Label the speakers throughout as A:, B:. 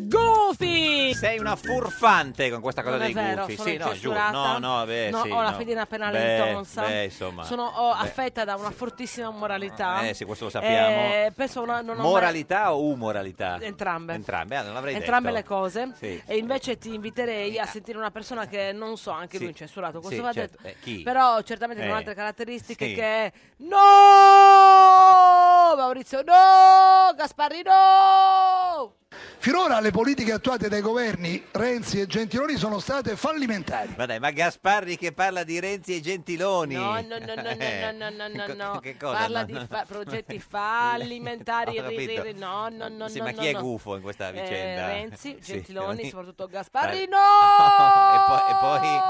A: Goofy!
B: Sei una furfante con questa cosa
A: Non è
B: dei
A: vero,
B: gufi.
A: sono
B: Sì, no, giù.
A: incensurata.
B: No, no, beh,
A: No,
B: sì,
A: ho la
B: no.
A: fedina penale
B: Beh,
A: di Thompson.
B: beh, insomma.
A: Sono oh,
B: Beh.
A: affetta da una fortissima moralità.
B: Eh, sì, questo lo sappiamo.
A: Eh, penso una- non ho mai-
B: Moralità o umoralità?
A: Entrambe.
B: Entrambe, ah, non l'avrei
A: Entrambe le
B: detto.
A: cose.
B: Sì.
A: E invece ti inviterei a sentire una persona che non so, anche
B: Sì.
A: lui censurato. Questo
B: Sì,
A: va
B: certo. Eh,
A: detto.
B: chi?
A: Però certamente
B: Eh.
A: con altre caratteristiche
B: Sì.
A: che è No! Maurizio, no! Gasparri, no!
C: Finora le politiche attuate dai governi Renzi e Gentiloni sono state fallimentari.
B: Ma dai, ma Gasparri che parla di Renzi e Gentiloni.
A: No, no, no, no, no,
B: Eh,
A: no, no,
B: co-
A: no, no.
B: che cosa?
A: Parla
B: No,
A: di
B: no.
A: fa- progetti fallimentari.
B: Ho
A: ri- ri-
B: capito.
A: ri- no, no, no,
B: Sì,
A: no,
B: ma
A: no,
B: chi è
A: no.
B: gufo in questa
A: Eh,
B: vicenda?
A: Renzi,
B: Sì,
A: Gentiloni,
B: ogni-
A: soprattutto
B: Dai.
A: Gasparrino.
B: E poi, e poi-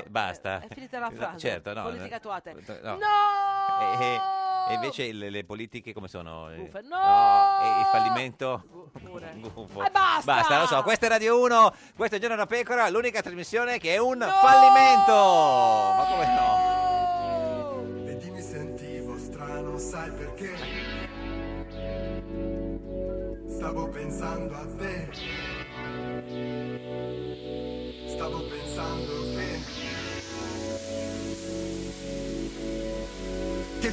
B: eh, basta.
A: È finita la
B: No,
A: frase.
B: Certo, no.
A: Politica attuate.
B: No.
A: No!
B: E, e- e invece le, le politiche come sono? Eh,
A: Gufe. No!
B: E il fallimento?
A: Pure.
B: Gufo.
A: E basta!
B: lo so. Questa è Radio 1, questo è Giorno da Pecora, l'unica trasmissione che è un fallimento! Ma come no?
D: Ed mi sentivo strano, sai perché? Stavo pensando a te. Stavo pensando che. Che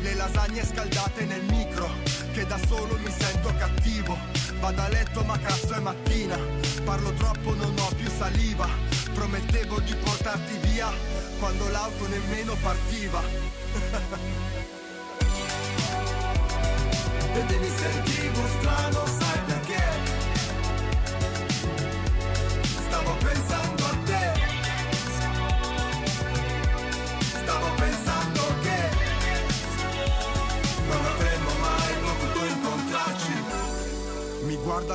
D: Le lasagne scaldate nel micro, che da solo mi sento cattivo. Vado a letto ma cazzo è mattina, parlo troppo non ho più saliva. Promettevo di portarti via quando l'auto nemmeno partiva. Ed mi sentivo strano, sai perché? Stavo pensando a te. Stavo pensando che non avremmo mai potuto incontrarci. Mi guardo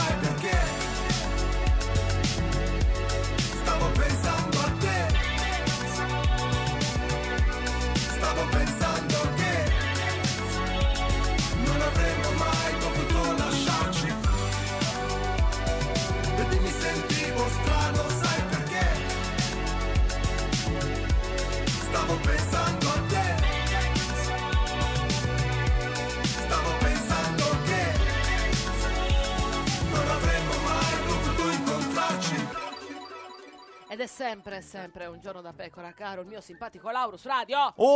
D: perché? Stavo pensando a te. Stavo pensando che non avremmo mai dovuto lasciarci. Ed mi sentivo strano, sai perché? Stavo pensando a te. Stavo pensando che non avremmo mai dovuto incontrarci.
A: Ed è sempre, sempre un giorno da pecora, caro il mio simpatico Laurus Radio.
B: Oh, eh,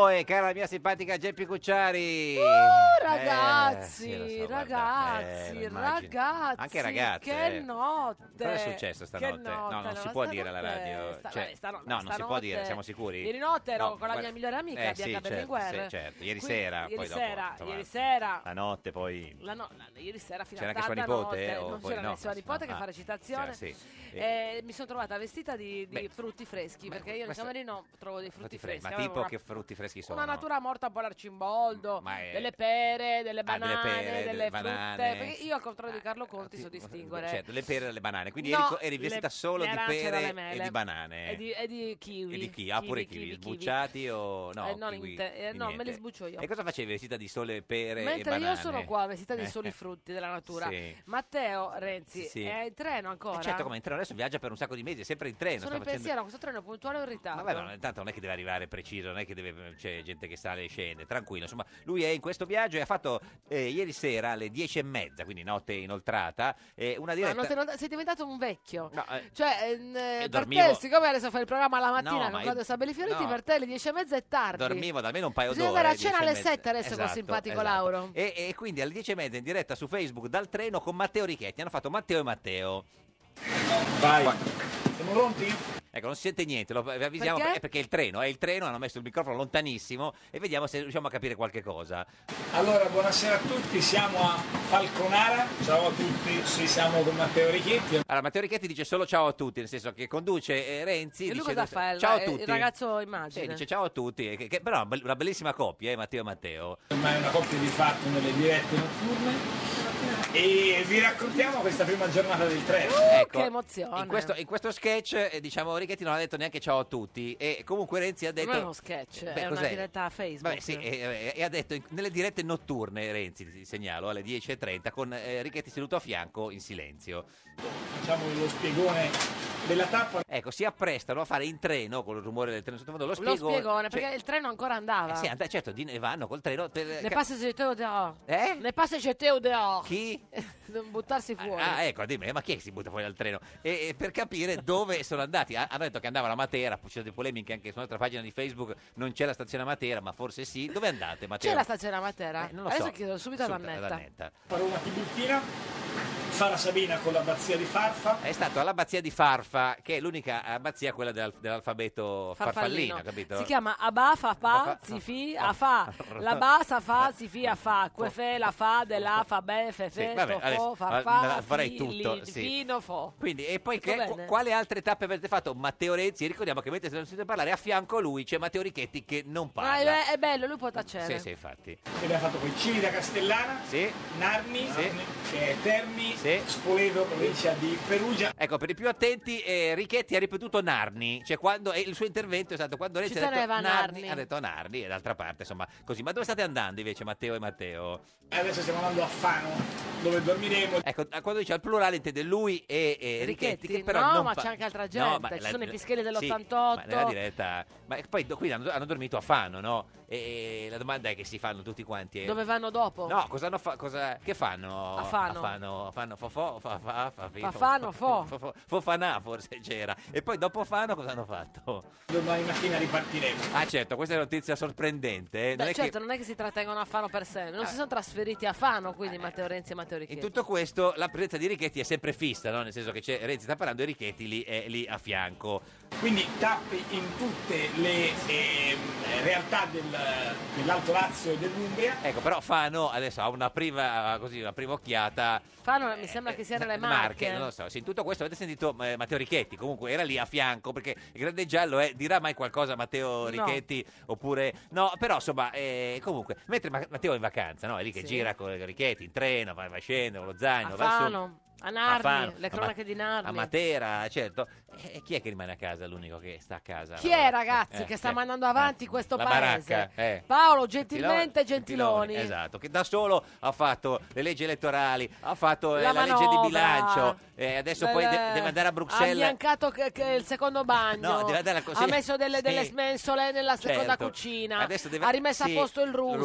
B: Uno! E cara mia simpatica Geppi Cucciari!
A: Oh,
B: Eh,
A: ragazzi,
B: sì, lo so, guarda,
A: ragazzi,
B: eh, lo immagino.
A: ragazzi.
B: Anche ragazze,
A: Che
B: eh.
A: notte.
B: Cosa è successo stanotte?
A: Che
B: No, non
A: notte,
B: si può dire alla
A: stanotte-
B: radio,
A: sta-
B: cioè,
A: vabbè, stano-
B: no, non si può
A: stanotte-
B: dire, siamo sicuri?
A: Ieri notte ero
B: No,
A: con la
B: guarda-
A: mia migliore amica,
B: Eh,
A: Bianca
B: sì, certo,
A: Berlinguer.
B: sì, certo. Ieri
A: Quindi,
B: sera,
A: Ieri
B: poi dopo,
A: sera,
B: insomma,
A: ieri sera.
B: La notte poi...
A: La no- la- ieri sera fino
B: C'era
A: a
B: anche sua
A: tarda
B: nipote,
A: notte,
B: eh, o
A: non
B: poi
A: c'era
B: no?
A: nessuna nipote che
B: Ah,
A: fa recitazione.
B: c'era, sì.
A: Eh, mi sono trovata vestita di, di
B: Beh,
A: frutti freschi, perché io in
B: questo-
A: camerino trovo dei
B: Frutti
A: frutti,
B: freschi, ma
A: avevo
B: tipo
A: una-
B: che frutti freschi sono?
A: una natura morta un po' l'arcimboldo,
B: Ma è-
A: delle pere, delle
B: Ah, delle
A: banane,
B: pere,
A: delle,
B: delle
A: frutte.
B: banane. Ah,
A: Perché io al contrario di Carlo Conti so distinguere.
B: Certo, le pere e le banane. Quindi
A: No,
B: eri, co- eri
A: le-
B: vestita solo
A: le
B: di
A: arance dalle
B: pere
A: mele.
B: e di banane.
A: E di, e di kiwi.
B: eh. E di chi? Ah, pure kiwi, sbucciati o no?
A: Eh, non
B: kiwi,
A: inte- eh,
B: di
A: no, me
B: niente.
A: li sbuccio io.
B: E cosa facevi vestita di sole, pere e
A: Mentre
B: banane?
A: io sono qua vestita di soli
B: Eh,
A: frutti della natura,
B: Sì.
A: Matteo Renzi
B: Sì, sì.
A: è in treno ancora?
B: eh, certo, come entrano adesso viaggia per un sacco di mesi, è sempre in treno.
A: Sono in
B: sta facendo-
A: pensiero, questo treno è puntuale o in ritardo?
B: Vabbè, ma intanto non è che deve arrivare preciso, non è che deve- c'è gente che sale e scende, tranquillo. Insomma, lui è in questo viaggio e ha fatto eh, ieri sera alle 10 e mezza, quindi notte inoltrata, eh, una
A: No,
B: diretta...
A: non te- non- sei diventato un vecchio.
B: No, eh,
A: Cioè, ehm, eh,
B: dormivo-
A: per te, siccome adesso fai il programma la
B: No,
A: mattina
B: ma
A: con
B: io-
A: Claudio Sabelli Fioretti,
B: no.
A: per te le 10 e mezza è tardi.
B: Dormivo da almeno un paio
A: Bisogna
B: d'ore.
A: andare a cena
B: 10 e
A: alle
B: mezza.
A: 7 adesso con
B: Esatto,
A: simpatico
B: esatto.
A: Lauro.
B: E, e quindi alle 10 e mezza in diretta su Facebook dal treno con Matteo Richetti. Hanno fatto Matteo e Matteo. Vai. Siamo pronti? Ecco, non si sente niente, lo vi avvisiamo
E: Perché?
B: perché? perché è il treno, è il treno, hanno messo il microfono lontanissimo e vediamo se riusciamo a capire qualche cosa.
F: Allora, buonasera a tutti, siamo a Falconara. Ciao a tutti, ci siamo con Matteo Richetti.
B: Allora, Matteo Richetti dice solo ciao a tutti, nel senso che conduce eh, Renzi.
A: E lui
B: dice,
A: cosa fa? Il,
B: Ciao a
A: eh,
B: tutti.
A: il ragazzo
B: Sì,
A: immagine.
B: dice ciao a tutti, eh, che, che- però be- una bellissima coppia, eh, Matteo e Matteo.
F: Ormai è una coppia di fatto nelle dirette notturne. E vi raccontiamo questa prima giornata del treno.
G: Oh,
B: Ecco,
A: emozione.
B: In questo, in questo sketch, eh, diciamo, Richetti non ha detto neanche ciao a tutti. E comunque Renzi ha detto.
A: Non è uno sketch,
B: Beh,
A: è una
B: cos'è?
A: diretta a Facebook.
B: Vabbè, sì, e, e- e ha detto in- nelle dirette notturne, Renzi, ti segnalo, alle 10.30, con eh, Richetti seduto a fianco in silenzio.
F: Facciamo Diciamo lo spiegone della tappa.
B: Ecco, si apprestano a fare in treno, con il rumore del treno sottofondo, lo
A: Lo
B: spiegone.
A: spiegone,
B: cioè-
A: perché il treno ancora andava.
B: Eh sì, and- certo, di- e vanno col treno. per- eh,
A: Ne
B: ca-
A: passa c'è teo deo.
B: Eh?
A: Ne passa c'è teo deo.
B: Chi?
A: Non buttarsi fuori.
B: Ah, ecco, dimmi, ma chi è che si butta fuori dal treno? E, e per capire dove sono andati, Ha- hanno detto che andavano a Matera, poi ci sono delle polemiche anche sulla nostra pagina di Facebook, non c'è la stazione a Matera, ma forse sì. Dove andate, Matera?
A: C'è la stazione a Matera?
B: Eh, non lo
A: Adesso
B: so.
A: chiedo subito ad
B: Subito ad
A: Annetta.
B: Annetta.
F: Paroma Tiburtina, Fara Sabina con l'abbazia di Farfa.
B: È stato all'abbazia di Farfa, che è l'unica abbazia, quella dell'al- dell'alfabeto farfallino, capito?
A: Si chiama Abafa fa zifi afa. La basa fa zifi afa. Quefe la fa de la fa be fe
B: Sì,
A: fe
B: vabbè,
A: to
B: adesso-
A: fo fa
B: ma- me
A: fa.
B: la farei
A: fi,
B: tutto,
A: li,
B: sì.
A: fino fo.
B: Quindi, e poi
A: Tutto
B: che-
A: bene?
B: qu- quali altre tappe avete fatto? Matteo Renzi, ricordiamo che mentre siamo sentiti parlare, a fianco a lui c'è Matteo Richetti che non
A: Ma
B: parla.
A: Ah, è, è bello, lui può tacere.
B: sì, sì, infatti.
F: Abbiamo fatto poi Civita Castellana,
B: Sì.
F: Narni, che è Terni,
B: Sì.
F: Spoleto, provincia di Perugia.
B: Ecco, per i più attenti, eh, Richetti ha ripetuto Narni, cioè quando e il suo intervento è stato quando Renzi ha detto
F: teneva a
B: Narni,
F: Narni.
B: ha detto Narni e d'altra parte, insomma, così. Ma dove state andando invece Matteo e Matteo?
F: Adesso stiamo andando a Fano, dove dormiremo.
B: Ecco, a- quando dice al plurale intende lui e, e Richetti,
A: Richetti,
B: che però
A: no,
B: non
A: ma
B: pa-
A: c'è anche altra
B: No,
A: gente,
B: ma
A: ci
B: la-
A: sono i pischelli
B: sì,
A: dell'88.
B: ma nella diretta, ma poi do- qui hanno, hanno dormito a Fano, no? E, e la domanda è che si fanno tutti quanti. eh. è-
A: Dove vanno dopo?
B: No, cosa hanno fa- cosa- che fanno?
A: A Fano.
B: A Fano, fanno fofo, fa fa fa
A: Fa Fano, fo.
B: fo- Fofanà forse c'era. E poi dopo Fano cosa hanno fatto?
F: Domani mattina ripartiremo.
B: Ah certo, questa è una notizia sorprendente. eh.
A: Beh,
B: Non è che- Ah.
A: certo, non è che si trattengono a Fano per sé, non si sono trasferiti a Fano, quindi Matteo Renzi e Matteo Richetti.
B: Eh. In tutto questo la presenza di Richetti è sempre fissa, no? nel senso che c'è, Renzi sta parlando e Richetti lì, è lì a fianco.
F: Quindi tappe in tutte le ehm, realtà del- dell'Alto Lazio e dell'Umbria.
B: Ecco, però Fano adesso ha una prima, così, una prima occhiata.
A: Fano
B: Eh,
A: mi sembra che siano le marche.
B: non lo so. Sì, in tutto questo avete sentito eh, Matteo Richetti, comunque era lì a fianco, perché il grande giallo è, dirà mai qualcosa Matteo Richetti oppure no, però insomma, eh, comunque, mentre Ma- Matteo è in vacanza, no? È lì che
A: Sì.
B: gira con Richetti in treno, va, va scendo con lo zaino,
A: a
B: va su.
A: Fano, a Narni,
B: A Fano, a
A: le
B: Ma-
A: cronache di
B: A
A: Narni.
B: Matera, certo. E chi è che rimane a casa? L'unico che sta a casa.
A: Chi è ragazzi
B: Eh,
A: che sta
B: eh,
A: mandando avanti questo
B: la
A: paese?
B: baracca, eh.
A: Paolo Gentilmente Gentiloni.
B: Esatto, che da solo ha fatto le leggi elettorali, ha fatto eh,
A: La
B: la, legge di
A: manovra.
B: bilancio, eh, adesso poi de-
A: Eh,
B: deve andare a
A: Ha
B: Bruxelles.
A: biancato che- che il secondo bagno.
B: No, deve andare a così-
A: Ha messo delle, delle
B: sì.
A: smensole nella seconda
B: Certo.
A: cucina.
B: Adesso deve-
A: Ha rimesso
B: sì,
A: a posto il rustico.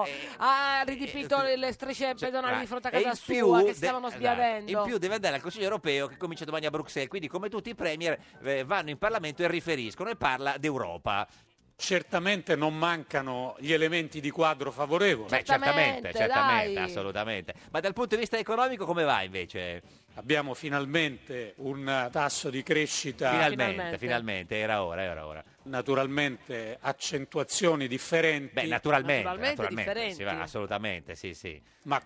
B: rustico, eh,
A: ha ridipinto le strisce pedonali
B: Ma-
A: di fronte a
B: cioè, ah, e in
A: casa sua
B: più
A: che
B: de-
A: stavano
B: esatto,
A: sbiadendo.
B: in più deve andare al Consiglio europeo che comincia domani a Bruxelles. Quindi, come tutti i premier, eh, vanno in Parlamento e riferiscono e parla d'Europa.
H: Certamente non mancano gli elementi di quadro favorevoli.
B: Beh, certamente, certamente,
H: dai.
B: assolutamente. Ma dal punto di vista economico come va invece?
H: Abbiamo finalmente un tasso di crescita.
B: Finalmente, finalmente, era ora, era ora.
H: Naturalmente accentuazioni differenti.
B: Beh, naturalmente,
H: Naturalmente
B: naturalmente,
H: differenti.
B: sì, va, assolutamente, sì, sì.
H: Ma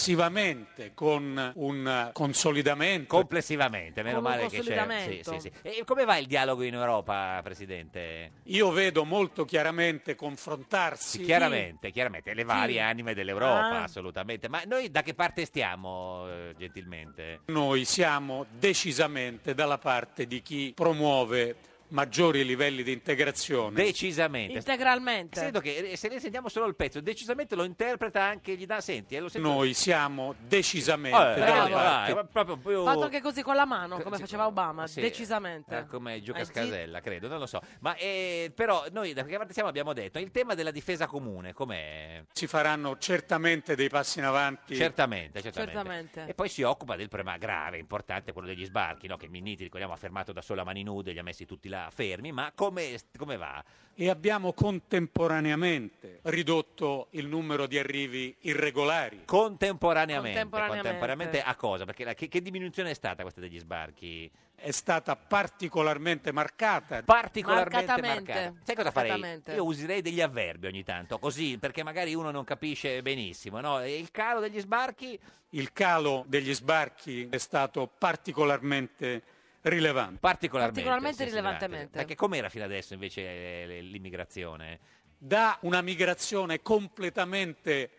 H: complessivamente con un consolidamento.
B: Complessivamente, meno
H: Con un
B: male che c'è. Sì,
H: consolidamento.
B: sì, sì. E come va il dialogo in Europa, Presidente?
H: Io vedo molto chiaramente confrontarsi.
B: Chiaramente, chiaramente, le varie
H: Sì.
B: anime dell'Europa,
H: Ah.
B: assolutamente. Ma noi da che parte stiamo, eh, gentilmente?
H: Noi siamo decisamente dalla parte di chi promuove maggiori livelli di integrazione.
B: Decisamente.
A: integralmente.
B: Sento che eh, se ne sentiamo solo il pezzo, decisamente lo interpreta anche, gli dà, senti, eh, lo sento-
H: Noi siamo decisamente
B: Eh,
H: dalla
B: bravo,
H: parte-
B: dai, proprio più-
A: Fatto anche così con la mano, come faceva Obama,
B: Ah, Sì,
A: decisamente.
B: eh, come Gio
A: Eh, sì.
B: Cascasella, credo, non lo so. Ma eh, però noi da che parte siamo abbiamo detto, il tema della difesa comune, com'è?
H: Si faranno certamente dei passi in avanti.
B: Eh, Certamente, certamente.
A: Certamente.
B: E poi si occupa del problema grave, importante, quello degli sbarchi, no? che Minniti, ricordiamo, ha fermato da solo a mani nude, li ha messi tutti là fermi, ma come, come va?
H: E abbiamo contemporaneamente ridotto il numero di arrivi irregolari.
B: Contemporaneamente,
H: Contemporaneamente.
B: contemporaneamente a cosa? Perché la- che, che diminuzione è stata questa degli sbarchi?
H: È stata particolarmente marcata.
B: Particolarmente marcata. Sai cosa farei?
H: Marcatamente.
B: Io userei degli avverbi ogni tanto, così, perché magari uno non capisce benissimo, no? E Il calo degli sbarchi
H: Il calo degli sbarchi è stato particolarmente rilevante.
B: particolarmente.
A: Particolarmente
B: sì, signora.
A: rilevantemente.
B: Perché com'era fino adesso invece eh, l'immigrazione?
H: Da una migrazione completamente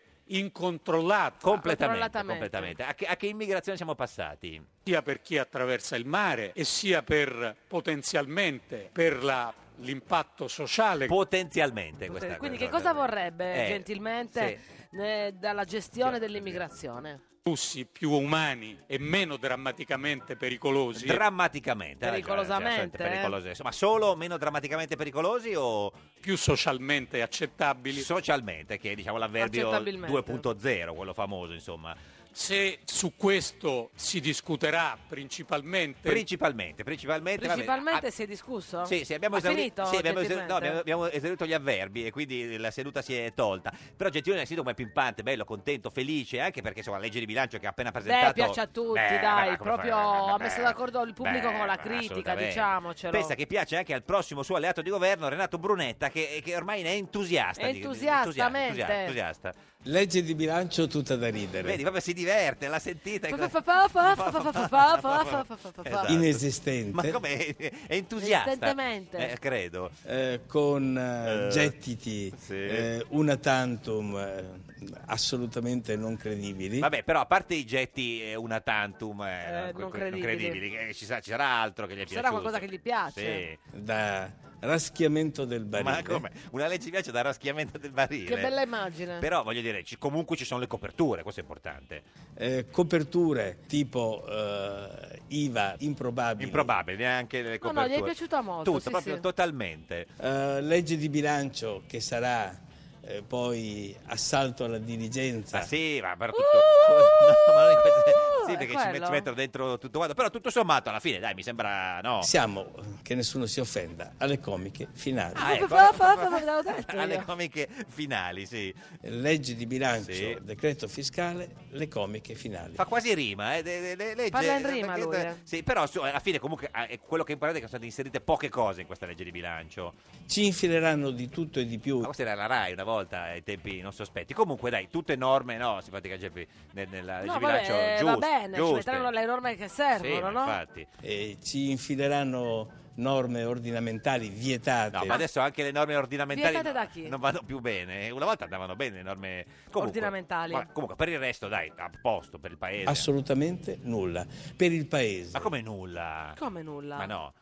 H: incontrollata.
B: Completamente, completamente. A, che, a che immigrazione siamo passati?
H: sia per chi attraversa il mare e sia per potenzialmente per la- l'impatto sociale.
B: Potenzialmente questa
A: Eh, Quindi che cosa vorrebbe
H: Eh,
A: gentilmente eh, dalla gestione dell'immigrazione?
H: Russi più umani e meno drammaticamente pericolosi.
B: Drammaticamente, ha ragione,
A: Pericolosamente, eh.
B: cioè, pericolosi. Insomma, solo meno drammaticamente pericolosi o
H: più socialmente accettabili?
B: Socialmente, che è diciamo l'avverbio
H: Accettabilmente.
B: 2.0, quello famoso, insomma.
H: Se su questo si discuterà principalmente
B: Principalmente, principalmente, vabbè,
A: Principalmente si è discusso?
B: ah, sì, sì, abbiamo
A: Oh. Ha
B: esaurito,
A: finito?
B: sì, abbiamo esaurito-
A: gentilmente?
B: no, abbiamo- abbiamo esaurito gli avverbi e quindi la seduta si è tolta. Però Gentiloni è sentito come pimpante, bello, contento, felice, anche perché insomma la legge di bilancio che ha appena presentato
A: Beh, piace a tutti,
B: Beh,
A: dai,
B: ma come
A: proprio
B: fa-
A: ha messo d'accordo il pubblico
B: Beh,
A: con la
B: ma
A: critica,
B: assolutamente.
A: diciamocelo.
B: Pensa che piace anche al prossimo suo alleato di governo, Renato Brunetta, che, che ormai ne è entusiasta. di- di-
A: Entusiastamente.
B: entusiasta, entusiasta.
E: Legge di bilancio tutta da ridere.
B: Vedi, vabbè, si diverte, l'ha sentita.
A: Fa- fa- fa- fa- fa- fa- fa- fa- fa- fa- fa- fa- fa- fa-
B: Esatto.
E: Inesistente.
B: Ma come è entusiasta?
A: Esistentemente.
B: Eh, credo.
E: Eh, con eh,
B: Eh,
E: gettiti eh, una tantum eh, assolutamente non credibili.
B: Vabbè, però a parte i getti eh, una tantum eh,
A: Eh, non credibili.
B: eh, ci, sa- ci sarà altro che gli è
A: Ci
B: piaciuto.
A: sarà qualcosa che gli piace.
B: Sì.
E: Da raschiamento del barile.
B: Ma come? Una legge di piace da raschiamento del barile.
A: Che bella immagine.
B: Però voglio dire, ci- comunque ci sono le coperture, questo è importante.
E: Eh, coperture tipo eh, IVA improbabili.
B: Improbabile, neanche le
A: No, no,
B: coperture.
A: gli è piaciuta molto.
B: Tutto,
A: sì,
B: proprio
A: sì.
B: totalmente.
E: Eh, legge di bilancio che sarà eh, poi assalto alla diligenza.
B: Ma sì, ma
A: Uh!
B: però tutto. no, ma non in queste- sì,
E: è
B: perché ci, met-
E: quello?
B: ci mettono dentro tutto quanto. Però tutto sommato, alla fine, dai, mi sembra. No.
E: Siamo, che nessuno si offenda, alle comiche finali.
B: Ah, ecco,
A: Fa- fa- fa- fa- l'avevo detto io.
B: alle comiche finali, sì.
E: Legge di bilancio, decreto fiscale, le comiche finali.
B: Fa quasi rima, eh, de- de- de- legge-
A: Parla in rima,
B: perché-
A: lui, eh.
B: Sì, però su- alla fine comunque ah, è quello che imparate è che sono state inserite poche cose in questa legge di bilancio.
E: Ci infileranno di tutto e di più.
B: Ma questa era la RAI una volta ai tempi non sospetti. Comunque dai, tutte norme, no, simpatica GP, nel- nella legge
A: No,
B: di bilancio
A: vabbè,
B: giusta.
A: va bene, ci metteranno le norme che servono, no?
E: E ci infileranno norme ordinamentali vietate.
B: No, ma adesso anche le norme ordinamentali
A: Vietate da
B: no-
A: chi?
B: non vanno più bene. Una volta andavano bene le norme comunque,
A: Ordinamentali.
B: ma comunque, per il resto, dai, a posto per il paese.
E: Assolutamente nulla. Per il paese.
B: ma come nulla?
A: Come nulla?
B: Ma no,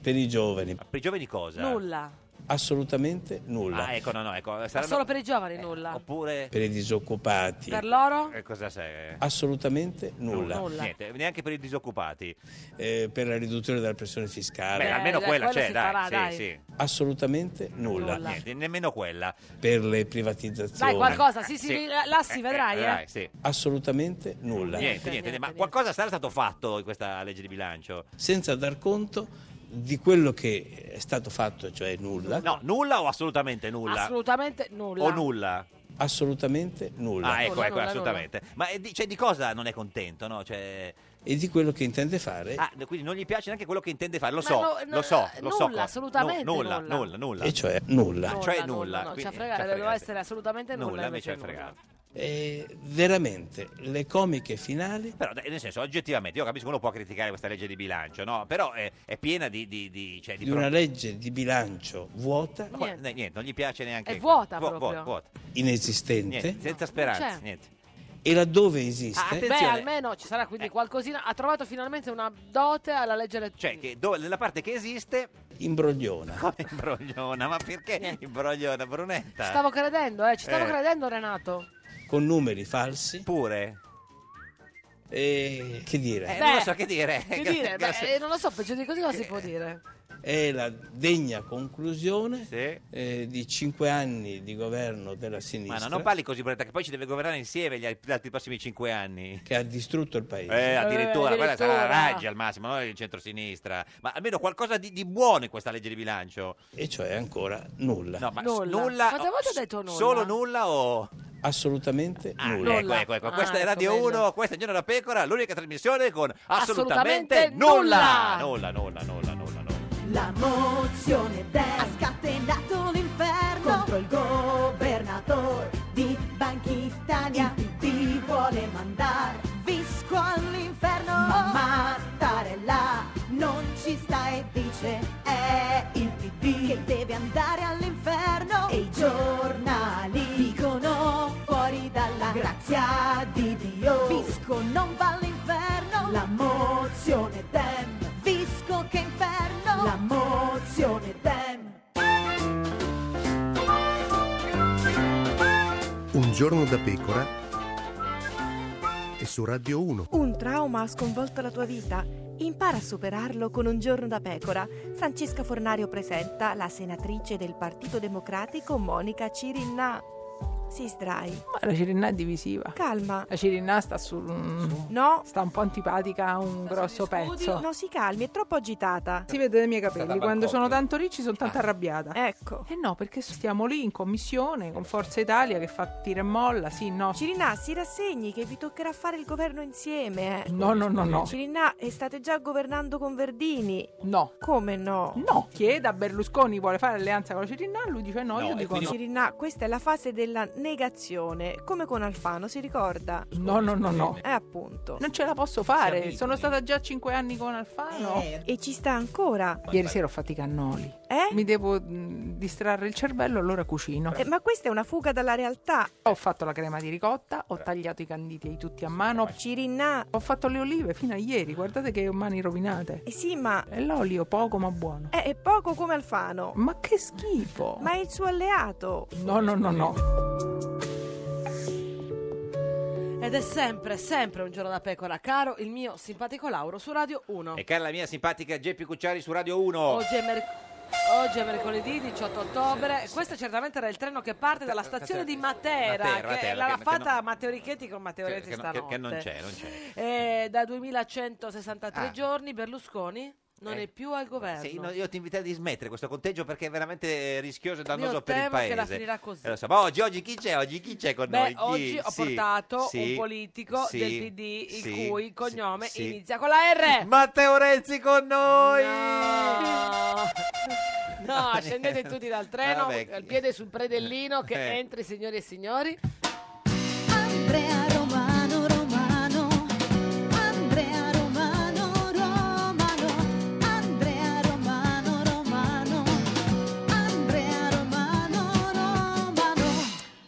E: Per i giovani.
B: per i giovani cosa?
A: Nulla.
E: Assolutamente nulla.
B: Ah, ecco, no, no, ecco.
A: Ma
B: saranno- Eh,
A: solo per i giovani nulla.
B: Oppure
E: Per i disoccupati.
A: per loro?
B: Eh, cosa sei?
E: Assolutamente nulla.
B: Niente, neanche per i disoccupati.
E: Eh, per la riduzione della pressione fiscale.
B: Beh, almeno
A: Eh,
B: quella c'è, dai. sì, sì.
E: Assolutamente nulla.
B: Niente, nemmeno quella.
E: Per le privatizzazioni.
A: Dai, qualcosa, sì, sì,
B: Sì.
A: là si
B: Eh,
A: vedrai, eh.
B: vedrai, sì.
E: Assolutamente nulla.
B: Niente, niente, ma qualcosa sarà stato fatto in questa legge di bilancio?
E: Senza dar conto di quello che è stato fatto, cioè nulla.
B: No, nulla o assolutamente nulla?
A: Assolutamente nulla.
B: O nulla?
E: Assolutamente nulla.
B: Ah, ecco,
A: Nulla,
B: ecco,
A: nulla,
B: assolutamente. Ma eh, di, cioè, di cosa non è contento, no? Cioè,
E: E di quello che intende fare,
B: ah, quindi non gli piace neanche quello che intende fare, lo
A: Ma
B: so,
A: no, no,
B: lo so, lo so.
A: nulla,
B: cosa-
A: assolutamente
B: nu- nulla,
A: nulla.
B: nulla, nulla.
E: e cioè nulla.
B: Ah, cioè nulla,
A: No, ci ha
B: quindi
A: fregato,
B: ci ha
A: doveva
B: fregato.
A: essere assolutamente nulla.
B: Nulla, invece è
A: nulla.
B: fregato.
E: E veramente le comiche finali
B: Però dai, nel senso, oggettivamente, io capisco uno può criticare questa legge di bilancio, no? Però è, è piena di... di, di, cioè, di
E: di una
B: pro-
E: legge di bilancio vuota,
B: Ma guarda, niente. non gli piace neanche...
A: È vuota
B: Vu- vu-
A: proprio.
B: Ecco. vuota. Niente,
E: inesistente,
B: senza speranza,
A: c'è.
B: niente. Ah,
E: e laddove esiste,
A: Ah, Beh, almeno ci
B: Eh.
A: sarà quindi qualcosina. Ha trovato finalmente una dote alla legge elettorale.
B: Cioè, che do- nella parte che esiste
E: imbrogliona.
B: Come imbrogliona? Ma perché imbrogliona, Brunetta?
A: Stavo credendo, eh, ci stavo
B: Eh.
A: credendo Renato.
E: Con numeri falsi.
B: Pure.
E: E che dire?
A: Eh, non lo Beh, so
B: che dire.
A: Che dire, beh, eh, non lo so, peggio di così cosa si può
B: Eh,
A: dire?
E: È la degna conclusione eh, di cinque anni di governo della
B: Ma no,
E: sinistra
B: non parli così, Brunetta, che poi ci deve governare insieme gli altri prossimi cinque anni.
E: che ha distrutto il paese.
B: Eh, addirittura,
E: Eh,
B: quella sarà la
E: addirittura.
B: Raggi al massimo, non il centrosinistra. Ma almeno qualcosa di, di buono in questa legge di bilancio.
E: E cioè ancora nulla.
B: No, ma s-
A: Nulla.
B: nulla.
A: Quante volte hai detto nulla?
B: Solo nulla o...
E: Assolutamente
B: Ah,
E: nulla.
B: Ecco, ecco, ecco.
A: Ah,
B: Questa è
A: ecco,
B: Radio
A: bello.
B: 1, questa è Giorno da Pecora, l'unica trasmissione con assolutamente,
A: Assolutamente
B: nulla. Nulla, nulla, nulla, nulla, nulla.
I: La mozione del ha scatenato l'inferno contro il governatore di Banca Italia. Il PD vuole mandare Visco all'inferno. Ma Mattarella non ci sta e dice è il PD che deve andare all'inferno. E i giornali dicono fuori dalla grazia di Dio. Visco non va all'inferno. La mozione dem. Visco che inferno. La mozione dem.
J: Un giorno da pecora e su Radio 1.
K: Un trauma ha sconvolto la tua vita? Impara a superarlo con un giorno da pecora. Francesca Fornario presenta la senatrice del Partito Democratico Monica Cirinna. Si sdrai.
L: La Cirinà è divisiva.
K: Calma.
L: La Cirinà sta sul. mm,
K: No.
L: Sta un po' antipatica a un grosso pezzo.
K: No, si calmi, è troppo agitata.
L: Si vede dai miei
K: Sta da
L: capelli, quando
K: Bangkok.
L: sono tanto ricci sono
K: Ah.
L: tanto arrabbiata.
K: Ecco.
L: E no, perché stiamo lì in commissione con Forza Italia che fa tira e molla, sì, no.
K: Cirinà, si rassegni che vi toccherà fare il governo insieme. eh.
L: No, no, no, no.
K: Cirinà, e state già governando con Verdini.
L: No.
K: Come no?
L: No, chieda a Berlusconi vuole fare alleanza con la Cirinà, lui dice no, io
K: e
L: dico no.
K: quindi- Cirinà, questa è la fase della negazione, come con Alfano, si ricorda?
L: No, no, no, no.
K: Eh, appunto.
L: Non ce la posso fare, sono stata già cinque anni con Alfano.
K: Eh, E ci sta ancora.
L: Ieri sera ho fatto i cannoli.
K: Eh?
L: Mi devo mh, distrarre il cervello, allora cucino.
K: Eh, ma questa è una fuga dalla realtà.
L: Ho fatto la crema di ricotta, ho tagliato i canditi tutti a mano.
K: Cirinà.
L: Ho fatto le olive fino a ieri, guardate che ho mani rovinate.
K: Eh sì, ma...
L: E l'olio poco ma buono.
K: Eh, è poco come Alfano.
L: Ma che schifo!
K: Ma è il suo alleato.
L: No, no, no, no.
A: Ed è sempre, sempre un giorno da pecora, caro il mio simpatico Lauro su Radio 1.
B: E cara la mia simpatica Geppi Cucciari su Radio 1.
A: Oggi è, merc- oggi è mercoledì 18 ottobre. Questo certamente era il treno che parte dalla stazione di Matera.
B: Matera,
A: che
B: Matera,
A: l'ha
B: che- che
A: fatta
B: non-
A: Matteo Richetti con Matteo
B: Che,
A: Renzi
B: che non- che-
A: stanotte.
B: che non c'è, non c'è.
A: E da 2163
B: Ah.
A: giorni Berlusconi non
B: Eh.
A: è più al governo.
B: Sì, no, io ti inviterei di smettere questo conteggio perché è veramente eh, rischioso e dannoso
A: Io
B: per il
A: temo che
B: paese.
A: la finirà così.
B: Eh, lo so. Ma oggi, oggi chi c'è? Oggi chi c'è con
A: Beh,
B: noi? Chi?
A: oggi ho
B: Sì,
A: portato un
B: sì,
A: politico
B: sì,
A: del PD il
B: sì,
A: cui cognome
B: sì.
A: inizia con la R.
B: Matteo Renzi con noi!
A: No, scendete tutti dal treno,
B: Ah, Vabbè,
A: il piede sul predellino che
B: Eh.
A: entri signore e signori.
I: Andrea Romano Romano Andrea Romano Romano Andrea Romano Romano Andrea Romano Romano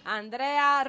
A: Andrea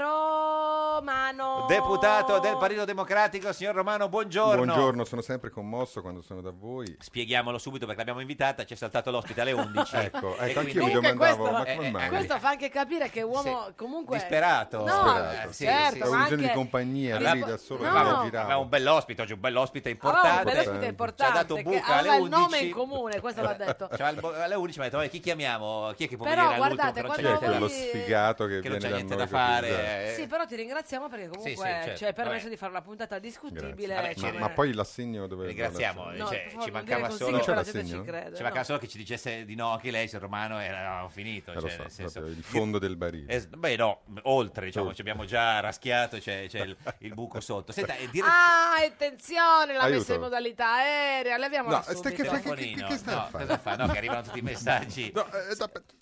A: Romano.
B: Deputato del Partito Democratico, signor Romano, buongiorno.
G: Buongiorno, sono sempre commosso quando sono da voi.
B: Spieghiamolo subito perché l'abbiamo invitata, ci è saltato l'ospite alle 11.
G: Ecco,
B: E quindi-
G: ecco, anch'io mi
A: Comunque
G: domandavo,
A: questo-
G: ma come
B: eh,
G: mai?
A: Questo fa anche capire che è uomo comunque
B: Disperato.
A: No,
G: Disperato.
A: eh, certo,
G: Avevo
A: ma
G: bisogno di
A: anche-
G: compagnia,
B: Aveva-
G: lì da solo
A: No.
G: che la
B: Aveva
G: giravo.
B: un bell'ospite oggi, un bell'ospite importante.
A: Allora, un bell'ospite importante
B: Ci ha dato
A: che
B: buca alle
A: aveva il
B: 11.
A: nome in comune, questo va detto.
B: Cioè, al- alle 11 mi ha detto, "Vabbè, chi chiamiamo? Chi è che può
A: Però,
B: venire all'ultimo?
A: guardate,
B: che non c'è
G: Chi è
B: niente da-
G: quello sfigato che,
B: che non
G: viene
B: c'è
G: da
B: niente
G: noi
B: da
G: così,
B: fare. eh.
A: Sì, però ti ringraziamo perché comunque
B: certo,
A: ci hai permesso
B: vabbè.
A: di fare una puntata discutibile.
B: Grazie. Vabbè,
A: cioè,
G: Ma, ma poi l'assegno dove
B: Ringraziamo,
A: No,
B: cioè,
A: per favore,
B: ci
A: non
B: mancava
A: dire così,
B: solo
A: che la gente ci crede,
B: ci mancava
A: no.
B: solo che ci dicesse di no anche lei, se Romano era avevamo finito.
G: Eh, lo
B: cioè,
G: so,
B: nel senso-
G: proprio il fondo del barile.
B: Eh, beh, no, oltre, diciamo, ci abbiamo già raschiato, c'è, c'è il, il buco sotto. Senta, eh, dire-
A: Ah, attenzione, la
B: Aiuto.
A: messa in modalità aerea, leviamola
B: No,
A: subito.
B: stai che fa- che- che- che stai a No, fare? cosa fa? No, che arrivano tutti i messaggi.
G: eh,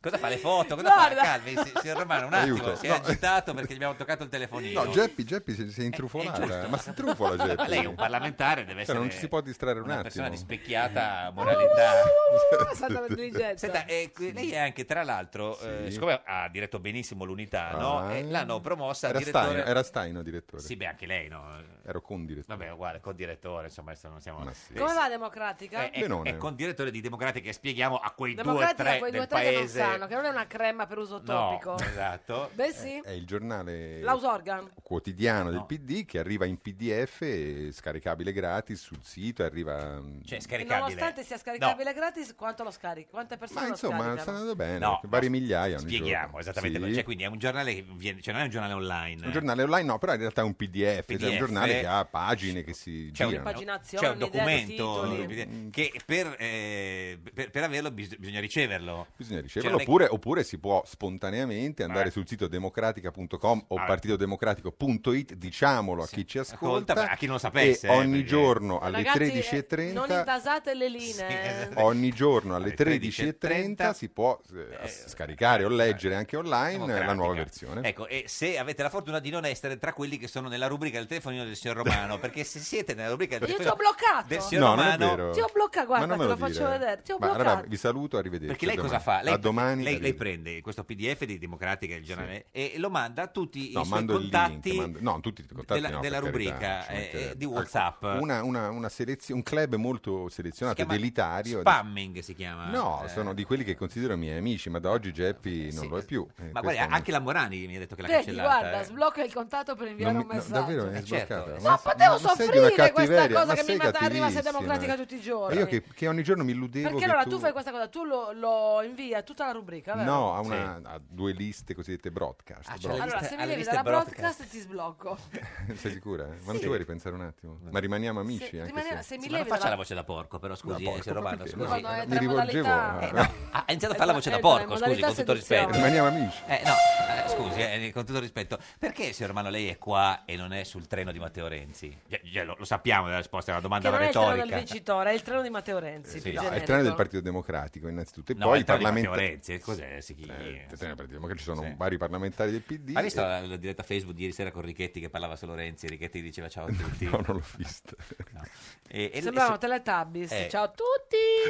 B: cosa fa le foto? Cosa fa?
A: Guarda.
B: Calmi, si- signor Romano, un attimo,
G: Aiuto,
B: si è
G: no. eh,
B: agitato perché gli abbiamo toccato il telefonino. io.
G: No, Geppi, Geppi si, si è intrufolata.
B: Eh,
G: eh.
B: giusto. Ah,
G: Ma si intrufola Geppi.
B: Lei è un parlamentare, deve
G: Cioè, non
B: essere
G: si può distrarre un
B: una
G: attimo. Ah,
B: persona di specchiata moralità.
J: Santa intelligenza.
B: Senta, eh, que- lei è anche, tra l'altro, eh,
G: Sì.
B: siccome ha diretto benissimo l'unità, no?
G: Ah.
B: Eh, l'hanno promossa a
G: Era
B: direttore...
G: Staino, era Staino direttore.
B: Sì, beh, anche lei, no?
G: Ero con direttore.
B: Vabbè, uguale, con direttore, insomma, adesso non siamo... Eh,
A: Come
B: sì.
A: va Democratica?
B: È, è- Eh, è con direttore di Democratica, spieghiamo a quei due o
A: Democratica
B: tre
A: quei due o
B: del
A: tre che non
B: paese...
A: sanno, che non è una crema per uso topico.
B: No, esatto.
A: Beh sì,
G: È il giornale
A: l'ausorgan.
G: quotidiano del PD che arriva in PDF, eh, scaricabile gratis sul sito, arriva... mm,
B: Cioè,
A: Nonostante sia scaricabile gratis, quanto lo scarichi? Quante persone
G: Ma
A: lo
G: Ah, insomma, sta
A: scaricano?
G: andando bene,
B: No,
G: varie migliaia ogni
B: Spieghiamo
G: giorno.
B: esattamente,
G: Sì.
B: cioè, quindi è un giornale che viene, cioè non è un giornale online.
G: Un giornale online no, però in realtà è un PDF, cioè
B: PDF.
G: un giornale che ha pagine che si
B: C'è Cioè, un,
G: girano.
A: Paginazione,
B: c'è un
A: un'idea di
B: documento
A: titoli.
G: Mm.
B: eh, che per, eh, per- per averlo bis- bisogna riceverlo.
G: Bisogna
B: Cioè,
G: riceverlo,
B: non è-
G: oppure, oppure si può spontaneamente andare sul sito democratica.com o
B: Eh. Ah.
G: partitodemocratico.it, diciamolo a chi ci ascolta,
B: Ascolta, ma a chi non lo sapesse,
G: e
B: eh,
G: ogni
B: perché-
G: giorno alle
A: Ragazzi, eh,
G: 13.30
A: Non intasate le
B: esatto.
A: linee.
G: Ogni giorno alle
B: 13.30
G: 13.30 si può eh, scaricare o
B: eh,
G: leggere anche online la nuova
A: Eh,
G: versione.
B: Ecco, e se avete la fortuna di non essere tra quelli che sono nella rubrica del telefonino del signor Romano, perché se siete nella rubrica del
A: Io ti ho
B: telefonino
A: bloccato.
B: del
G: No,
B: signor
G: non è
B: Romano,
G: vero.
A: Ti ho bloccato, guarda,
G: Ma non
A: te
G: me
A: lo
G: lo
A: faccio
G: dire.
A: vedere. Ti ho
G: Ma
A: bloccato.
G: allora, vi saluto, arrivederci.
B: Perché lei
G: a
B: cosa
G: domani.
B: fa? Lei,
G: a domani.
B: lei- lei
G: arrivederci.
B: prende questo PDF di Democratica, il giornale, e lo manda a tutti
G: No,
B: i suoi
G: mando il
B: contatti
G: link, mando- no, tutti i contatti
B: della,
G: no,
B: della
G: per carità,
B: rubrica
G: ci
B: eh,
G: mancherebbe.
B: di WhatsApp.
G: Ecco, una- una- una selezio- un club molto selezionato,
B: chiama
G: delitario.
B: Spamming si chiama.
G: No,
B: Eh,
G: sono di quelli che considero miei amici, ma da oggi Geppi non lo è più. Eh,
B: Ma
G: questo è
B: guarda,
G: un-
B: anche la Morani mi ha detto che l'ha
A: Vedi,
B: cancellata.
A: guarda,
B: eh.
A: sblocca il contatto per inviare
G: Non
A: un
G: mi- no,
A: messaggio.
G: davvero mi è
B: Eh, certo.
G: sboccata.
B: Eh,
G: Ma-
A: non potevo
G: ma sei di una
A: soffrire questa
G: cattiveria,
A: cosa
G: ma
A: che mi
G: sei
A: manda- arriva se
G: cattivissima.
A: democratica tutti i giorni.
G: Ma Io che, che ogni giorno mi illudevo
A: Perché
G: che
A: allora
G: tu...
A: tu... fai questa cosa, tu lo, lo invii a tutta la rubrica, vero?
G: No, a, una- a due liste cosiddette broadcast.
B: Ah,
G: broadcast.
A: Allora, se mi
B: alle
A: levi
B: liste
A: dalla
B: broadcast.
A: broadcast, ti sblocco.
G: Sei sicura? Ma non
B: Sì.
G: ci vuoi ripensare un attimo? Ma rimaniamo amici?
A: Se-
G: anche
A: rimaniamo-
G: se...
A: se mi
B: Sì, ma non
A: levi
B: faccia la
A: dalla-
B: voce da porco, però scusi,
G: Da
B: eh,
G: porco,
B: signor Romano,
G: perché?
B: scusi.
G: No, Quando è
B: Eh,
G: tra Mi rivolgevo a-
B: eh, no, ha iniziato a fare la voce da porco, scusi, con tutto rispetto.
G: Rimaniamo amici.
B: Eh, no, eh, scusi, eh, con tutto rispetto. Perché, signor Romano, lei è qua e non è sul treno di Matteo Renzi? Cioè, cioè, lo, lo sappiamo la risposta, è una
A: Che
B: domanda
A: non è il treno del
B: retorica. Eh,
A: vincitore, è il treno di Matteo Renzi. più
G: No, è il
A: generico.
G: treno del Partito Democratico innanzitutto e
B: No,
G: poi eh,
B: è
G: i
B: il treno di Matteo
G: parlamentari
B: Renzi, cos'è? Si chi-
G: ci sono vari parlamentari del PD
B: Hai visto
G: e-
B: la, la diretta Facebook di ieri sera con Richetti che parlava solo Renzi? Richetti diceva ciao a tutti.
G: No, non l'ho vista.
B: E, e-
A: Sembravano
B: e-
A: Teletubbies.
B: Eh.
A: Ciao a tutti!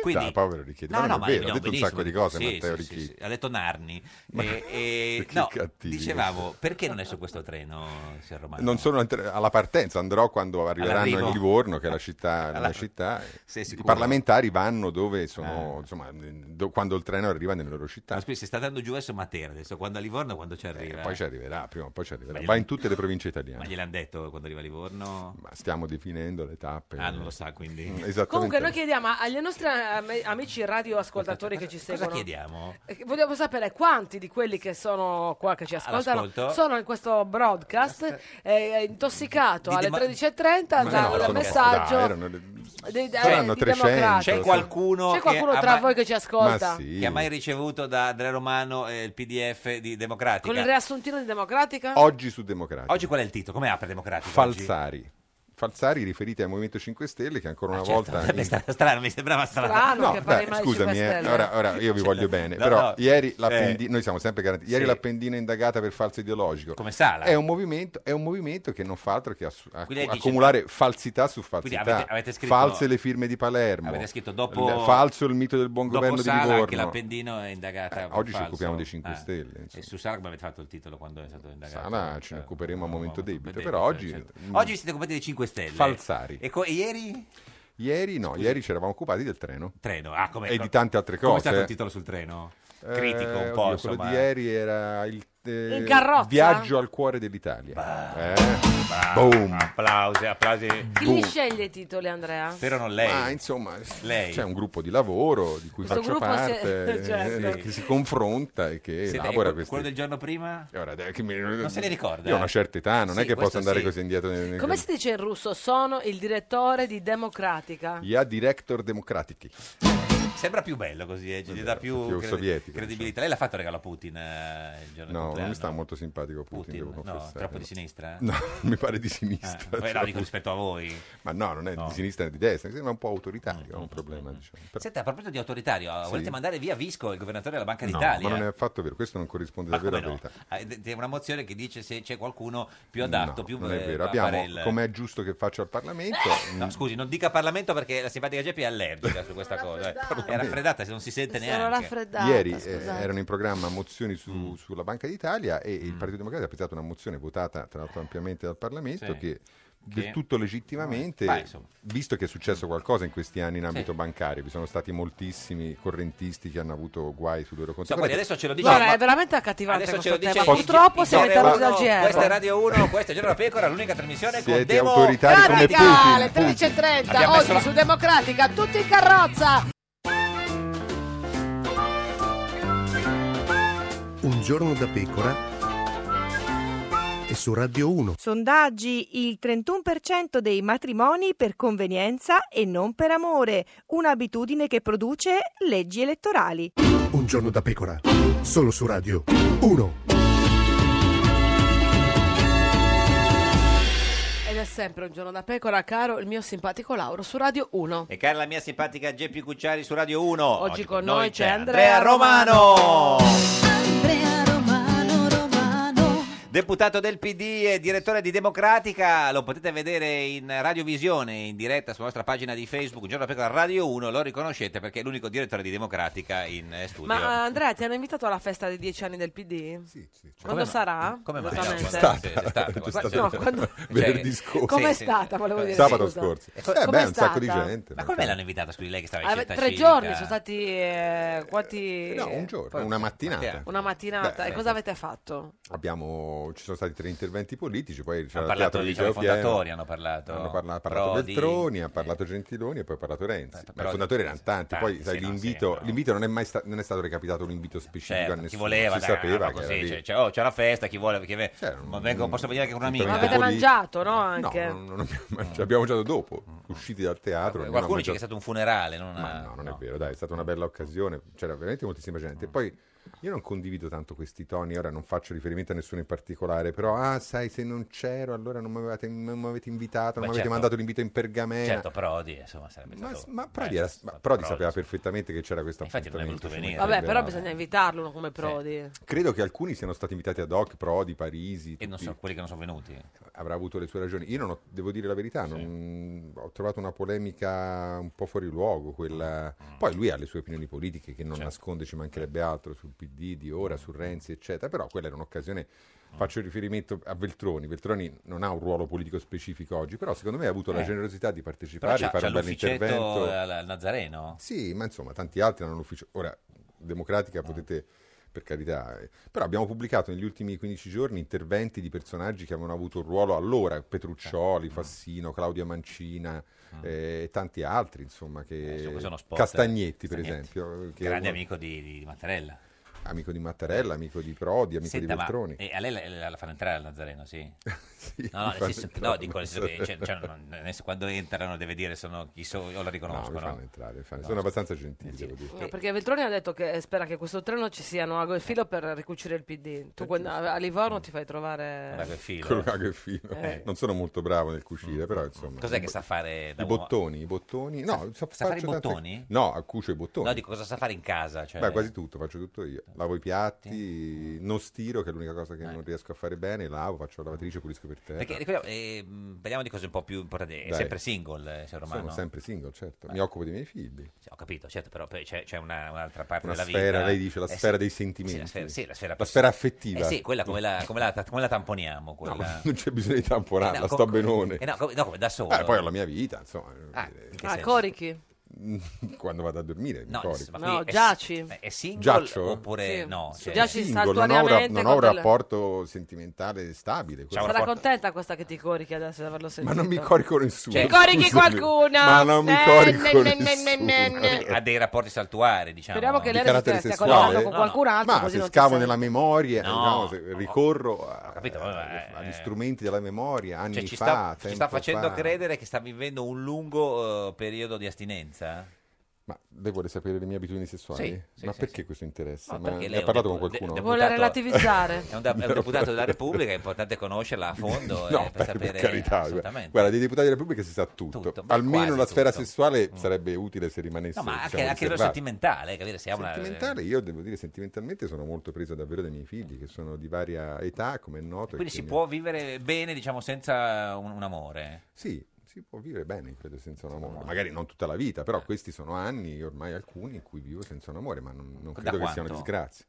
B: quindi-
G: Dai, povero Richetti, ma non è vero, ha
B: abbiamo
G: detto un
B: benissimo
G: sacco di cose,
B: Sì,
G: Matteo
B: sì, sì,
G: Richetti.
B: sì, ha detto Narni.
G: Ma-
B: E- e-
G: che
B: no,
G: cattivi.
B: dicevamo, perché non è su questo treno, signor Romano?
G: non sono al- alla partenza, andrò quando arriveranno
B: All'arrivo.
G: a Livorno, che è la città. la
B: Alla-
G: città. eh,
B: Sei
G: I
B: sicuro? Eh.
G: parlamentari vanno dove sono, insomma, do- quando il treno arriva nelle loro città.
B: Ma scusi, si sta dando giù adesso Matera adesso, quando a Livorno quando ci arriva?
G: Eh, Poi ci arriverà, prima o poi ci arriverà.
B: Ma gliel-
G: Va in tutte le province
B: Ma
G: italiane.
B: gliel'hanno detto quando arriva a Livorno?
G: Ma stiamo definendo le tappe.
B: Ah, non lo sa, quindi.
G: Mm, Esattamente.
A: Comunque, noi chiediamo agli nostri am- amici radioascoltatori che ci
B: Cosa
A: seguono.
B: chiediamo?
A: Eh, Vogliamo sapere quanti di quelli che sono qua, che ci ascoltano,
B: All'ascolto.
A: sono in questo broadcast eh, intossicato
B: Di
A: alle
B: demo-
A: 13.30
G: Ma
A: dal
G: no, sono-
A: messaggio
G: dai, erano le-
A: dei- eh,
G: saranno
A: di
G: 300,
A: democratici.
B: C'è qualcuno,
A: C'è qualcuno
B: che ha
A: tra
B: mai-
A: voi che ci ascolta?
G: Ma sì.
B: Che ha mai ricevuto da Andrea Romano eh, il PDF di Democratica?
A: Con il riassuntino di Democratica?
G: Oggi su Democratica.
B: Oggi qual è il titolo? Come apre Democratica?
G: Falsari. Falsari riferiti al Movimento 5 Stelle che ancora una
B: certo,
G: volta...
B: beh, sta- strano, mi sembrava strano.
A: Strano
G: No,
A: che parli
G: dai,
A: male di 5
G: scusami, eh,
A: Stelle.
G: ora, ora io vi voglio bene,
B: No,
G: però
B: no,
G: ieri
B: eh.
G: l'appendi- noi siamo sempre garantiti, ieri
B: Sì.
G: l'appendina indagata per falso ideologico
B: Come Sala.
G: È, un movimento, è un movimento che non fa altro che assu- accu-
B: Quindi lei dice-
G: accumulare falsità su
B: Quindi
G: falsità,
B: avete- avete scritto-
G: false le firme di Palermo,
B: Avete scritto dopo-
G: il- falso il mito del buon
B: Dopo
G: governo
B: Sala,
G: di Livorno.
B: che l'Appendino è indagata.
G: Eh,
B: per
G: oggi ci
B: falso.
G: occupiamo dei 5
B: Ah,
G: Stelle,
B: E su Sala come avete fatto il titolo quando è stato indagato?
G: Sala ce ne occuperemo a momento debito,
B: debito,
G: però oggi...
B: certo.
G: mm,
B: Oggi vi siete occupati dei 5 Stelle.
G: Falsari.
B: E, co- e ieri?
G: Ieri no, ieri ci eravamo occupati del treno.
B: Treno. Ah, come,
G: E di tante altre
B: Come è
G: cose.
B: stato il titolo sul treno? Critico
G: Eh,
B: un po',
G: oddio,
B: insomma.
G: Quello di ieri era il eh,
A: In carrozza?
G: viaggio al cuore dell'Italia. Eh, Boom.
B: Applausi, applausi.
A: Chi
G: Boom.
A: li sceglie i titoli, Andrea?
B: Però non lei.
G: Ma insomma,
B: Lei.
G: c'è un gruppo di lavoro di cui
A: Questo
G: faccio
A: gruppo si-
G: parte,
A: certo.
G: eh, che si confronta e che
B: Siete-
G: elabora
B: e que-
G: questi- Eh,
B: quello del giorno prima?
G: Ora, dai, che mi-
B: Non se ne ricorda. eh?
G: Io ho una certa età, non
B: Sì,
G: è che
B: questo
G: posso andare
B: sì.
G: così indietro. nel- nel-
A: Come si dice in russo? Sono il direttore di Democratica.
G: Ya director democratici.
B: Sembra più bello così, eh, Gigi,
G: È
B: dà
G: vero,
B: più,
G: più sovietico, diciamo.
B: credibilità. Lei l'ha fatto regalo a Putin eh, il giorno del
G: No, non
B: compleanno?
G: mi sta molto simpatico Putin, devo
B: no,
G: confessare.
B: troppo di sinistra? eh?
G: No, mi pare di sinistra.
B: Ah, beh, no,
G: cioè-
B: dico rispetto a voi.
G: Ma no, non è
B: No.
G: di sinistra né di destra, mi sembra un po' autoritario, è un problema, diciamo. Però-
B: Senta, a proposito di autoritario,
G: Sì.
B: volete mandare via Visco, il governatore della Banca
G: No,
B: d'Italia?
G: ma non è affatto vero, questo non corrisponde
B: Ma
G: davvero
B: come
G: alla
B: no?
G: verità.
B: Ah, ed- È una mozione che dice se c'è qualcuno più adatto,
G: No,
B: più
G: non è
B: eh,
G: vero.
B: a
G: Abbiamo,
B: fare il... Eh,
G: come è giusto che faccia al Parlamento, mm,
B: No, scusi, non dica Parlamento perché la simpatica Geppi è allergica su questa cosa. eh. È raffreddata, se non si sente
M: Sono
B: neanche.
M: raffreddata,
G: Ieri eh,
M: scusate.
G: erano in programma mozioni su-
B: Mm.
G: sulla Banca d'Italia e il Partito Democratico ha presentato una mozione votata tra l'altro ampiamente dal Parlamento
B: Sì.
G: che
B: Che-
G: del tutto legittimamente,
B: Vai, insomma. Mm.
G: visto che è successo qualcosa in questi anni in ambito bancario, vi sono stati moltissimi correntisti che hanno avuto guai sui loro conti.
B: Insomma, Cioè, poi
G: correnti.
B: adesso ce lo dice.
A: Cioè,
M: Guarda, è veramente accattivante
B: Adesso ce lo
M: questo
B: dice
M: tema.
G: il-
M: Purtroppo
B: il
M: siamo
B: Giorno
M: interrotti dal
B: Uno,
M: GR.
B: Questa è Radio 1, questa è Giorno la Pecora, l'unica trasmissione con
G: Siete
B: Demo.
G: autoritari come Putin,
A: Radicale,
G: Putin.
A: 13.30,
B: Abbiamo messo
A: oggi
B: la-
A: su Democratica, tutti in carrozza.
J: Un giorno da pecora e su Radio 1.
K: Sondaggi, il 31% dei matrimoni per convenienza e non per amore, un'abitudine che produce leggi elettorali.
J: Un giorno da pecora, solo su Radio 1.
M: Ed è sempre un giorno da pecora, caro il mio simpatico Lauro su Radio 1.
B: E cara la mia simpatica Geppi Cucciari su Radio 1. Oggi,
M: con noi c'è Andrea
B: Romano. Deputato del PD e direttore di Democratica, lo potete vedere in radiovisione in diretta sulla nostra pagina di Facebook, Giorno da Pecora Radio 1, lo riconoscete perché è l'unico direttore di Democratica in eh, studio.
M: Ma eh, Andrea, ti hanno invitato alla festa dei dieci anni del PD? Sì,
G: cioè.
M: sì. Quando
B: Come-
M: sarà?
B: Come mai?
M: Esattamente.
B: No,
G: C'è
B: guarda, c'è stata,
G: stata. C'è
B: guarda.
G: stata.
B: No, quando-
G: Venerdì
B: Cioè,
G: scorso.
M: Com'è stata, volevo dire,
G: Sabato
M: scusa.
G: scorso.
M: Eh,
G: Eh,
M: com'è
G: beh, un sacco di
M: stata?
G: gente. cioè.
B: Ma come l'hanno invitata? Scusi, lei che stava in
M: Ah, beh,
B: scelta
M: tre
B: civica.
M: giorni sono stati eh, quanti...
G: No, un giorno, una mattinata.
M: Una mattinata.
G: Beh,
M: e cosa avete fatto?
G: Abbiamo, ci sono stati tre interventi politici, poi
B: Hanno
G: c'era il
B: parlato,
G: teatro
B: diciamo,
G: Liceo Pieno.
B: fondatori, hanno parlato
G: Hanno parla- ha parlato
B: Prodi.
G: Veltroni, ha parlato Gentiloni e poi ha parlato Renzi. Ma
B: Prodi,
G: i fondatori erano tanti,
B: tanti,
G: poi sai,
B: sì, no,
G: l'invito,
B: sì, no.
G: l'invito non è mai sta- non è stato recapitato un invito specifico
B: Certo,
G: a nessuno,
B: chi voleva,
G: si
B: dai,
G: sapeva
B: no,
G: che era
B: così,
G: lì.
B: cioè, cioè, oh, c'è la festa, chi vuole, perché ve- ma vengo- posso venire anche con un amico.
M: Ma avete mangiato, no?
G: No,
M: Anche?
G: non- non abbiamo, ci abbiamo mangiato dopo, usciti dal teatro. ognuno ha
B: Qualcuno dice che
G: mangiato-
B: è stato un funerale, non una-
G: Ma no, non è vero, dai, è stata una bella occasione, c'era veramente moltissima gente. Poi io non condivido tanto questi toni, ora non faccio riferimento a nessuno in particolare, però ah, sai, se non c'ero, allora non mi avevate- non mi avete invitato, non
B: Beh,
G: mi avete
B: certo.
G: mandato l'invito in pergamena.
B: Certo, Prodi, insomma, sarebbe
G: Ma,
B: stato...
G: ma
B: beh,
G: Prodi, era- ma Prodi sapeva perfettamente che c'era questo
B: Infatti non è
G: appuntamento.
B: voluto venire.
G: cioè,
M: Vabbè, però
G: sarebbe-
M: bisogna invitarlo uno come Prodi.
G: Credo che alcuni siano stati invitati ad hoc, Prodi, Parisi.
B: E non so, quelli che non sono venuti.
G: Avrà avuto le sue ragioni. Io non ho- devo dire la verità, non- ho trovato una polemica un po' fuori luogo. Quella...
B: Mm.
G: Poi lui ha le sue opinioni politiche che non
B: Certo.
G: nasconde, ci mancherebbe altro sul PD di
B: Mm.
G: ora, su Renzi, eccetera. Però quella era un'occasione. Faccio riferimento a Veltroni. Veltroni non ha un ruolo politico specifico oggi, però secondo me ha avuto la
B: Eh.
G: generosità di
B: Però
G: partecipare, di
B: c'ha,
G: fare
B: c'ha
G: un bel
B: l'ufficetto
G: intervento.
B: eh, al, al Nazareno?
G: Sì, ma insomma, tanti altri hanno l'ufficio. Ora,
B: Ah.
G: democratica potete, per carità, eh. però abbiamo pubblicato negli ultimi 15 giorni interventi di personaggi che avevano avuto un ruolo allora,
B: Eh.
G: Petruccioli, Fassino, Claudia Mancina eh, e tanti altri, insomma, che...
B: Ah. Eh, Insomma, sono spot.
G: Castagnetti, per
B: Castagnetti.
G: esempio. eh, Che è
B: Grande
G: uno-
B: amico di, di- di Mattarella.
G: amico di Mattarella, amico di Prodi, amico
B: Senta,
G: di
B: ma
G: Veltroni.
B: eh, a lei la, la- la fanno entrare al Nazareno, sì? no, no,
G: la
B: nel
G: fanno
B: senso,
G: entrare
B: no,
G: al
B: dico nel senso che
G: Nazareno.
B: cioè, cioè, non- nel senso, quando entrano deve dire sono chi sono, o la
G: No, mi
B: riconoscono.
G: fanno entrare, mi fanno- sono abbastanza gentili,
B: Eh
G: devo dire.
M: No, perché Veltroni ha detto che spera che questo treno ci sia no, ago e filo per ricucire il PD. Tu quando- a Livorno ti fai trovare...
B: Ago e Mm. filo. Mm.
G: Con l'ago e filo.
M: Eh.
G: Non sono molto bravo nel cucire, però insomma.
B: Cos'è che sa fare da
G: I
B: uomo?
G: bottoni, i bottoni. No,
B: Sa-
G: so-
B: sa fare i
G: faccio tante-
B: bottoni?
G: No, a- cucio i bottoni.
B: No, dico cosa sa fare in casa. Cioè...
G: Beh, quasi tutto, faccio tutto io. Lavo i piatti, non stiro, che è l'unica cosa che non riesco a fare bene, lavo, faccio la lavatrice, pulisco per terra.
B: Eh. Perché ricordiamo, eh, mh, parliamo di cose un po' più importanti. È
G: Dai.
B: sempre single, eh, signor Romano.
G: Sono sempre single, certo. Mi occupo dei miei figli.
B: Sì, Ho capito, certo, però poi c'è, c'è una- un'altra parte
G: Una
B: della
G: sfera,
B: vita. Eh
G: lei dice, la
B: sì.
G: sfera dei
B: Sì,
G: sentimenti.
B: la sfera, sì, la sfera,
G: La sfera
B: eh
G: affettiva.
B: sì, quella come la, come la, come la tamponiamo. Quella...
G: Non c'è bisogno di tamponarla,
B: Eh no, co-
G: sto benone.
B: eh no, come- no, come da solo.
G: Eh, poi ho la mia vita, insomma.
B: Ah, in che
M: Ah,
B: senso?
M: corichi.
G: Quando vado a dormire, mi
B: No,
G: corico.
B: ma
M: No,
B: quindi è-
M: giaci.
B: È single
G: Giaccio?
B: oppure
M: Sì.
B: no?
M: Sì.
B: cioè-
M: Giaci
G: Single, non ho, un rap-
M: saltuariamente
G: non ho un
M: con del-
G: rapporto sentimentale stabile.
B: C'è un
G: questo.
M: Sarà contenta questa che ti corichi adesso di averlo
G: Ma
M: sentito.
G: non mi corico nessuno.
B: Cioè,
M: Ci corichi
G: scusami.
M: qualcuno?
G: Ma non mi
M: Eh,
G: corico
M: ne, ne, ne, ne, ne,
G: nessuno.
M: ne.
B: ha dei rapporti saltuari, diciamo.
M: Eh, Speriamo che
G: eh. Di
M: lei non
G: carattere
M: si stia
G: sessuale?
M: collegando con qualcun altro.
G: Ma
M: così
G: Ah, se
M: non ti
G: scavo
M: senti.
G: nella memoria, eh,
B: No.
G: no, se ricorro a-
B: capito, vabbè,
G: agli
B: eh.
G: strumenti della memoria, anni
B: Cioè, ci,
G: fa,
B: sta, ci sta
G: tempo
B: facendo
G: fa.
B: credere che sta vivendo un lungo eh, periodo di astinenza?
G: Ma lei vuole sapere le mie abitudini sessuali?
B: Sì, sì,
G: ma
B: sì,
G: perché questo interessa?
B: No,
G: ma
B: perché
G: ne
B: lei
G: ha
B: è un
G: parlato con
B: depu- de-
G: qualcuno?
B: deputato-
M: Vuole relativizzare.
B: È un, da- è un deputato della Repubblica, è importante conoscerla a fondo eh,
G: No,
B: per
G: per,
B: sapere
G: per carità,
B: assolutamente.
G: guarda, dei deputati della Repubblica si sa tutto. Almeno la sfera sessuale sarebbe utile se rimanesse
B: Mm. No, ma anche,
G: diciamo,
B: anche a livello
G: riservata.
B: sentimentale, capire? Siamo una-
G: Sentimentale, io devo dire, sentimentalmente sono molto preso davvero dai miei figli, che sono di varia età, come è noto. e
B: Quindi si
G: quindi-
B: può vivere bene, diciamo, senza un, un amore.
G: Sì, si può vivere bene, credo, senza un amore. Magari non tutta la vita,
B: Eh.
G: però questi sono anni, ormai alcuni, in cui vivo senza un amore, ma non, non
B: Da
G: credo che sia una
B: quanto?
G: disgrazia.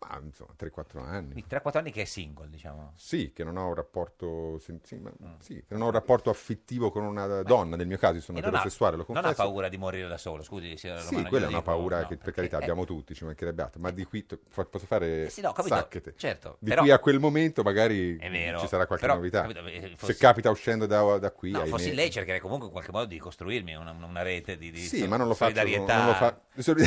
G: Ma insomma, 3-4 anni.
B: Tra quattro anni che è single, diciamo.
G: Sì, che non ho un rapporto, sen- sì, ma-
B: Mm.
G: sì, che non ho un rapporto affettivo con una donna, nel mio caso, io sono
B: E non ha,
G: eterosessuale, lo
B: non
G: confesso.
B: ha paura di morire da solo, scusi, signora
G: Sì,
B: Romano,
G: quella è
B: glielo
G: una
B: dico.
G: paura
B: No,
G: che per
B: perché-
G: carità
B: eh,
G: abbiamo tutti, ci mancherebbe altro, ma di qui to- fa- posso fare
B: sì, no, ho capito,
G: sacchete.
B: certo,
G: di
B: però-
G: qui a quel momento magari
B: È vero,
G: ci sarà qualche
B: però,
G: novità.
B: capito, eh,
G: Se
B: fossi-
G: capita uscendo da, da qui,
B: No,
G: ahimè.
B: fossi lei cercherei comunque in qualche modo di costruirmi una, una rete di, di
G: Sì,
B: so-
G: ma non lo faccio, non,
B: solidarietà.
G: non lo fa. solid-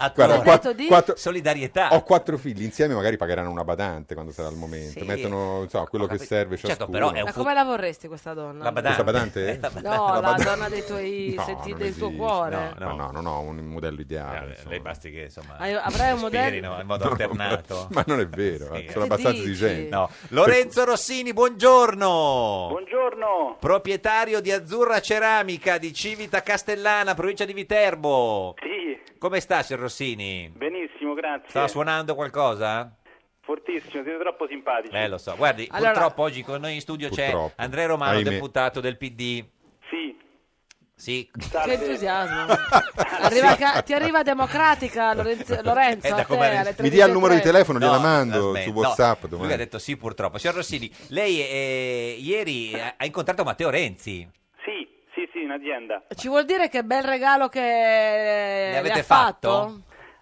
B: A
G: Guarda,
B: tuo-
G: quatt- quattro-
B: solidarietà.
G: Ho quattro figli, insieme magari pagheranno una badante quando sarà il momento.
B: Sì.
G: Mettono insomma, quello
B: Ho
G: che
B: capito.
G: serve
B: Certo,
G: ciascuno.
B: però è
M: Ma come la vorresti questa donna?
G: La badante. Questa badante?
M: Eh,
G: La
M: No, la,
G: badante.
M: donna dei tuoi
G: No,
M: senti-
G: non
M: del tuo
G: esiste.
M: cuore.
G: No, no, non ho un modello ideale.
B: lei basti che insomma
M: Hai- avrai un
B: respirino
M: modello-
B: in modo
G: No,
B: alternato.
G: Ma non è vero, eh, sono
B: Che
G: abbastanza
B: dici?
G: esigente.
B: No. Lorenzo Rossini, buongiorno.
N: Buongiorno.
B: Proprietario di Azzurra Ceramica di Civita Castellana, provincia di Viterbo.
N: Sì,
B: Come sta, signor Rossini?
N: benissimo, grazie.
B: Stava suonando qualcosa?
N: Fortissimo, siete troppo simpatici.
B: Eh, lo so. Guardi,
N: Allora-
B: purtroppo oggi con noi in studio
N: Purtroppo.
B: c'è Andrea Romano,
N: Ahimè.
B: deputato del PD.
N: Sì.
B: Sì.
M: Che entusiasmo. Arriva ca- ti arriva democratica Lorenzo, Lorenzo
B: Eh, da
M: a te,
B: come era-
M: alle
G: Mi dia il numero di
M: 13.30.
G: telefono, gliela
B: No,
G: mando
B: aspetta,
G: su
B: no.
G: WhatsApp
B: Lui
G: domani.
B: ha detto sì, purtroppo. Signor Rossini, lei eh, ieri eh, ha incontrato Matteo Renzi.
N: Sì, sì, sì, in azienda.
M: Ci vuol dire che bel regalo che
B: Ne
M: Eh, le
B: avete
M: ha fatto?
B: fatto?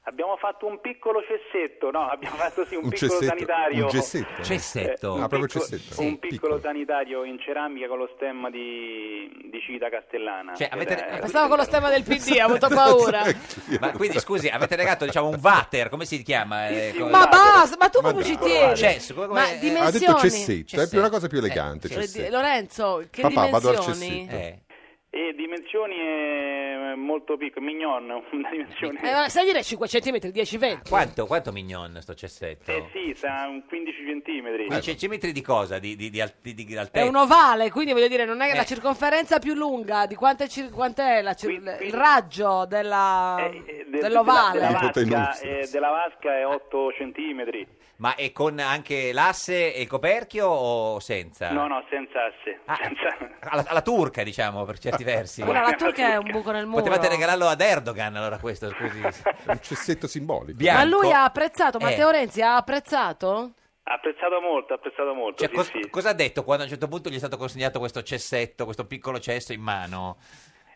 N: Abbiamo fatto un piccolo cessetto, no, abbiamo fatto sì un,
G: Un
N: piccolo
G: cessetto,
N: sanitario. Eh,
G: un gessetto. Cessetto.
N: un
G: Ah, proprio
N: piccolo-
G: cessetto.
N: Un
G: Sì,
N: piccolo, sanitario in ceramica con lo stemma di, di Civita Castellana.
B: Cioè, avete-
N: Ed è-
M: Stavo con lo stemma del PD, ha avuto paura.
B: Ma quindi scusi, avete regalato diciamo un water, come si chiama? Eh, come-
M: Ma basta, ma tu proprio ci tieni.
B: Cioè, su- come-
M: ma
B: eh,
M: dimensioni.
G: Ha detto cessetto, è più una cosa più elegante.
M: Eh,
G: cessetto.
M: Lorenzo, che
G: Papà, vado al
M: dimensioni?
B: Eh,
G: cessetto.
N: E dimensioni eh, molto piccole, mignon, una dimensione...
M: Eh, ma sai dire 5 cm, 10-20.
B: Ah, Quanto, quanto mignon sto cessetto?
N: Eh sì, sa un 15 centimetri.
M: Eh,
B: 15 centimetri di cosa? Di, di, di al- di- di
M: È
B: altezza?
M: un ovale, quindi voglio dire, non è
B: Eh.
M: la circonferenza più lunga di quanto è, cir- quant'è la cir- il raggio della-
N: Eh, De-
M: dell'ovale.
N: Della
B: Tutto in
N: vasca,
B: lustre,
N: eh, della vasca è 8 centimetri.
B: Ma è con anche l'asse e il coperchio o senza?
N: No, no, senza asse.
B: Ah.
N: senza-
B: Alla, alla turca, diciamo, per certi versi.
M: Allora, la turca è un buco nel muro.
B: Potevate regalarlo ad Erdogan, allora questo, scusi.
G: Un cessetto simbolico.
M: Ma
B: Bianco.
M: lui ha apprezzato,
B: Eh.
M: Matteo Renzi ha apprezzato?
N: Ha apprezzato molto, ha apprezzato molto.
B: Cioè,
N: sì,
B: cos-
N: sì.
B: cosa ha detto quando a un certo punto gli è stato consegnato questo cessetto, questo piccolo cesso in mano?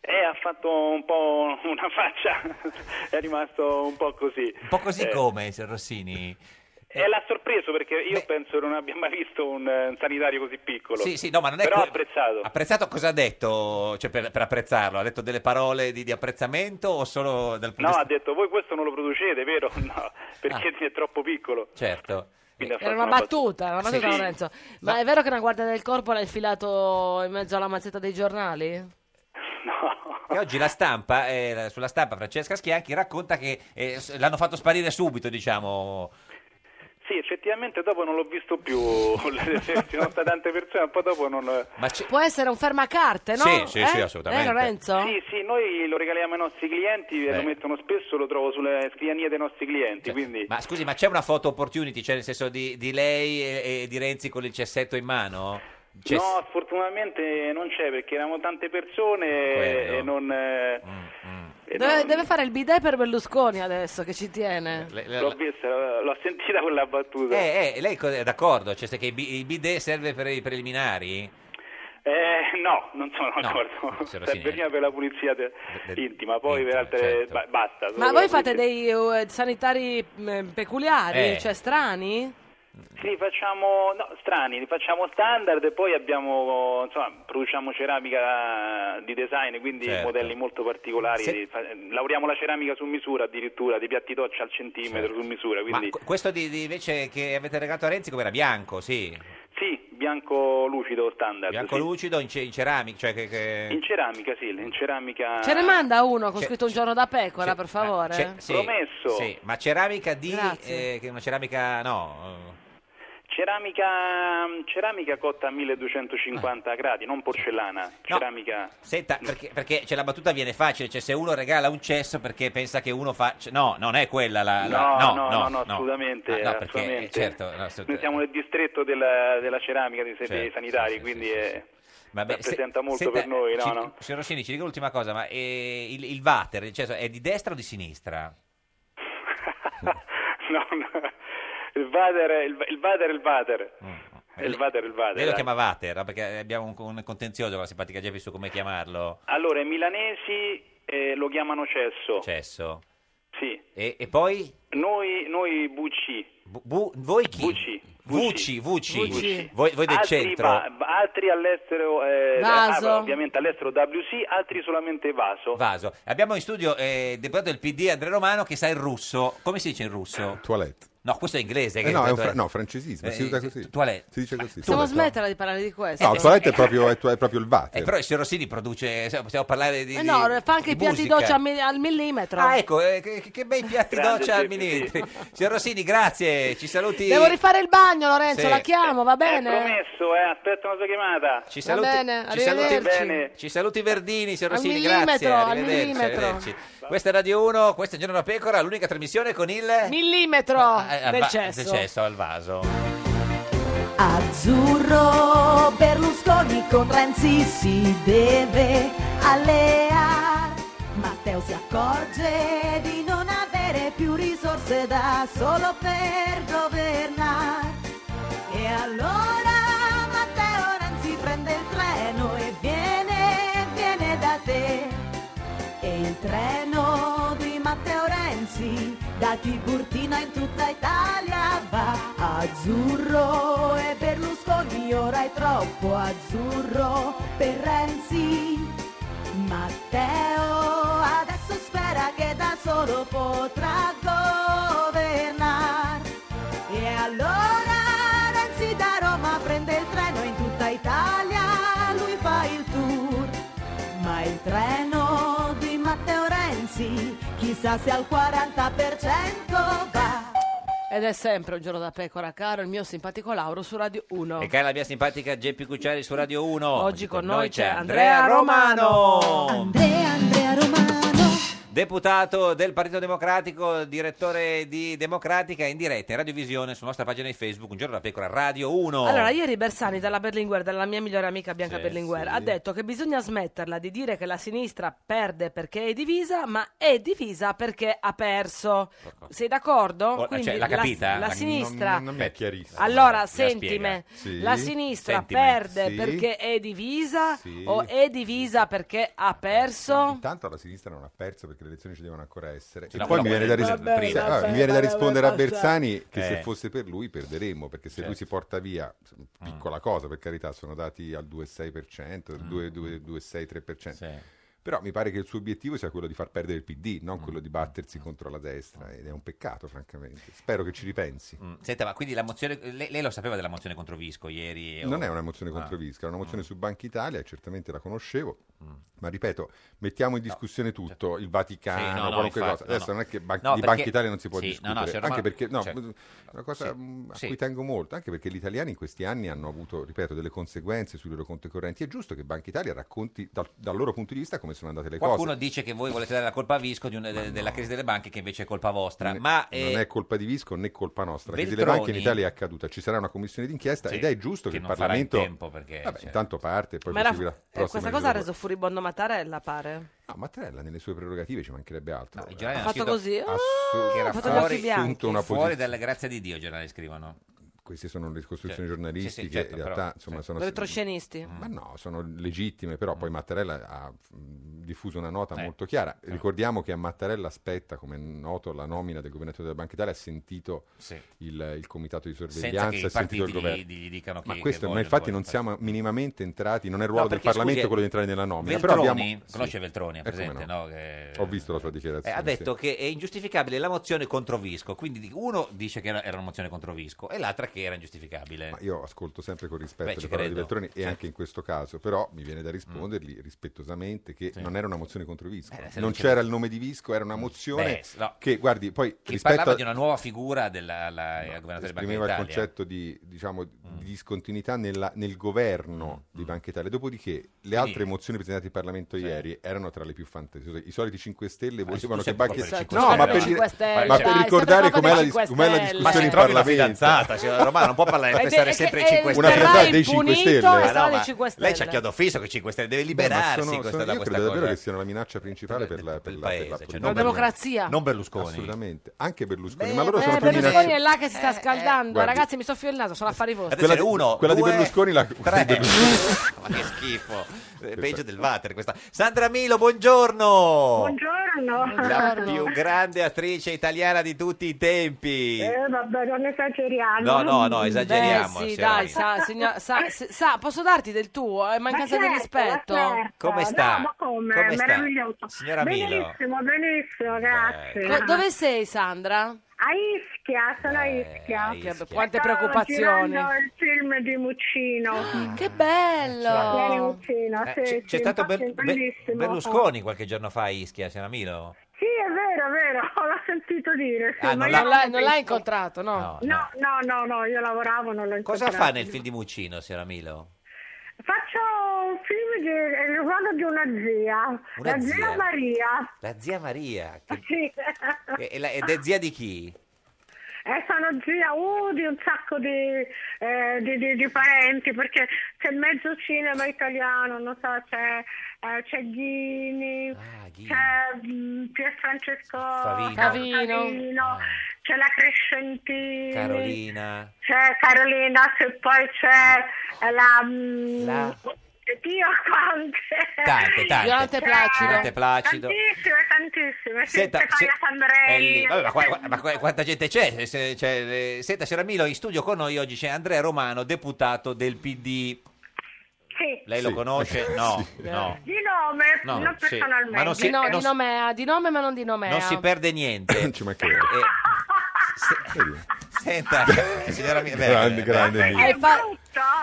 N: E Eh, ha fatto un po' una faccia, è rimasto un po' così. Eh,
B: Un po' così
M: Eh.
B: come, signor Rossini?
N: E l'ha sorpreso perché io penso non abbia mai visto un, eh, un sanitario così piccolo.
B: Sì, sì, no, ma non è
N: Però ha
B: que-
N: apprezzato.
B: Apprezzato cosa ha detto, cioè per, per apprezzarlo? Ha detto delle parole di, di apprezzamento o solo dal punto
N: No,
B: di
N: ha detto voi questo non lo producete, vero? No, perché
B: Ah.
N: è troppo piccolo.
B: Certo.
N: Quindi ha
M: Era
N: fatto
M: una battuta, era una
N: Sì,
M: battuta
N: sì.
M: Lorenzo. Ma è vero che una guardia del corpo l'ha infilato in mezzo alla mazzetta dei giornali?
B: E oggi la stampa, eh, la- sulla stampa Francesca Schianchi racconta che eh, s- l'hanno fatto sparire subito, diciamo.
N: Sì, effettivamente dopo non l'ho visto più. Ci sono state tante persone, un po' dopo non...
B: Ma c'è...
M: Può essere un fermacarte, no?
B: Sì, sì, sì,
M: Eh?
B: assolutamente.
M: Eh, Lorenzo?
N: Sì, sì, noi lo regaliamo ai nostri clienti e
B: Beh.
N: lo mettono spesso, lo trovo sulle scrivanie dei nostri clienti, quindi...
B: Eh, Ma scusi, ma c'è una foto opportunity, cioè nel senso di, di lei e, e di Renzi con il cessetto in mano? C'è-
N: No, sfortunatamente non c'è perché eravamo tante persone e- e non... eh,
B: Mm,
N: e
M: Deve,
N: non- Eh,
M: deve fare il bidet per Berlusconi adesso che ci tiene.
N: L'ho vista, l'ho sentita quella battuta.
B: Eh, eh, lei co- è d'accordo? Cioè, se che il bi- il bidet serve per i preliminari?
N: Eh, no, non sono d'accordo. Cioè,
B: signor
N: Per
B: Rossini.
N: prima per la pulizia de- intima, certo. poi per altre... ba- basta. solo
M: Ma
N: per la
M: voi fate
N: pulizia.
M: dei eh, sanitari mh, peculiari,
N: Eh.
M: cioè strani?
N: Sì, facciamo no, strani, li facciamo standard e poi abbiamo, insomma, produciamo ceramica di design, quindi
B: Certo.
N: modelli molto particolari.
B: Se-
N: Fa- Lavoriamo la ceramica su misura addirittura, dei piatti doccia al Certo. centimetro su misura,
B: Ma
N: quindi
B: qu- questo di, di invece che avete regalato a Renzi come era bianco, sì.
N: sì, bianco lucido standard.
B: Bianco
N: sì.
B: lucido in, ce- in ceramica, cioè che... che-
N: In ceramica, sì, in ceramica...
M: Ce ne manda uno con
B: C'è-
M: scritto un giorno da pecora, per
A: Eh?
M: favore.
B: ce- sì, sì, ma ceramica di...
N: Grazie.
B: eh, che è una ceramica... no... eh,
N: Ceramica, mm, ceramica cotta a 1250 gradi, non porcellana. Ceramica...
B: Senta, perché, perché cioè, la battuta viene facile, cioè se uno regala un cesso perché pensa che uno faccia... No, non è quella la... la-
N: No,
B: no,
N: no, no, no, assolutamente,
B: Ah, no, perché, eh,
N: assolutamente.
B: certo, no, assolut-
N: Noi siamo nel distretto della, della ceramica dei servizi
B: Certo,
N: sanitari, quindi è-
B: Vabbè, se-
N: rappresenta molto
B: senta,
N: per noi, no,
B: ci-
N: no?
B: Signor Rossini, ci dico l'ultima cosa, ma eh, il, il water, il cesso, è di destra o di sinistra?
N: No, no. Il vader, il, il vader, il vader. Il vader, il vader.
B: Lei lo
N: dai.
B: chiama water, no? perché abbiamo un, un contenzioso con la simpatica Geppi su come chiamarlo,
N: Allora, i milanesi eh, lo chiamano cesso.
B: cesso.
N: Sì.
B: E, e poi?
N: Noi, noi bucci.
B: Bu- bu- voi chi? Vuci. Vuci, Voi, voi del
N: altri,
B: centro.
N: va- altri all'estero, eh,
B: Vaso.
N: ah, ovviamente all'estero WC, altri solamente vaso.
B: Vaso. Abbiamo in studio eh, il deputato del PD Andrea Romano che sa il russo. Come si dice in russo?
G: Toilette.
B: No, questo è inglese.
G: Eh
B: che
G: no, è un
B: toilette.
G: fra- no, francesismo, si
B: Eh,
G: usa così.
B: Toilette.
G: Si dice così.
M: Possiamo
G: toilette.
M: smetterla di parlare di questo?
G: No, il toilette è proprio, è, è proprio il
B: Eh,
G: water.
B: però il signor Rossini produce, se- possiamo parlare di...
M: Eh no,
B: di-
M: fa anche
B: di
M: i piatti
B: musica.
M: doccia al mi- al millimetro.
B: Ah, ecco, eh, che, che bei piatti
M: Grande
B: doccia al
M: Geppi,
B: ministro. Signor Rossini, grazie, ci saluti.
M: Devo rifare il bagno, Lorenzo,
B: Sì.
M: la chiamo, va
N: È
M: bene?
N: promesso, eh, aspetta una sua chiamata.
B: Ci saluti, ci saluti, ci saluti Verdini, signor
N: Al
B: Rossini,
N: millimetro,
B: grazie,
N: al
B: arrivederci,
N: millimetro.
B: arrivederci. Questa è Radio 1, questa è Giorno da Pecora, l'unica trasmissione con il...
M: Millimetro
B: eh, al
M: del
B: va-
M: cesso.
B: del cesso, al vaso.
I: Azzurro Berlusconi con Renzi si deve allear. Matteo si accorge di non avere più risorse da solo per governare. E allora Matteo Renzi prende il treno e viene, viene da te. E il treno di Matteo Renzi da Tiburtina in tutta Italia va azzurro e Berlusconi ora è troppo azzurro per Renzi. Matteo adesso spera che da solo potrà governare. E allora Renzi da Roma prende il treno in tutta Italia, lui fa il tour. Ma il treno di Matteo Renzi, chissà se al 40% va.
M: Ed è sempre un giorno da pecora, caro il mio simpatico Lauro su Radio 1.
B: E cara la mia simpatica Geppi Cucciari su Radio 1. Oggi
M: Certo. con noi c'è Andrea Romano.
B: Andrea, Andrea Romano. Deputato del Partito Democratico, direttore di Democratica in diretta in radiovisione sulla nostra pagina di Facebook, un giorno la pecora Radio 1.
M: Allora, ieri Bersani dalla Berlinguer, dalla mia migliore amica Bianca
B: Sì,
M: Berlinguer,
B: sì.
M: ha detto che bisogna smetterla di dire che la sinistra perde perché è divisa, ma è divisa perché ha perso. Sei d'accordo?
B: Oh,
M: Quindi
B: cioè, l'ha
M: la-
B: capita?
M: La,
B: Non-
M: sinistra...
G: non- non mi è chiarissimo.
M: Allora,
G: La
M: sentime,
G: spiega. Sì.
M: la sinistra
G: Sentime.
M: perde
G: Sì.
M: perché è divisa
G: Sì.
M: o è divisa perché ha perso?
G: Intanto la sinistra non ha perso perché le elezioni ci devono ancora essere.
B: Sì,
G: E
B: no,
G: poi
B: no, eh,
G: mi viene, da, ris-
B: vabbè,
G: Sì,
B: vabbè,
G: allora, mi viene da
B: vabbè,
G: rispondere a
B: vabbè.
G: Bersani che se
B: Eh. Certo.
G: fosse per lui perderemmo, perché se lui si porta via,
B: Mm.
G: piccola cosa per carità, sono dati al 2,6%,
B: Mm,
G: al 2, 2, 2,63%. Però mi pare che il suo obiettivo sia quello di far perdere il PD,
B: Mm.
G: non quello di battersi contro la destra, ed è un peccato, francamente. Spero che ci ripensi.
B: Senta, ma quindi la mozione, lei, lei lo sapeva della mozione contro Visco ieri? o-
G: Non è una mozione contro
B: Ah.
G: Visca, è una mozione su Banca Italia, certamente la conoscevo,
B: Mm.
G: ma ripeto, mettiamo in discussione tutto, il Vaticano,
B: Cioè, Sì, no, no,
G: qualunque
B: infatti,
G: cosa.
B: no,
G: Adesso
B: no.
G: non è che ban-
B: No,
G: di
B: perché-
G: Banca Italia non si può
B: sì, no,
G: discutere,
B: no, signor
G: anche
B: Romano,
G: perché no,
B: cioè-
G: una cosa
B: sì,
G: mh, a
B: sì.
G: cui tengo molto, anche perché gli italiani in questi anni hanno avuto, ripeto, delle conseguenze sui loro conti correnti. È giusto che Banca Italia racconti dal, dal loro punto di vista come sono andate le
B: Qualcuno
G: cose.
B: dice che voi volete dare la colpa a Visco di un- de- della crisi delle banche, che invece è colpa vostra. Ma eh,
G: non è colpa di Visco né colpa nostra. La crisi delle
B: Veltroni-
G: banche in Italia è accaduta, ci sarà una commissione d'inchiesta
B: Sì,
G: ed è giusto che,
B: che
G: il
B: non farà in
G: Parlamento.
B: tempo, perché,
G: Vabbè,
B: cioè-
G: intanto parte, poi
M: Ma era-
G: proseguirà.
M: eh,
G: prossima
M: questa
G: di
M: cosa ha
G: lavoro.
M: reso furibondo Mattarella, pare.
G: No, Mattarella nelle sue prerogative ci mancherebbe altro.
B: Giovanni
M: Ha fatto così, ah,
G: assu-
B: che era
M: ha fatto gli
B: fuori,
M: occhi bianchi.
G: assunto una
B: fuori
G: posizione-
B: dalla grazia di Dio, i giornali scrivono.
G: Queste sono le
B: Cioè,
G: ricostruzioni giornalistiche,
B: sì, sì, certo,
G: in realtà
B: però,
G: insomma,
B: sì.
G: sono,
M: Retroscenisti.
G: Ma no, sono legittime, però poi Mattarella ha mh, diffuso una nota
B: Mm. Eh,
G: molto chiara. Ricordiamo che a Mattarella aspetta, come è noto, la nomina del governatore della Banca Italia, ha sentito
B: Sì.
G: il, il comitato di
B: Senza
G: sorveglianza,
B: che i
G: ha sentito il
B: partiti
G: governo.
B: gli- gli dicano
G: ma,
B: chi-
G: questo,
B: che
G: ma
B: vogliono,
G: infatti
B: vogliono
G: non siamo minimamente entrati, non è il
B: No,
G: ruolo del
B: perché, scusi,
G: Parlamento
B: eh,
G: quello di entrare nella nomina. però
B: Veltroni,
G: abbiamo...
B: conosce Veltroni, è
G: eh, come
B: presente,
G: no?
B: no? Che-
G: Ho visto la sua
B: Eh,
G: dichiarazione.
B: ha detto
G: sì.
B: che è ingiustificabile la mozione contro Visco, quindi di- uno dice che era era una mozione contro Visco e l'altra che che era ingiustificabile.
G: Ma io ascolto sempre con rispetto
B: Beh, ci
G: le parole di
B: credo.
G: Veltroni e
B: Sì.
G: anche in questo caso, però mi viene da rispondergli rispettosamente che non era una mozione contro Visco,
B: Eh, se
G: non
B: non
G: c'era
B: c'era-
G: il nome di Visco, era una mozione
B: Beh, s- no.
G: che, guardi, poi
B: Che
G: rispetto
B: parlava
G: a,
B: di una nuova figura della la- la governatore della
G: esprimeva il
B: Banca d'Italia. Mm.
G: concetto di, diciamo, di discontinuità nella- nel governo di Banca Italia. Dopodiché, le altre mozioni presentate in Parlamento ieri erano tra le più fantasiose. I soliti 5 Stelle volevano che
B: sempre
G: Banca
B: proprio dei cinque
G: No,
B: stelle,
G: ma per, cioè,
B: dai.
G: dire-
B: Cinque stelle, dai,
G: ma per
B: sempre
G: ricordare
B: proprio
G: com'è la,
B: dei
G: dis-
B: cinque
G: com'è la
B: stelle. Ma si
G: discussione in
B: trovi una
G: Parlamento.
B: fidanzata, signora Romano, non può parlare-
A: Ed è- pensare è che- sempre ai è- cinque
G: Una
A: sarà
G: fidanzata dei
A: il
G: 5
A: punito
G: Stelle.
A: e sarà dei
B: Ah, ma
A: cinque
B: Lei ci ha
A: stelle.
B: chiodo fisso con i 5 Stelle, deve
G: Beh, ma
B: liberarsi
G: sono-
B: questa-
G: sono-
B: da
G: io
B: questa
G: credo davvero
B: cosa.
G: che siano la minaccia principale per la, per la, per la,
B: cioè,
G: politica.
A: non La democrazia.
B: non Berlusconi.
G: Assolutamente, anche Berlusconi.
B: Beh,
G: ma loro
B: beh,
G: sono più minacci-
A: Eh, Berlusconi è là che si sta scaldando,
G: guardi.
A: ragazzi, mi soffio il naso, sono affari vostri.
G: Quella di,
B: uno,
G: quella di
B: due,
G: Berlusconi la
B: tre. Ma che schifo, Eh, peggio del water questa. Sandra Milo, buongiorno.
O: Buongiorno.
B: La più grande attrice italiana di tutti i tempi.
O: Eh, vabbè, non esageriamo.
B: No, no, no, esageriamo.
O: Beh, sì,
B: signora
O: dai,
B: Milo.
A: Sa, signo- sa- se- sa, posso darti del tuo? È mancanza
O: Ma
A: di
O: certo,
A: rispetto.
O: ma certo.
B: Come sta?
O: No, ma come?
B: Come sta?
O: Meraviglioso.
B: Signora Milo.
O: benissimo, benissimo, grazie.
A: Co- dove sei, Sandra?
O: A Ischia, sono
B: Eh,
O: a Ischia.
A: Che- quante
O: Stavo
A: preoccupazioni. Ah,
O: girando il film di Muccino.
A: che bello!
O: Ieri Muccino,
B: Eh,
O: sì,
B: c'è,
O: sì,
B: c'è stato
O: infatti
B: Ber-
O: è bellissimo.
B: Ber- Berlusconi qualche giorno fa a Ischia, signora Milo.
O: Sì, è vero, è vero, l'ho sentito dire. sì,
B: Ah, non
O: ma io
B: l'ha-
A: Non l'hai, non
O: visto.
A: l'hai incontrato, no?
O: No, no, no, no, io lavoravo, non l'ho incontrato.
B: Cosa fa nel film di Muccino, signora Milo?
O: Faccio un film di, eh, il ruolo di una zia,
B: Una
O: la zia,
B: zia?
O: Maria.
B: La zia Maria. che-
O: Sì.
B: che- e la- ed è zia di chi?
O: Eh, sono zia uh, di un sacco di, eh, di- di- di parenti perché c'è mezzo cinema italiano, non so, c'è, eh, c'è Ghini, c'è mm, Pier Francesco
B: Ah, Favino. Ah.
O: Favino, c'è la Crescentini,
B: Carolina.
O: c'è Carolina, se poi c'è eh, la... mm,
B: La-
O: Dio quante!
B: Tante, tante. Violante
O: C'è-
B: Placido. Violante Placido.
O: Tantissime, tantissime. Sì,
B: Senta,
O: Stefania
B: se-
O: Sandrelli.
B: Elli- vabbè, ma, qua- qua- ma qua- quanta gente c'è? Se- se- c'è, eh, senta, signora Milo, in studio con noi oggi c'è Andrea Romano, deputato del PD.
O: Sì.
B: Lei lo
O: Sì.
B: conosce? No,
O: Sì.
B: no.
O: Di nome,
B: No,
O: non
B: sì.
O: personalmente.
B: Ma non si-
A: di, no-
B: non
A: di
B: si-
A: nomea, di nome ma non di nomea.
B: Non si perde niente. Ci
G: mancherebbe.
B: Senta, signora Milo.
G: Grande, grande Milo.
A: Hai fa-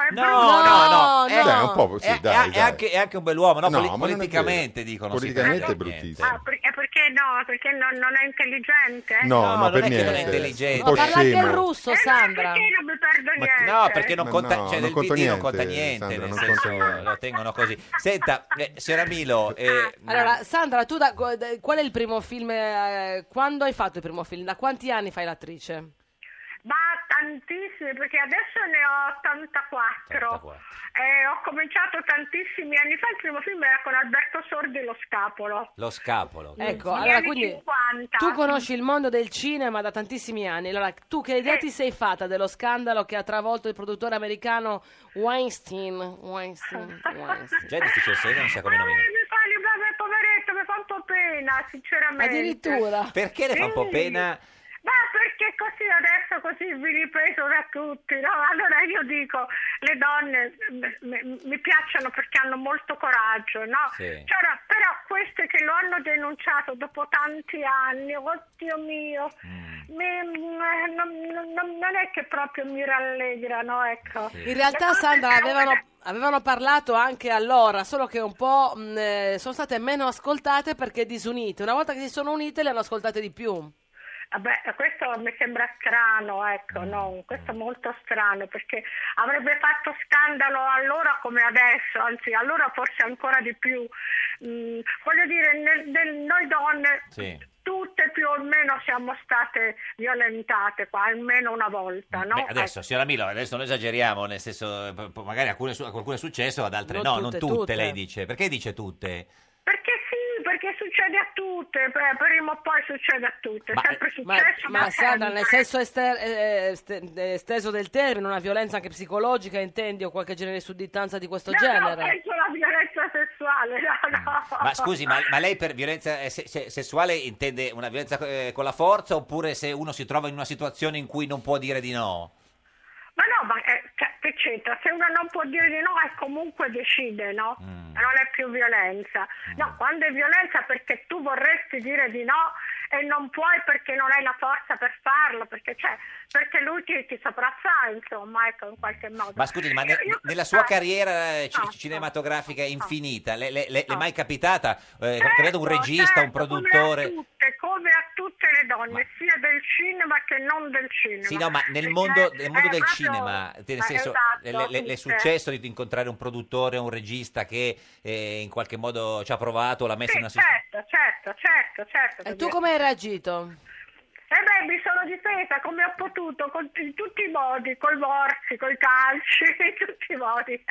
B: No, no, no,
A: no.
G: Dai, un po', sì,
B: eh, è,
G: dai,
B: è- è
G: dai.
B: anche, è anche un bell'uomo, no?
G: No,
B: Poli-
G: ma non è
B: politicamente
G: vero.
B: dicono.
G: Politicamente
B: si
G: è
B: perde niente.
O: Ah, per- e perché no? Perché non, non è intelligente?
G: No, no,
B: non è
G: per
B: che non
G: niente.
B: è intelligente.
G: Un po'
B: Ma parla anche
G: scemo.
A: Il russo,
O: Eh, no,
A: Sandra.
O: perché non mi perdo niente?
B: No, perché non
G: Ma
B: conta,
G: no,
B: cioè
G: non
B: nel PD
G: conta
B: non
G: niente,
B: conta niente,
G: Sandra,
B: nel
G: non
B: senso
G: conta-
B: lo tengono così. Senta, eh, signora Milo, eh,
A: Allora, Sandra, tu da, co- da- qual è il primo film? eh, quando hai fatto il primo film? Da quanti anni fai l'attrice?
O: Ma tantissime, perché adesso ne ho 84. Eh, ho cominciato tantissimi anni fa, il primo film era con Alberto Sordi Lo Scapolo.
B: lo scapolo.
O: Mm,
A: Ecco,
O: Negli
A: allora
O: anni
A: quindi
O: 50.
A: tu conosci il mondo del cinema da tantissimi anni. Allora, tu che
O: Eh.
A: idea ti sei fatta dello scandalo che ha travolto il produttore americano Weinstein? Weinstein, Weinstein.
B: Già è difficile se non sa come nomina.
O: Mi fa, li- vabbè, poveretto, mi fa un po' pena, sinceramente.
A: Addirittura.
B: Perché le fa un po'
O: Sì.
B: pena?
O: Ma perché così adesso così vi ripreso da tutti, no? Allora io dico, le donne m- m- mi piacciono perché hanno molto coraggio, no?
P: Sì.
O: Cioè, però queste che lo hanno denunciato dopo tanti anni, oddio mio,
B: Mm.
O: mi- m- non, non- non è che proprio mi rallegrano, ecco.
A: In realtà,
O: Le cose
A: Sandra,
O: sono-
A: avevano, avevano parlato anche allora, solo che un po' mh, eh, sono state meno ascoltate perché disunite. Una volta che si sono unite, le hanno ascoltate di più.
O: Vabbè, questo mi sembra strano, ecco,
A: Mm.
O: no? Questo è molto strano perché avrebbe fatto scandalo allora come adesso, anzi allora forse ancora di più. Mm, voglio dire, nel- nel- noi donne
B: Sì.
O: tutte più o meno siamo state violentate qua, almeno una volta,
A: Mm,
O: no? eh.
B: Beh, adesso, signora Milo, adesso non esageriamo, nel senso, eh, po- magari alcune su- a qualcuno è successo, ad altre
O: Non
B: no,
O: tutte,
B: non tutte,
O: tutte.
B: lei dice. Perché dice tutte?
O: Perché Eh, sì, perché succede a tutte, beh, prima o poi succede a tutte, è sempre
A: Ma,
O: successo.
A: ma Sandra, nel
O: sempre.
A: senso ester- eh, eh, ste- eh, esteso del termine, una violenza anche psicologica, intendi, o qualche genere di sudditanza di questo
O: No, eh, no,
A: genere?
O: penso alla violenza sessuale, no, no.
B: Ma scusi, ma, ma lei per violenza eh, se- se- sessuale intende una violenza eh, con la forza oppure se uno si trova in una situazione in cui non può dire di no?
O: Ma no, ma eh, cioè, che c'entra? Se uno non può dire di no e comunque decide, no?
B: Mm.
O: Non è più violenza. No, quando è violenza perché tu vorresti dire di no e non puoi perché non hai la forza per farlo, perché, cioè, perché lui ti, ti sopraffà, insomma, ecco, in qualche modo.
B: Ma scusi, ma ne-
O: Io- io-
B: nella sua
O: eh,
B: carriera eh, ci-
O: no,
B: cinematografica
O: no,
B: infinita, le, le- le- le è mai capitata? Eh,
O: Certo,
B: credo un regista, un
O: certo,
B: produttore?
O: Come a tutte, come a tutte le donne, sia del cinema che non del cinema.
B: Sì, no, ma nel
O: Perché
B: mondo, nel mondo
O: è
B: del
O: proprio-
B: cinema, nel
O: eh,
B: senso, le-
O: esatto,
B: le- le- le è
O: sì,
B: successo di incontrare un produttore o un regista che eh, in qualche modo ci ha provato, l'ha messo in una situazione...
O: Certo, certo, certo, certo.
A: E tu come hai reagito?
O: Eh beh, mi sono difesa come ho potuto, con- in tutti i modi, coi morsi, coi calci, in tutti i modi.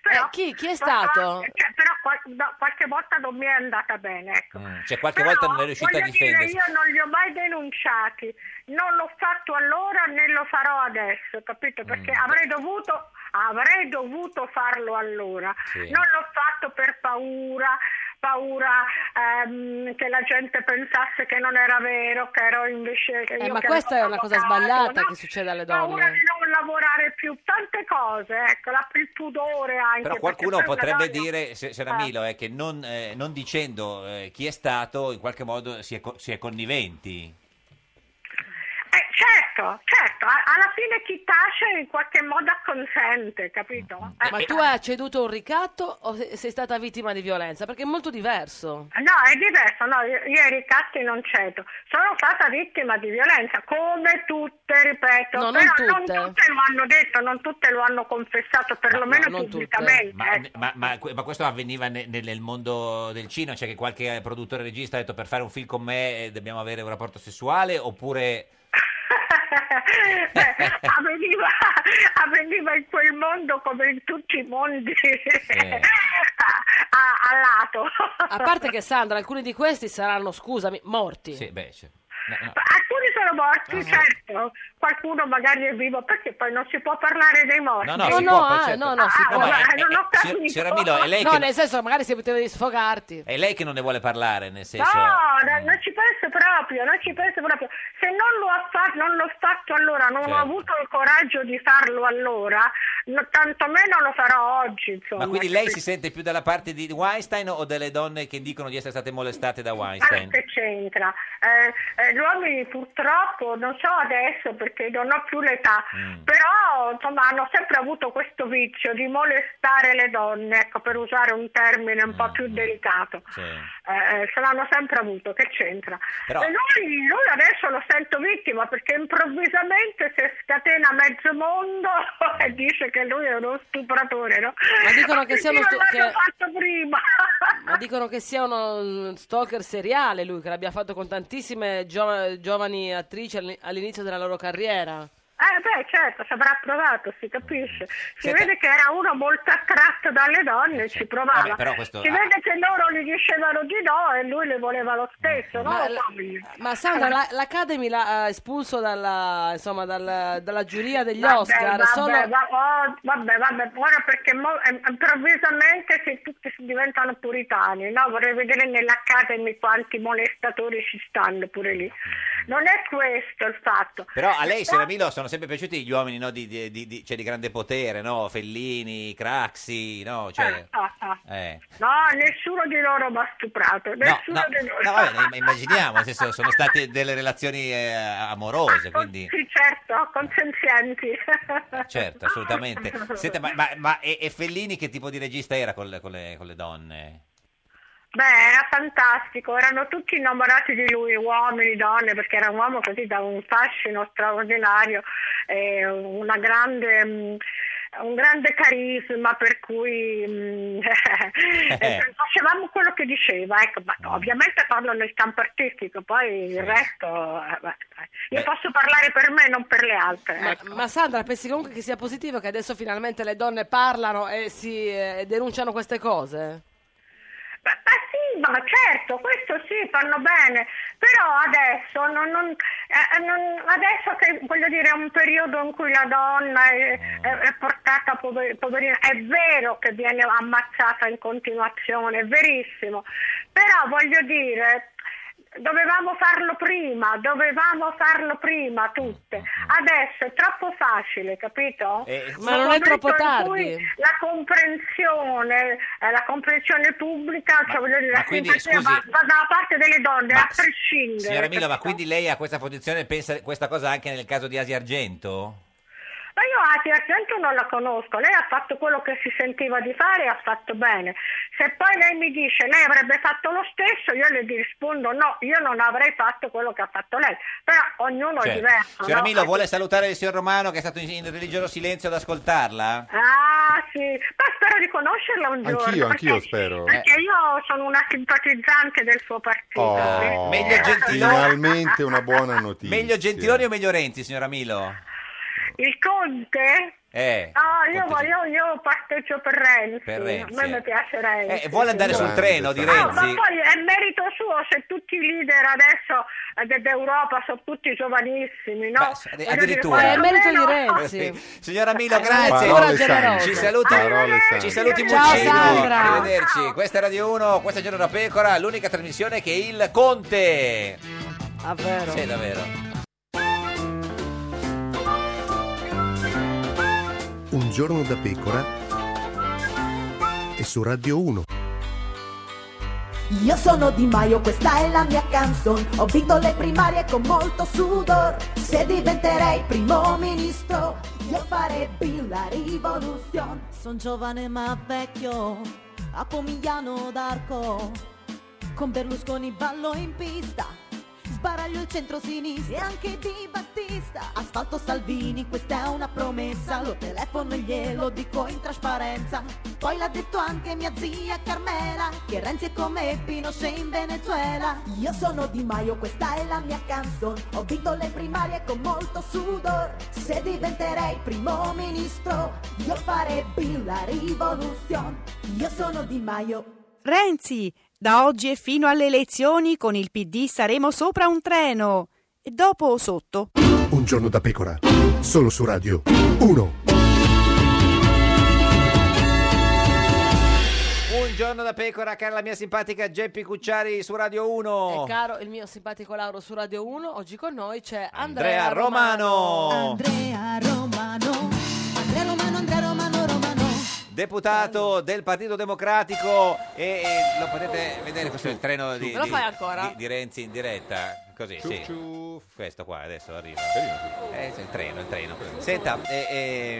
O: Però,
A: Eh, chi- chi è
O: ma-
A: stato?
O: cioè, però qual- no, qualche volta non mi è andata bene, ecco.
B: Cioè, qualche
O: Però,
B: volta non è riuscita a
O: voglio dire,
B: difendersi.
O: io non li ho mai denunciati, non l'ho fatto allora né lo farò adesso, capito? Perché
B: Mm.
O: avrei dovuto avrei dovuto farlo allora.
P: Sì.
O: Non l'ho fatto per paura, paura ehm, che la gente pensasse che non era vero, che ero invece che
A: Eh,
O: io
A: ma
O: che
A: questa è
O: ero
A: una cosa
O: avvocato,
A: sbagliata
O: no?
A: che succede alle
O: Paura di
A: donne.
O: non lavorare più, tante cose, ecco, la- il pudore anche.
B: Però
O: perché
B: qualcuno
O: poi una
B: potrebbe
O: donna-
B: dire, se- Sera
O: Ah.
B: Milo, eh, che non, eh, non dicendo eh, chi è stato, in qualche modo si è, co- si è conniventi.
O: Eh, certo, certo, a- alla fine chi tace in qualche modo acconsente, capito? Eh,
A: Ma tu hai acceduto a un ricatto o se- sei stata vittima di violenza? Perché è molto diverso.
O: Eh, No, è diverso, no, io io ai ricatti non cedo. Sono stata vittima di violenza, come tutte, ripeto,
A: No, non
O: però
A: tutte.
O: non tutte lo hanno detto, non tutte lo hanno confessato, perlomeno pubblicamente.
B: Ma,
O: ecco.
B: ma- ma- ma questo avveniva ne- nel, nel mondo del cinema, cioè che qualche eh, produttore regista ha detto per fare un film con me eh, dobbiamo avere un rapporto sessuale oppure...
O: Cioè, avveniva, avveniva in quel mondo come in tutti i mondi a, a lato.
A: A parte che Sandra, alcuni di questi saranno, scusami, morti.
B: Sì, beh, cioè, sì.
O: Alcuni sono morti, certo, qualcuno magari è vivo, perché poi non si può parlare dei morti.
B: No, no, si può, poi certo.
A: no, no, si
O: Ah,
A: può.
B: ma
O: allora,
B: è-
O: non ho
B: è-
O: capito.
B: signora Milo, è lei
A: no,
B: che...
A: nel senso, magari se potevi sfogarti.
B: È lei che non ne vuole parlare, nel senso...
O: No,
B: mm.
O: no, non ci penso proprio, non ci penso proprio. Se non, lo ha fa- non l'ho fatto allora, non
B: Certo.
O: ho avuto il coraggio di farlo allora, no, tantomeno lo farò oggi, insomma.
B: Ma quindi lei si sente più dalla parte di Weinstein o delle donne che dicono di essere state molestate da Weinstein?
O: Ma che c'entra? Eh, eh, gli uomini purtroppo, non so adesso perché non ho più l'età,
B: Mm.
O: però insomma hanno sempre avuto questo vizio di molestare le donne, ecco, per usare un termine un
B: Mm,
O: po' più delicato. Eh, eh, ce l'hanno sempre avuto, che c'entra?
B: Però-
O: E lui, lui adesso lo sento vittima perché improvvisamente si scatena mezzo mondo e dice che lui è uno stupratore, no?
A: Ma dicono che sia uno
O: Io
A: stu-
O: l'hanno
A: che-
O: fatto prima.
A: Ma dicono che sia uno mm, stalker seriale lui, che l'abbia fatto con tantissime gio- giovani attrici all'in- all'inizio della loro carriera.
O: Eh beh certo, ci avrà provato, si capisce. Si
A: Senta-
O: vede che era uno molto attratto dalle donne e ci provava.
B: Vabbè, però questo-
O: Si
B: ah.
O: vede che loro gli dicevano di no e lui le voleva lo stesso, no?
A: Ma
O: Lo
A: la-
O: so.
A: Ma Sandra, la- l'Academy l'ha eh, espulso dalla, insomma, dal- dalla giuria degli
O: Vabbè,
A: Oscar.
O: vabbè,
A: solo...
O: va- oh, vabbè, vabbè, ora perché mo- eh, improvvisamente se tutti si diventano puritani, no? Vorrei vedere nell'Academy quanti molestatori ci stanno pure lì. Non è questo il fatto.
B: Però a lei, signora Milo, sono sempre piaciuti gli uomini no, di, di- di- di- cioè, di grande potere, no? Fellini, Craxi, no? Cioè,
O: Ah, ah.
B: eh.
O: No, nessuno di loro mi ha stuprato,
B: No,
O: nessuno
B: no,
O: di loro.
B: no, vabbè, ma immaginiamo, nel senso, sono state delle relazioni eh,
O: Ah,
B: amorose, quindi...
O: Sì, certo, consenzienti.
B: Certo, assolutamente. Senta, ma, ma- ma- e, e Fellini che tipo di regista era con le, con le- con le donne?
O: Beh, era fantastico, erano tutti innamorati di lui, uomini, donne, perché era un uomo così da un fascino straordinario, eh, una grande, mh, un grande carisma, per cui mh, eh, facevamo quello che diceva. Ecco, ma ovviamente parlo nel campo artistico, poi il resto... eh, beh, io
A: Beh.
O: posso parlare per me, non per le altre.
A: Ma,
O: ecco.
A: ma Sandra, pensi comunque che sia positivo che adesso finalmente le donne parlano e si eh, denunciano queste cose?
O: Ma sì, ma certo, questo sì, fanno bene, però adesso, non, non- eh, non- adesso che voglio dire è un periodo in cui la donna è, è- è portata pover- poverina, è vero che viene ammazzata in continuazione, è verissimo, però voglio dire... Dovevamo farlo prima, dovevamo farlo prima tutte. Adesso è troppo facile, capito?
A: Eh,
O: Un
A: Ma non è
O: momento
A: troppo
O: in
A: tardi.
O: cui La comprensione, eh, la comprensione pubblica, cioè voglio dire,
B: ma
O: la
B: quindi,
O: simpatia va,
B: scusi-
O: va dalla parte delle donne, a prescindere.
B: Signora Milo, ma
O: capito?
B: quindi lei ha questa posizione e pensa questa cosa anche nel caso di Asi Argento?
O: Ma io Ati Argento non la conosco, lei ha fatto quello che si sentiva di fare e ha fatto bene. Se poi lei mi dice lei avrebbe fatto lo stesso, io le rispondo no, io non avrei fatto quello che ha fatto lei. Però ognuno è
B: Certo.
O: diverso.
B: Signora
O: no?
B: Milo, vuole salutare il signor Romano che è stato in, in religioso silenzio ad ascoltarla?
O: Ah sì, poi spero di conoscerla un giorno.
B: Anch'io,
O: perché-
B: anch'io spero.
O: Perché io sono una simpatizzante del suo partito. eh,
G: Oh,
B: Meglio Gentiloni.
G: finalmente una buona notizia.
B: Meglio Gentiloni o meglio Renzi, signora Milo?
O: Il Conte?
B: Eh,
O: Ah, io,
B: Conte-
O: voglio, io parteggio per Renzi.
B: Per Renzi,
O: A me mi piace Renzi.
B: Eh, vuole andare sul
G: Grande,
B: treno di
G: grande.
O: Ah, ma
B: Renzi?
O: poi è merito suo se tutti i leader adesso eh, de- d'Europa sono tutti giovanissimi, no?
B: Addi-
O: Voglio
B: Addirittura.
O: dire, quantomeno-
B: Eh, Sì. Signora Milo, grazie.
G: Parole sante.
B: Ci saluti,
G: Parole sante.
B: ci saluti
G: Ciao,
B: Muccino.
G: Sandra.
B: Arrivederci. Questa è Radio 1, questa è Giorno da Pecora, l'unica trasmissione che il Conte.
A: Davvero?
B: Sì, davvero.
J: Un giorno da pecora e su Radio 1.
I: Io sono Di Maio, questa è la mia canzone. Ho vinto le primarie con molto sudor. Se diventerei primo ministro, io farebbi la rivoluzione. Son giovane ma vecchio, a Pomigliano d'Arco. Con Berlusconi ballo in pista, sbaraglio il centro-sinistra e anche Di Battista. Asfalto Salvini, questa è una promessa, lo telefono e glielo dico in trasparenza. Poi l'ha detto anche mia zia Carmela, che Renzi è come Pinochet in Venezuela. Io sono Di Maio, questa è la mia canzone, ho vinto le primarie con molto sudor. Se diventerei primo ministro, io farebbi la rivoluzione. Io sono Di Maio.
K: Renzi, da oggi e fino alle elezioni con il PD saremo sopra un treno. E dopo o sotto?
J: Un giorno da pecora, solo su Radio 1.
B: Buongiorno da Pecora, cara la mia simpatica Geppi Cucciari su Radio 1.
A: E Eh, caro il mio simpatico Lauro su Radio 1, oggi con noi c'è Andrea,
B: Andrea Romano.
I: Andrea Romano, Andrea Romano, Andrea Romano, Romano.
B: Deputato del Partito Democratico e, e lo potete vedere questo è il treno di,
A: Me lo
B: di-
A: fai ancora?
B: di- di Renzi in diretta così sì. questo qua adesso arriva Eh, sì, il treno il treno senta eh,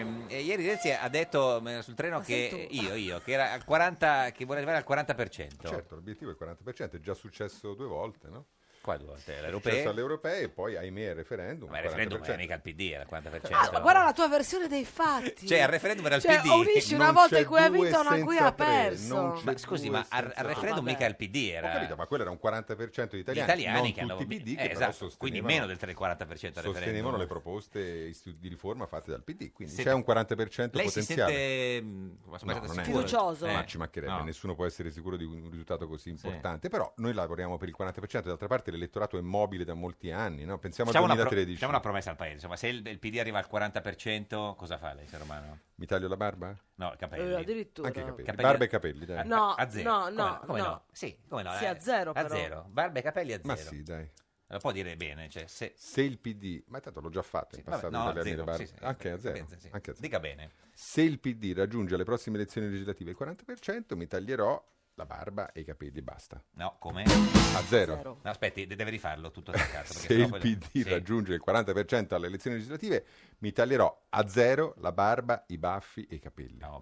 B: ehm, eh, ieri Renzi ha detto eh, sul treno che io io che era al 40 che vuole arrivare al 40%
G: Certo, l'obiettivo è il 40%, è già successo due volte, no?
B: Quali due volte?
G: È
B: eh, L'europeo?
G: successo alle europee e poi, ahimè, al referendum.
B: ma il referendum era mica il PD era il 40%
A: Ah, ma guarda la tua versione dei fatti.
B: Cioè, al referendum era il
A: Cioè,
B: PD.
A: unisci una
B: Non
A: volta
B: c'è
A: in cui ha
B: due
A: vinto e una in cui
B: senza
A: ha
B: tre,
A: perso.
G: non c'è
B: ma scusi ma al, al
G: senza-
B: referendum
G: Ah,
B: mica il PD
G: Ho
B: era
G: capito, ma quello era un 40% di
B: gli
G: italiani,
B: italiani
G: non
B: che hanno
G: tutti i PD che
B: eh,
G: però
B: esatto,
G: sostenevano-
B: quindi meno del 40% del referendum
G: sostenevano le proposte istu- di riforma fatte dal PD, quindi
B: Senta,
G: c'è un 40%
B: lei si
G: potenziale.
B: sente, mh, come aspetta,
G: non è-
B: sicuro? Fiducioso?
G: Ma
B: Eh,
G: ci mancherebbe,
B: no.
G: nessuno può essere sicuro di un risultato così importante, però noi lavoriamo per il 40%, d'altra parte l'elettorato è mobile da molti anni, no? pensiamo
B: Facciamo
G: al
B: una, pro-
G: 2013.
B: facciamo una promessa al paese, insomma, se il, il PD arriva al 40%, cosa fa lei, signor Romano?
G: Mi taglio la barba?
B: No, i
A: Eh,
B: capelli.
A: addirittura.
G: Anche i capelli. Barba e capelli, dai.
B: A,
A: No,
B: a zero.
A: no,
B: Come
A: no,
B: Come
A: no.
B: no? Sì, come no?
A: Sì,
B: eh,
A: a zero,
B: A
A: però.
B: zero. Barba e capelli a zero.
G: Ma sì, dai.
B: Lo può dire bene, cioè, se...
G: Se il PD, ma tanto l'ho già fatto
B: Sì,
G: in
B: vabbè,
G: passato,
B: no,
G: tagliarmi
B: zero,
G: la barba.
B: sì, sì.
G: anche a zero.
B: Sì, sì.
G: anche a zero.
B: Dica bene.
G: Se il PD raggiunge alle prossime elezioni legislative il 40%, mi taglierò la barba e i capelli, basta.
B: No, come?
G: A zero.
B: No, aspetti, de- deve rifarlo tutto attaccato. perché
G: Se
B: sennò
G: il
B: poi-
G: PD
B: Sì.
G: raggiunge il 40% alle elezioni legislative, mi taglierò a zero la barba, i baffi e i capelli.
B: No,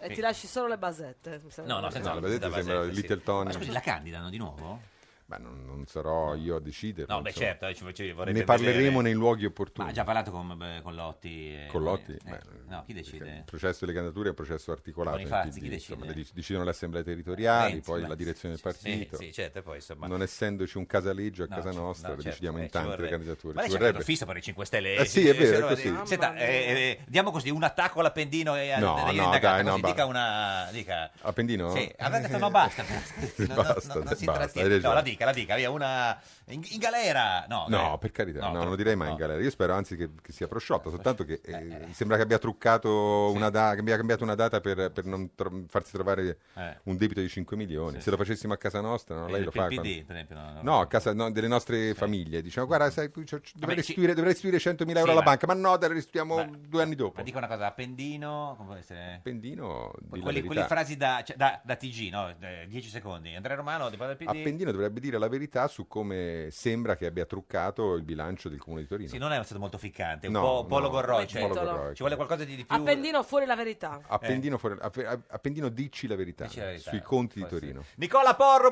A: E ti lasci solo le basette. mi sembra.
B: No, no, senza
G: No, l'avete
B: senza
G: sembra
B: basetta, sì.
G: Little Tony.
B: Ma scusi, la candidano di nuovo?
G: Ma non, non sarò io a decidere.
B: No, beh, certo, eh, ci- ci vorrebbe
G: ne parleremo
B: vedere.
G: nei luoghi opportuni.
B: Ma ha già parlato con, beh, con Lotti? eh,
G: Con Lotti?
B: eh,
G: Beh,
B: no, chi decide?
G: Il processo delle candidature è un processo articolato. nel
B: Bonifazzi,
G: PD,
B: chi
G: insomma,
B: decide?
G: le dec- decidono le assemblee territoriali,
B: Renzi,
G: poi
B: ma-
G: la direzione del
B: sì, sì,
G: partito.
B: sì, certo, e poi, insomma-
G: Non essendoci un casaleggio a
B: No,
G: casa
B: ci-
G: nostra,
B: no,
G: le
B: certo,
G: decidiamo
B: eh,
G: in
B: ci
G: tante le
B: vorrebbe.
G: candidature.
B: Ma lei
G: Ci
B: c'è
G: vorrebbe.
B: un fisso per i 5 Stelle.
G: Eh sì,
B: eh,
G: è vero,
B: se-
G: è così.
B: Senta, eh, eh, diamo così un attacco all'appendino e al-
G: No,
B: e
G: no,
B: indagata,
G: dai, no,
B: così,
G: ba-
B: dica una... Dica.
G: Appendino?
B: Sì, avrà detto no, basta.
G: basta,
B: non si
G: basta, hai
B: trattiene.
G: ragione.
B: No, la dica, dica, la dica, via, una... In, in galera! No, eh,
G: No, per carità, no, non lo direi mai in galera. Io spero anzi che, che sia prosciotto, soltanto che eh, mi sembra che abbia truccato una data, che abbia cambiato una data per, per non tro- farsi trovare
B: Eh.
G: un debito di 5 milioni.
B: Sì,
G: Se lo facessimo a casa nostra, no?
B: Eh,
G: lei lo
B: per
G: fa.
B: PD,
G: quando-
B: per esempio, no, no.
G: no, a casa no, delle nostre famiglie. Diciamo, guarda, sai, qui c'ho- dovrei,
B: Vabbè, ci-
G: restituire, dovrei restituire 100.000 euro
B: Sì,
G: alla
B: ma-
G: banca, ma no, te le restituiamo due anni dopo.
B: Ma dico una cosa, Appendino, come può essere?
G: Appendino, di la
B: Quelli,
G: verità.
B: quelle frasi da, cioè, da- da TG, no? Eh, 10 secondi. Andrea Romano, di del PD.
G: Appendino dovrebbe dire la verità su come sembra che abbia truccato il bilancio del comune di Torino.
B: Sì, non è stato molto ficcante, un
G: No,
B: po', un po'
G: no,
B: logorroico,
G: Come
B: cioè,
G: titolo. logorroico.
B: Ci vuole qualcosa di, di più.
M: Appendino fuori la verità.
P: Oh,
G: Appendino, fuori- app- Appendino, dici la verità,
B: eh. Dici la verità,
G: sui conti di Torino.
B: Nicola Porro,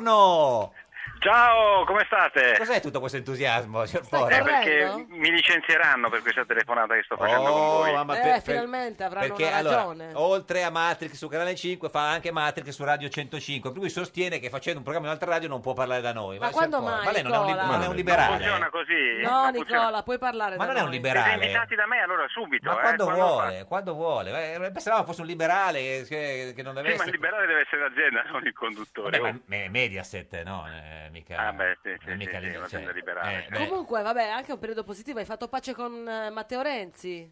B: buongiorno!
P: Ciao, come state?
B: Cos'è tutto questo entusiasmo, signor Porro?
P: Eh, perché mi licenzieranno per questa telefonata che sto facendo con voi.
B: mamma,
M: Eh,
B: Oh, per- per-
M: finalmente avranno
B: perché
M: una
B: allora,
M: ragione.
B: oltre a Matrix su Canale 5, fa anche Matrix su Radio 105. Per cui sostiene che facendo un programma in un'altra radio non può parlare da noi.
M: Ma
B: signor
M: quando
B: Porro,
M: mai,
B: Ma lei non è un, li-
M: Nicola?
B: non è un liberale.
P: funziona così?
M: No, Nicola, puoi parlare
B: Ma
M: da
B: non è un
M: noi.
B: liberale.
P: Siete invitati da me allora subito.
B: Ma
P: eh,
B: quando,
P: quando
B: vuole, quando vuole. Eh, Pensavamo fosse un liberale che, che non
P: Sì,
B: deve
P: ma
B: essere.
P: il liberale deve essere l'azienda, non il conduttore.
B: Vabbè, ma
P: Oh.
B: me- Mediaset, no? eh, mica,
P: Ah, beh, sì, sì,
B: non
P: sì,
B: mica lì,
P: sì,
B: cioè,
P: un'azienda liberale.
B: eh, beh,
M: Comunque, vabbè, anche un periodo positivo. Hai fatto pace con eh, Matteo Renzi.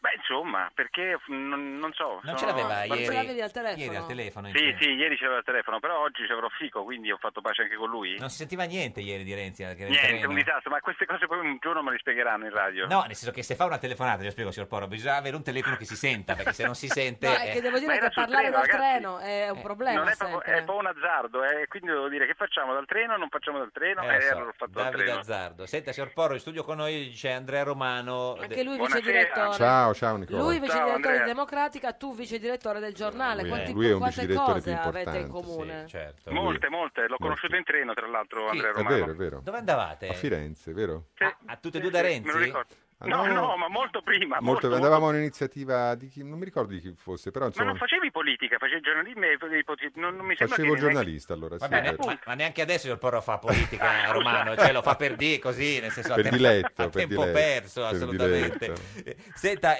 P: Beh, insomma, perché f- non, non so.
B: Non
P: sono-
B: ce l'aveva
P: guarda-
B: ieri,
M: ce l'avevi al telefono?
B: ieri al telefono.
P: Sì,
B: in-
P: sì, ieri c'avevo il telefono, però oggi c'avrò Fico, quindi ho fatto pace anche con lui.
B: Non si sentiva niente ieri di Renzi. eh, Che era in
P: Niente,
B: treno.
P: un disastro, ma queste cose poi un giorno me le spiegheranno in radio.
B: No, nel senso che se fa una telefonata, glielo spiego, signor Porro, bisogna avere un telefono che si senta, perché se non si sente...
M: No, è
B: eh,
M: che devo
P: ma
M: dire
P: era
M: che
P: sul
M: parlare
P: treno,
M: dal
P: ragazzi.
M: treno è un problema.
P: Eh, non è, proprio, è
M: sempre.
P: un po' un azzardo, eh, quindi devo dire che facciamo dal treno, non facciamo dal treno, e
B: eh, lo so,
P: allora ho fatto dal
B: Davide
P: treno.
B: Azzardo. Senta, signor Porro, in studio con noi c'è Andrea Romano.
M: Anche lui vice
B: Buonasera.
M: direttore.
G: Ciao, ciao, Nicola.
M: Lui vice
B: Ciao,
M: direttore
B: Andrea.
M: di Democratica, tu vice direttore del giornale.
G: Lui è-
M: Quanti-
G: lui è un
M: quante
G: vicedirettore
M: cose
G: più
M: avete in
G: importante, cioè.
M: comune?
B: certo.
P: Molte, molte, l'ho
G: Molte.
P: conosciuto in treno, tra l'altro, Andrea
G: È
P: Romano.
G: vero, è vero.
B: Dove andavate?
G: A Firenze, vero?
B: A, a tutte e due da
P: Sì,
B: Renzi?
P: me lo ricordo. No,
G: no.
P: no, ma molto prima.
G: Molto-
P: Ah, Molto,
G: andavamo a un'iniziativa di chi, non mi ricordo di chi fosse, però
P: Ma
G: insomma
P: non facevi politica, facevi giornalismo e facevi politi- non, non mi sembra
G: facevo il
P: che neanche-
G: giornalista allora, sì,
B: Vabbè,
G: è
B: ne-
G: vero.
B: ma, ma neanche adesso il Porro fa politica a Romano, cioè lo fa per di così, nel senso a
G: Per
B: tempo-
G: diletto,
B: a
G: per
B: tempo
G: diletto,
B: perso,
G: per
B: assolutamente.
G: diletto.
B: Eh, Senta,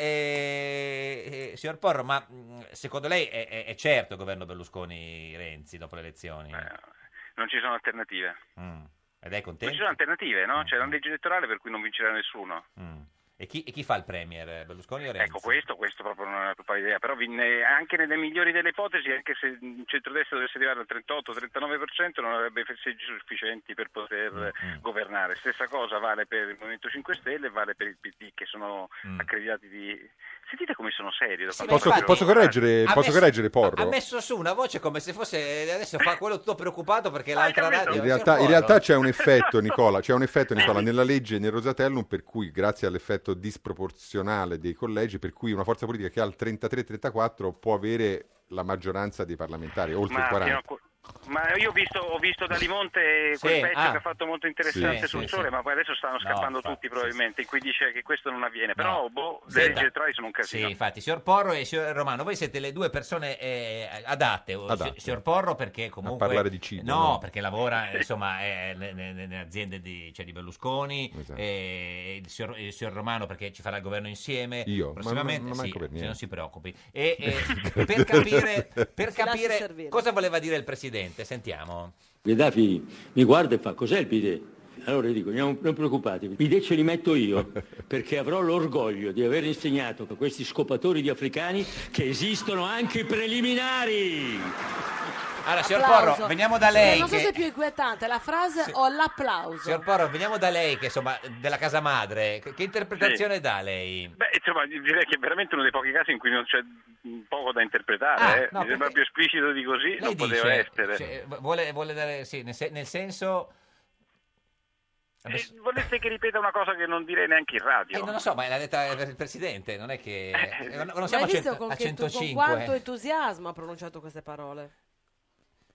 B: eh, eh, signor Porro, ma mh, secondo lei è, è- è certo il governo Berlusconi-Renzi dopo le elezioni?
P: Non ci sono alternative.
B: Mm. Ed è
P: Non ci
B: contento?
P: sono alternative, no? C'è una legge elettorale per cui non vincerà nessuno.
B: Mm. E, chi, e chi fa il premier, Berlusconi o Renzi?
P: Ecco, questo, questo proprio non è la totale idea, però vi- ne- anche nelle migliori delle ipotesi, anche se il centrodestra dovesse arrivare al 38-39%, non avrebbe seggi sufficienti per poter
G: Mm,
P: eh, governare. Stessa cosa vale per il Movimento 5 Stelle e vale per il PD, che sono accreditati di... Sentite come sono seri. da
B: Sì,
P: quando
G: Mm. Posso-
P: proprio-
G: posso correggere-
B: Ha
G: posso correggere Porro?
B: Ha messo su una voce come se fosse adesso fa quello tutto preoccupato perché l'altra radio
G: In
B: Signor
G: realtà, in
B: Porro,
G: realtà c'è un effetto, Nicola, c'è un effetto,
P: Eh.
G: Nicola, nella legge e nel Rosatellum per cui, grazie all'effetto disproporzionale dei collegi, per cui una forza politica che ha il 33-34 può avere la maggioranza dei parlamentari, oltre il
P: Ma,
G: 40.
P: fino a qu- ma io ho visto, ho visto Dalimonte quel
G: Sì,
P: pezzo
G: ah.
P: che ha fatto molto interessante
G: Sì,
P: sul
G: sì,
P: sole,
G: sì.
P: ma poi adesso stanno
B: No,
P: scappando
B: infatti,
P: tutti probabilmente, in cui dice che questo non avviene, però boh, le
B: Senta.
P: leggi elettorali sono un casino.
B: Sì, infatti, signor Porro e signor Romano, voi siete le due persone eh, adatte. O
G: Adatte.
B: si- Signor Porro perché comunque...
G: A parlare di cibo,
B: No,
G: no?
B: perché lavora insomma eh, ne- ne- nelle aziende di, cioè, di Berlusconi,
G: Esatto.
B: e il signor, il signor Romano perché ci farà il governo insieme.
G: Io? Ma-
B: prossimamente,
G: ma- ma
B: sì,
G: manco per
B: sì,
G: niente.
B: non si preoccupi. E, eh, per capire, per
M: Si lasci
B: capire
M: servire.
B: cosa voleva dire il Presidente, sentiamo.
Q: Gheddafi mi guarda e fa cos'è il bidet? Allora gli dico, non, non preoccupatevi, il bidet ce li metto io, perché avrò l'orgoglio di aver insegnato a questi scopatori di africani che esistono anche i preliminari.
B: Allora, signor
M: Applauso.
B: Porro, veniamo da lei.
M: Eh, non so
B: che-
M: se è più inquietante la frase o l'applauso.
B: Signor Porro, veniamo da lei, che insomma, della casa madre. Che che interpretazione dà lei?
P: Beh, insomma, direi che è veramente uno dei pochi casi in cui non c'è mh, poco da interpretare.
B: Ah,
P: eh.
B: no,
P: Mi sembra più esplicito di così, non poteva
B: dice,
P: essere.
B: cioè, vuole, vuole dare, sì, nel, se- nel senso...
P: Eh, Volete che ripeta una cosa che non direi neanche in radio?
B: Eh, non lo so, ma l'ha detta il Presidente, non è che... eh, non- non
M: Ma
B: siamo
M: hai
B: a,
M: visto
B: cento-
M: con,
B: a
M: che tu- con
B: 105.
M: quanto
B: eh.
M: entusiasmo ha pronunciato queste parole?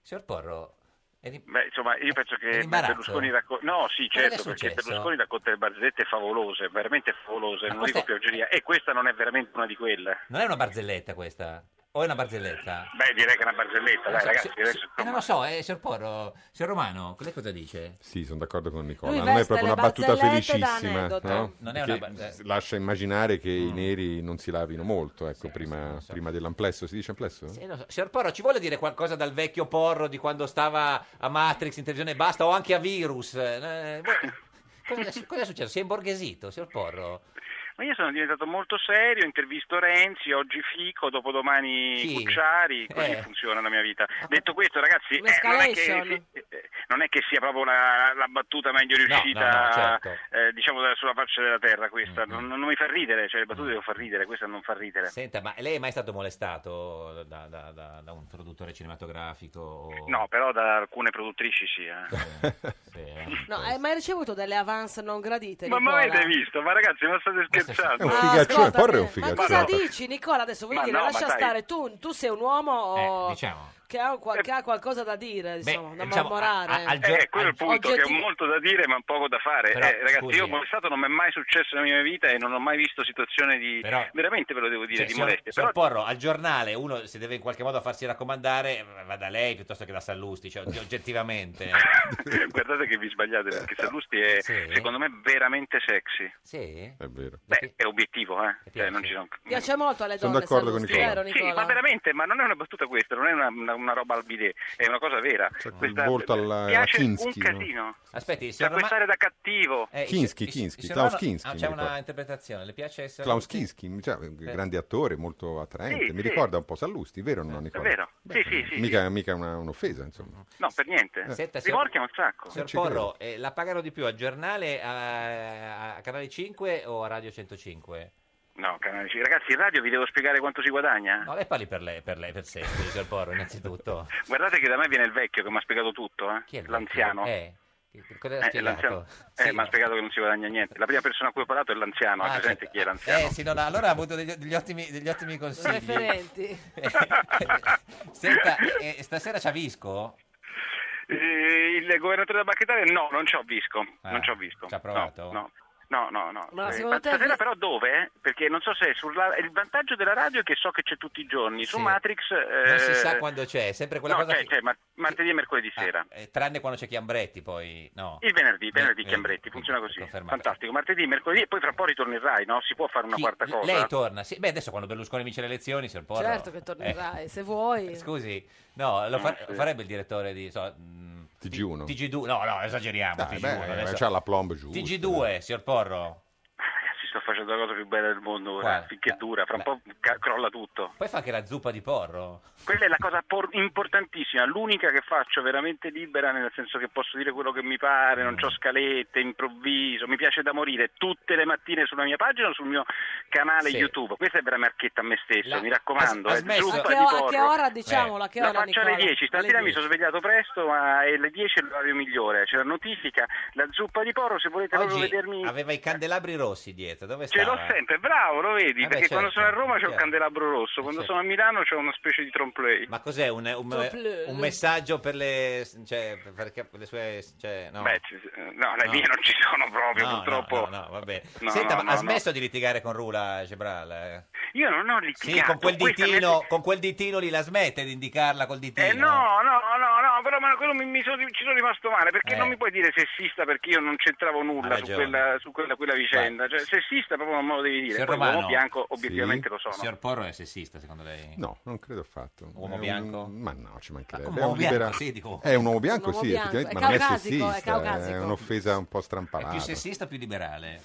B: Signor Porro, è di- Eh,
P: Beh, insomma, io penso
B: è
P: che
B: l'imbarazzo?
P: Berlusconi racco- No, sì,
B: Cosa
P: certo,
B: le è
P: perché
B: successo?
P: Berlusconi racconta le barzellette favolose, veramente favolose, non dico pioggeria. E questa non è veramente una di quelle.
B: non è una barzelletta questa? o è una barzelletta?
P: Beh, direi che è una barzelletta,
B: Non
P: dai
B: so,
P: ragazzi.
B: se-
P: adesso
B: se- eh,
P: insomma-
B: non lo so, eh, signor Porro, signor Romano, lei cosa dice?
G: Sì, sono d'accordo con Nicola.
B: Lui
G: non è
B: veste
G: proprio
B: le
G: una battuta
B: barzellette da
G: felicissima,
B: aneddoto.
G: no?
B: Non è una eh. Mm.
G: Che
B: bar-
G: s- lascia immaginare che i neri non si lavino molto, ecco, prima, prima dell'amplesso. Si dice amplesso?
B: Eh, non so. Signor Porro, ci vuole dire qualcosa dal vecchio Porro di quando stava a Matrix in televisione e basta, o anche a Virus? Eh, voi- cosa, cosa è successo? Si è imborghesito, signor Porro?
P: Ma io sono diventato molto serio, intervisto Renzi, oggi Fico, dopodomani
B: Sì.
P: Cucciari, così
B: Eh.
P: funziona la mia vita. Detto questo, ragazzi, eh, non, è che,
B: Un'escalation.
P: eh, non è che sia proprio la, la battuta meglio riuscita,
B: no, certo. Mm,
P: eh, diciamo, dalla- sulla faccia della terra questa. Non, non mi fa ridere, cioè le battute devono far ridere, questa non fa ridere.
B: Senta, ma lei è mai stato molestato da, da- da- da un produttore cinematografico? o-
P: No, però da alcune produttrici sì. eh.
B: eh.
A: No, hai mai ricevuto delle avance non gradite?
P: Ma mi
A: Nicola?
P: avete visto? Ma ragazzi, ma state scherzando?
G: un figaccione,
A: ascoltami,
G: Porro è un
A: Ma
G: figaccione.
A: cosa dici, Nicola? Adesso vuoi
P: Ma
A: dire,
P: no, ma
A: lascia
P: dai.
A: stare, tu, tu sei un uomo o-
P: Eh, diciamo.
A: che, ha, un qual- che ha qualcosa da dire, insomma, da
P: diciamo,
A: mormorare.
P: eh, quello è il punto, che ho molto da dire ma poco da fare.
B: Però,
P: Eh, ragazzi,
B: scusi,
P: io
B: eh.
P: come stato non mi è mai successo nella mia vita e non ho mai visto situazione di... veramente ve lo devo dire,
B: Cioè,
P: di
B: signor-
P: molestia.
B: signor
P: Però
B: Porro, al giornale uno se deve in qualche modo farsi raccomandare, eh, va da lei piuttosto che da Sallusti, cioè, oggettivamente.
P: guardate che vi sbagliate perché
B: Eh,
P: Sallusti è, secondo me, veramente sexy.
B: Sì?
G: È vero.
P: Beh, è obiettivo, eh. Cioè, non ci sono...
A: Piace molto alle
P: Sono
A: donne,
P: d'accordo
A: Sallusti,
P: con Nicola.
A: vero
P: Sì,
A: Nicola?
P: ma veramente, ma non è una battuta questa, non è una, una- una roba al bidet, è una cosa vera. Questa-
G: volto alla-
P: piace
G: alla Kinski,
P: un
G: no?
P: casino.
B: Aspetti,
P: Cioè,
B: signor
P: puoi
B: Roma-
P: stare da cattivo.
B: Eh, il-
G: Kinski,
B: il- il
G: Kinski,
B: signor
G: Klaus
B: Romano-
G: Kinski,
B: ah,
G: mi
B: c'è una
G: ricordo.
B: interpretazione, le piace essere...
G: Klaus Kinski, cioè, grande attore, molto attraente.
P: Sì,
G: Mi
P: sì.
G: ricorda un po' Sallusti, vero o no,
P: È
G: Nicola?
P: vero? Sì, sì, sì.
G: Mica, mica una- un'offesa, insomma.
B: Mm.
P: No, per niente.
B: Senta,
P: si porchiamo un sacco.
B: Signor Porro, eh, la pagano di più al giornale, a, a Canale 5 o a Radio 105?
P: No, canale cinque. ragazzi, in radio vi devo spiegare quanto si guadagna.
B: No, lei parli per lei, per lei, per sé, signor Porro, innanzitutto.
P: Guardate che da me viene il vecchio che mi ha spiegato tutto, eh.
B: Chi è il
P: l'anziano.
B: vecchio? Eh, che- che- cosa ha
P: Eh,
B: spiegato?
P: l'anziano. Eh, mi ha spiegato che non si guadagna niente. La prima persona a cui ho parlato è l'anziano.
B: Ah,
P: Ha presente chi è l'anziano?
B: Eh, sì, no, no, allora ha avuto degli, degli ottimi, degli ottimi consigli.
A: Referenti.
B: Senta, eh, stasera c'ha Visco?
P: Eh, il governatore della Banca d'Italia? No, non ci ho Visco.
B: Ah,
P: non ci ho Visco.
B: ci ha provato?
P: No, no. No, no, no.
A: Ma
P: Eh,
A: secondo
P: ma
A: te-
P: stasera però dove? Perché non so se è sulla... Il vantaggio della radio è che so che c'è tutti i giorni. Su
B: Sì.
P: Matrix...
B: Non si
P: eh,
B: sa quando c'è, è sempre quella
P: no,
B: cosa
P: c'è,
B: che-
P: c'è, ma- martedì e mercoledì sera.
B: Eh, tranne quando c'è Chiambretti, poi no.
P: Il venerdì, venerdì
B: Eh,
P: Chiambretti, funziona così.
B: confermato.
P: Fantastico. Martedì, mercoledì e poi fra un po' ritornerai, no? Si può fare una
B: Chi-
P: quarta cosa.
B: eh, Lei torna, sì. Beh, adesso quando Berlusconi vince le elezioni, signor Porro...
A: Certo che
B: Eh,
A: tornerai, se vuoi.
B: Scusi, no, lo, fa-
G: Eh, sì.
B: farebbe il direttore di so, mh,
G: TG1.
B: TG2, no, no, esageriamo.
G: Dai,
B: TG1,
G: Ah, beh, eh,
B: adesso-
G: c'ha la plomb giusta.
B: TG2, signor Porro.
P: Ragazzi, sto facendo la cosa più bella del mondo ora,
B: Quale?
P: finché dura, fra un po' ca- crolla tutto.
B: Poi fa anche la zuppa di porro.
P: Quella è la cosa por- importantissima, l'unica che faccio veramente libera, nel senso che posso dire quello che mi pare,
B: Mm.
P: non ho scalette, improvviso, mi piace da morire tutte le mattine sulla mia pagina o sul mio canale
B: Sì.
P: YouTube. Questa è vera marchetta a me stesso, mi raccomando.
B: ha- ha
P: eh,
B: smesso- Eh.
P: zuppa
B: A che
P: di
A: o- a
P: porro.
A: che ora, diciamolo, a che
P: la
A: ora,
P: faccio alle
A: Nicola?
P: 10, stamattina
A: Alle
P: mi sono svegliato presto, ma è le 10 è l'orario migliore, c'è la notifica, la zuppa di porro, se volete
B: Oggi
P: proprio vedermi...
B: aveva i candelabri rossi dietro, dove
P: Ce
B: stava?
P: l'ho sempre, bravo, lo vedi,
B: Eh beh,
P: perché quando sono
B: certo,
P: a Roma c'è un
B: chiaro.
P: candelabro rosso, quando
B: certo.
P: sono a Milano c'è una specie di tromplay.
B: Ma cos'è un, un-
P: Toplele.
B: un messaggio per le, cioè, perché per le sue... Cioè, no.
P: Beh, ci- eh, no, le mie non ci sono proprio,
B: No, no,
P: purtroppo.
B: No, no, vabbè.
P: No,
B: Senta,
P: no,
B: ma ha
P: no, no.
B: smesso di litigare con Rula Gebral? eh?
P: Io non ho
B: Sì,
P: litigato.
B: con quel,
P: questa mi è-
B: ditino, con quel ditino lì la smette di indicarla col ditino.
P: Eh no, no, no, no, però ma quello mi, mi sono- ci sono rimasto male, perché
B: Eh.
P: non mi puoi dire sessista perché io non c'entravo nulla
B: Ha
P: su
B: ragione.
P: quella, su quella, quella vicenda. Cioè, sessista proprio non me lo devi dire.
B: Signor
P: Poi
B: Romano.
P: uomo bianco obiettivamente
G: Sì.
P: lo sono.
B: Signor Porro è sessista, secondo lei?
G: No, non credo affatto.
B: Uomo
G: È un-
B: bianco?
G: Ma no, ci mancherebbe.
B: un
G: È
B: uomo
G: un libera-
B: bianco, sì, dico.
G: È un uomo bianco,
B: Un uomo
G: sì,
B: bianco.
G: effettivamente,
B: È
G: ma non è
B: caucasico, è
G: sessista. È,
B: caucasico.
G: un'offesa un po'
B: È più
G: strampalata.
B: sessista o più liberale?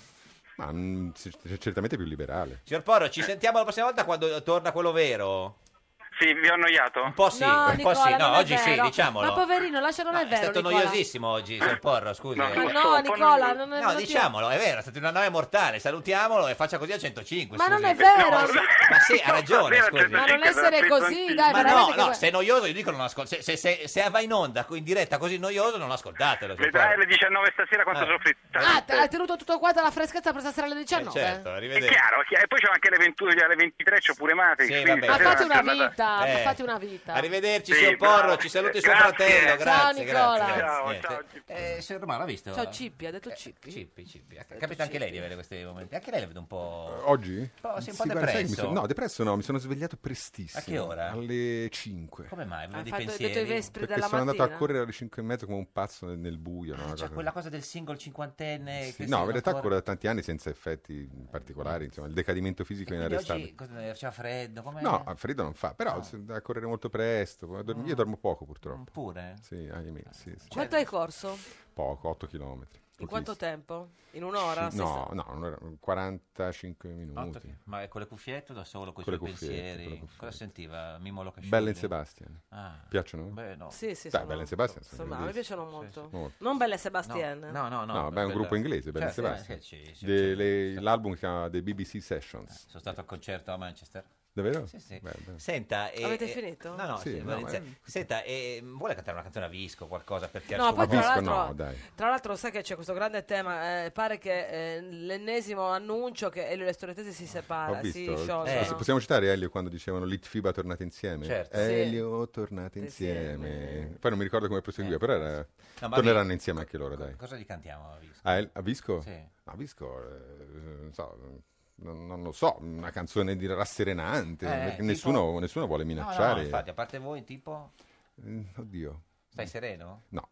G: Ma mm, c- c- certamente più liberale.
B: Signor Porro, ci sentiamo la prossima volta quando torna quello vero?
P: Sì, vi ho annoiato?
B: Un po' sì,
A: No,
B: un po'
A: Nicola,
B: sì,
A: non
B: no,
A: è
B: oggi sì,
A: vero.
B: diciamolo.
A: Ma poverino, lascia non è
B: È
A: vero,
B: stato
A: Nicola.
B: noiosissimo oggi, signor Porro, scusi.
A: Ma no, Nicola, non è
B: No,
A: non ti-
B: diciamolo, è vero, è stata una nave mortale, salutiamolo e faccia così a 105.
A: Ma
B: scusi.
A: non è vero. No,
B: ma sì, ha ragione,
A: davvero,
B: scusi.
A: 105 Ma non essere sarà così, pesantissimo. dai,
B: Ma no,
A: veramente
B: no,
A: che-
B: se è noioso io dico non ascoltate. Se, se, se va in onda in diretta così noioso non ascoltatelo. signor
P: Vedrai
B: Porro.
P: alle 19 stasera quanto
B: Ah.
P: soffrittato.
A: Ah, eh. t- hai tenuto tutto quanto alla freschezza per stasera alle 19?
B: Certo,
P: È
B: arrivederci.
P: chiaro, è chiaro. e poi c'ho anche alle 21, alle 23 c'ho pure Matrix,
B: Sì,
P: quindi
B: vabbè.
A: Ma
P: stasera
A: fate
P: è
A: una
P: giornata-
A: vita, vita,
B: Eh.
A: fate una vita.
B: Arrivederci,
A: Sì,
B: signor Porro,
A: bravo.
B: ci saluti suo
A: Grazie.
B: fratello.
A: Ciao,
B: Grazie,
A: Nicola.
B: grazie.
A: Ciao,
B: grazie.
A: ciao,
B: Eh, signor Romano, ha visto?
A: Ciao Cippi, ha detto Cippi.
B: Cippi, Cippi. Capita anche lei di avere questi momenti. Anche lei la vedo un po'.
G: Eh, Oggi?
B: Po- sì, Oh, un po'
G: Sì, guarda, sai che mi
B: depresso.
G: sono- no, depresso no, mi sono svegliato prestissimo.
B: A che ora?
G: Alle 5.
B: Come mai? Avevo
A: Ha
B: dei
A: Ah, fatto- ha detto
B: pensieri?
A: i vespri
G: Perché
A: della
G: sono andato a
A: mattina?
G: correre alle 5 e mezzo come un pazzo nel, nel buio. no? Una
B: Cioè,
G: cosa-
B: quella cosa del single cinquantenne.
G: Sì,
B: che
G: no,
B: si
G: in realtà
B: ancora-
G: corro da tanti anni senza effetti particolari, insomma, il decadimento fisico è
B: Quindi
G: inarrestabile.
B: oggi Ah. cosa- eh, faceva freddo? Com'è?
G: No, a freddo non fa, però
B: No.
G: se- da correre molto presto, poi dormi- io dormo poco purtroppo.
B: Ah. Pure?
G: Sì, ahimè, sì, sì.
A: Quanto hai corso?
G: Poco, 8 km.
A: In quanto tempo? In un'ora? Sei
G: No,
A: stato-
G: no, un'ora- 45
B: Otto
G: minuti.
B: che- Ma con le cuffiette o da solo con i
G: eh, Con
B: suoi
G: le cuffiette, con le
B: pensieri?
G: cuffiette.
B: Cosa sentiva? Mimmo Locascioli?
G: Bella in Sebastian.
B: Ah.
G: Piacciono?
B: Beh, no.
A: Sì, sì,
G: Dai,
A: sono-
G: Bella in Sebastian. sono
A: Insomma, a me
G: bellissimi.
A: piacciono molto.
G: sì. Molto.
A: Non Belle Sebastian.
B: No, no, no.
G: No, beh, è un
B: quello-
G: gruppo inglese, Bella in
B: Certo,
G: Sebastian.
B: eh, sì, sì,
G: De- le- l'album si chiama The BBC Sessions.
B: Sono stato al concerto a Manchester.
G: Davvero?
B: Sì, sì.
G: Beh, beh.
B: Senta, eh,
A: Avete
B: eh,
A: finito?
B: No, no,
G: Sì,
B: sì,
G: no,
B: vuole
G: eh.
B: iniziare. Senta, eh, vuole cantare una canzone a Visco o qualcosa per piacere?
A: No, poi tra
G: Visco
A: l'altro,
G: no, dai.
A: tra l'altro sai che c'è questo grande tema, eh, pare che eh, l'ennesimo annuncio che Elio e le Storiatese si
B: Ah,
A: separa,
G: Ho
A: si
G: visto.
B: Eh,
A: sciolgono.
G: Poss- Possiamo citare Elio quando dicevano Litfiba tornate insieme?
B: Certo. Sì. Eh.
G: Elio tornate insieme. Poi non mi ricordo come proseguiva, però era-
B: No, ma
G: torneranno
B: vi-
G: insieme anche loro, dai. Ah,
B: Cosa gli cantiamo a Visco?
G: A, El- a Visco?
B: Sì.
G: A Visco, eh, non, so, non- non lo so, una canzone di rasserenante,
B: Eh,
G: perché
B: tipo-
G: nessuno, nessuno vuole
B: No, no,
G: minacciare.
B: no, infatti, a parte voi, tipo,
G: Eh, Oddio.
B: stai sereno?
G: No.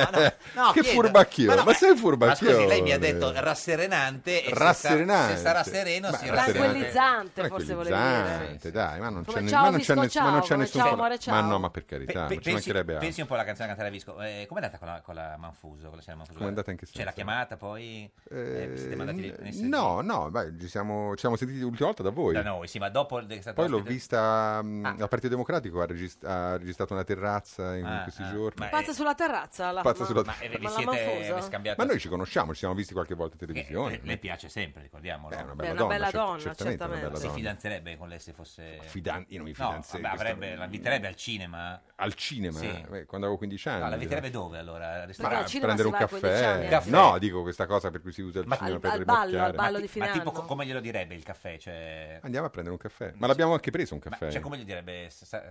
B: No, no, no, no,
G: che
B: chiedo.
G: furbacchione, ma,
B: no,
G: sei
B: Ma
G: furbacchione.
B: scusi, lei mi ha detto rasserenante. e se sa-
G: rasserenante.
B: Se sarà sereno,
G: Ma
B: si
G: rasserenante.
A: Tranquillizzante, forse volevi dire.
G: Tranquillizzante, dai, ma non
A: Come
G: c'è, ne-
A: ciao,
G: ma non c'è
A: Visco,
G: ness- ma non
A: ciao,
G: c'è
A: come
G: nessun
A: ciao,
G: pro-
A: amore, ciao.
G: Ma no, ma per carità,
B: Pe-
G: non ci
B: pensi-
G: mancherebbe altro.
B: Pensi un po' alla canzone cantata a Visco. Eh, com'è andata con la, con la Manfuso? Con la signora Manfuso?
G: Com'è andata in che
B: C'è la
G: senso?
B: chiamata poi? Eh, vi siete
G: Eh,
B: mandati lì? nel senso-
G: no, no, beh, ci siamo, ci siamo sentiti l'ultima volta da voi.
B: Da noi, sì, ma dopo è stato
G: Poi l'ho
B: ospite- Ah.
G: vista mh, al Partito Democratico, ha, regist- ha registrato una terrazza in
B: Ah,
G: questi
B: ah,
G: giorni.
B: ma-
A: Pazza sulla terrazza, la
G: Pazza
A: ma-
G: sulla-
B: Ma eh, vi
A: Ma la
B: siete
A: Manfuso?
B: vi scambiate?
G: Ma noi ci conosciamo, ci siamo visti qualche volta in televisione.
B: Eh, Le piace sempre, ricordiamolo.
G: Beh, è una
A: Beh,
G: bella
A: è una
G: donna,
A: bella
G: cer-
A: donna,
G: certamente, è una bella
A: certamente.
B: Si
G: donna.
B: fidanzerebbe con lei se fosse...
G: Fidan- io non mi
B: No,
G: fidanzerei,
B: vabbè,
G: questa-
B: avrebbe- la inviterebbe al cinema.
G: Al cinema,
B: Sì.
G: beh, quando avevo 15 anni.
B: No, la inviterebbe dove allora? Al
G: Ma
B: ristorante?
G: prendere un caffè.
B: Caffè.
G: No, dico questa cosa per cui si usa il
B: Ma
G: cinema
B: al-
G: per
A: al
G: rimorchiare.
A: ballo, al ballo
B: Ma
A: di
B: ti-
A: fine
B: Ma tipo
A: anno.
B: co- come glielo direbbe il caffè? Cioè...
G: Andiamo a prendere un caffè. Ma l'abbiamo anche preso un
B: Ma-
G: caffè.
B: cioè, come gli direbbe Sa-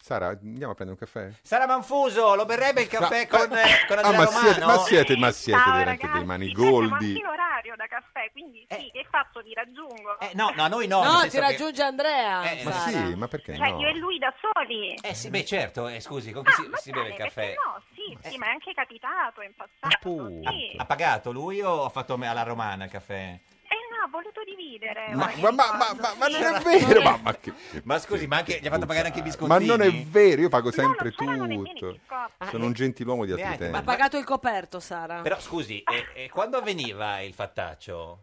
G: Sara, andiamo a prendere un caffè?
B: Sara Manfuso, lo berrebbe il caffè
G: No,
B: con,
G: ma-
B: eh, con
G: ah,
B: Andrea
G: ma
B: Romano?
G: siete, ma siete, ma siete
L: Ciao,
G: veramente
L: ragazzi. Siamo
G: dei manigoldi.
L: anche in orario da caffè, quindi sì, che faccio? Li raggiungo.
B: No, no, noi Eh, no.
A: No,
B: nel
A: ti
B: senso che-
A: raggiunge Andrea.
B: Eh,
G: Ma
B: Sara.
G: sì, ma perché
L: cioè,
G: no?
L: io e lui da soli. Ah,
B: Eh sì, beh certo, eh, scusi, con chi si, si beve il
L: Perché
B: caffè? Eh.
L: No, sì, sì, ma è anche capitato in passato. sì.
B: Ha pagato lui o ha fatto me- alla romana il caffè?
L: Eh no, ha voluto
A: Eh,
L: dividere.
B: Ma-
L: ora
B: ma-
L: mi
B: ma-
L: ricordo,
B: ma- ma
L: sì.
B: non è
G: Vero, ma, ma che-
B: Ma scusi, ma anche, gli ha fatto pagare anche i biscottini?
G: ma non è vero, io pago sempre tutto. Sono un gentiluomo di altri
B: Neanche,
G: tempi.
A: Ha pagato il coperto, Sara.
B: Però scusi, e- e quando avveniva il fattaccio?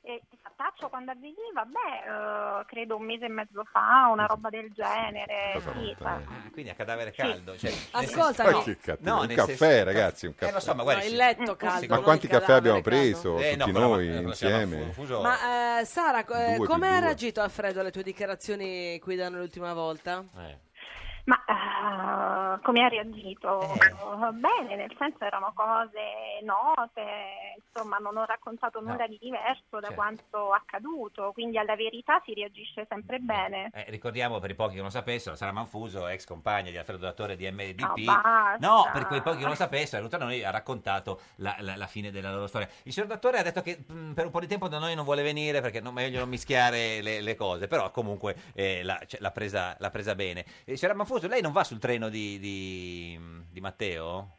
L: E il fattaccio quando avveniva, beh, eh, credo un mese e mezzo fa,
B: Mm.
L: una roba del genere.
G: cosa
L: Sì,
G: lontana.
L: fa-
B: Ah, Quindi a cadavere caldo. Cioè,
A: Ascoltami.
G: Ma che cattivo, un caffè, ragazzi, un
B: Eh, lo so,
G: caffè.
B: ma guarda,
A: No, il
B: sì.
A: letto caldo,
G: Ma
A: non
G: quanti
A: il
G: caffè
A: cadavere
G: abbiamo
A: caldo.
G: preso
B: Eh, no,
G: tutti
B: quello-
G: noi
B: quello siamo
G: insieme?
B: fu- fuso.
A: Ma eh, Sara, co- eh,
G: Due più
A: come ha
G: due.
A: reagito Alfredo alle tue dichiarazioni qui da noi l'ultima volta?
B: Eh.
L: Ma eh, come ha reagito?
B: Eh.
L: Bene, nel senso erano cose note, insomma non ho raccontato nulla di diverso da
B: certo.
L: quanto accaduto, quindi alla verità si reagisce sempre bene.
B: Eh, ricordiamo per i pochi che non lo sapessero, Sara Manfuso, ex compagna di Alfredo Dattore di MDP.
L: No, Ah, basta.
B: no, per quei pochi che non lo sapessero, è venuta da noi e ha raccontato la, la- la fine della loro storia. Il signor Dattore ha detto che mh, per un po' di tempo da noi non vuole venire perché non meglio non mischiare le, le cose, però comunque eh, l'ha, cioè, l'ha presa, l'ha presa bene. Eh, signora Manfuso, lei non va sul treno di, di- di Matteo?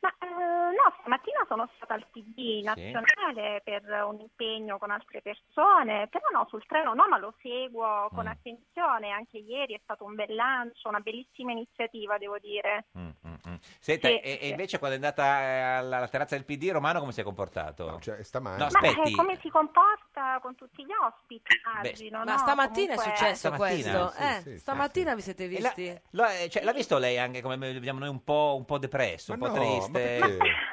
L: Ma eh, no, stamattina sono stata al PD nazionale per un impegno con altre persone, però no, sul treno no, ma lo seguo con
B: Mm.
L: attenzione, anche ieri è stato un bel lancio, una bellissima iniziativa devo dire.
B: Mm, mm, mm. Senta,
L: Sì,
B: e, e
L: sì.
B: invece quando è andata eh, alla, alla terrazza del PD, Romano come si è comportato? No,
G: cioè, stamani.
B: No,
L: Ma eh,
B: aspetti.
L: come si comporta con tutti gli ospiti, immagino,
A: ma
L: no?
A: stamattina
L: Comunque-
A: è successo
B: Stamattina?
A: questo.
B: Sì,
A: eh,
B: sì, sì,
A: stamattina vi siete
B: E la-
A: visti?
B: lo- eh, cioè, l'ha visto lei anche come vediamo noi un po', un po' depresso, un po'
G: no,
B: triste?
G: ma perché?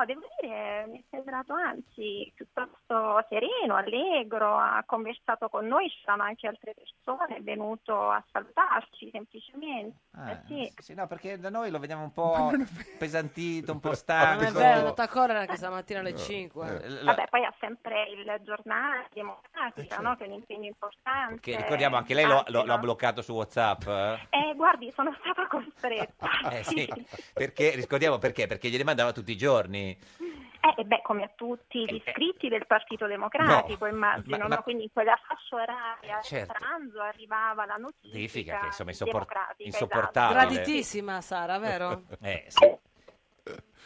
L: No, devo dire eh, mi è sembrato anzi piuttosto sereno, allegro, ha conversato con noi, c'erano anche altre persone, è venuto a salutarci semplicemente.
B: Ah,
L: Eh sì.
B: Sì, no, perché da noi lo vediamo un po' pesantito, un po'
A: Non
B: stanco.
A: è vero, è andato a correre anche stamattina alle 5.
B: Eh,
L: Vabbè, poi ha sempre il giornale democratica, no? che è un impegno importante. Ah,
B: Che Eh, certo. ricordiamo anche lei lo, lo- lo ha bloccato su WhatsApp. eh?
L: Eh, guardi, sono stata costretta.
B: Eh sì, perché ricordiamo perché? Perché gliele mandava tutti i giorni.
L: Eh, e beh, come a tutti gli iscritti del Partito Democratico, immagino,
B: Eh, ma- ma-
L: no? quindi in quella fascia oraria,
B: Certo.
L: a pranzo, arrivava la notifica
B: Notifica che, insomma, insopor-
L: democratica,
B: Esatto.
A: esatto.
B: insopportabile.
A: Graditissima Sara, vero?
B: Eh, sì.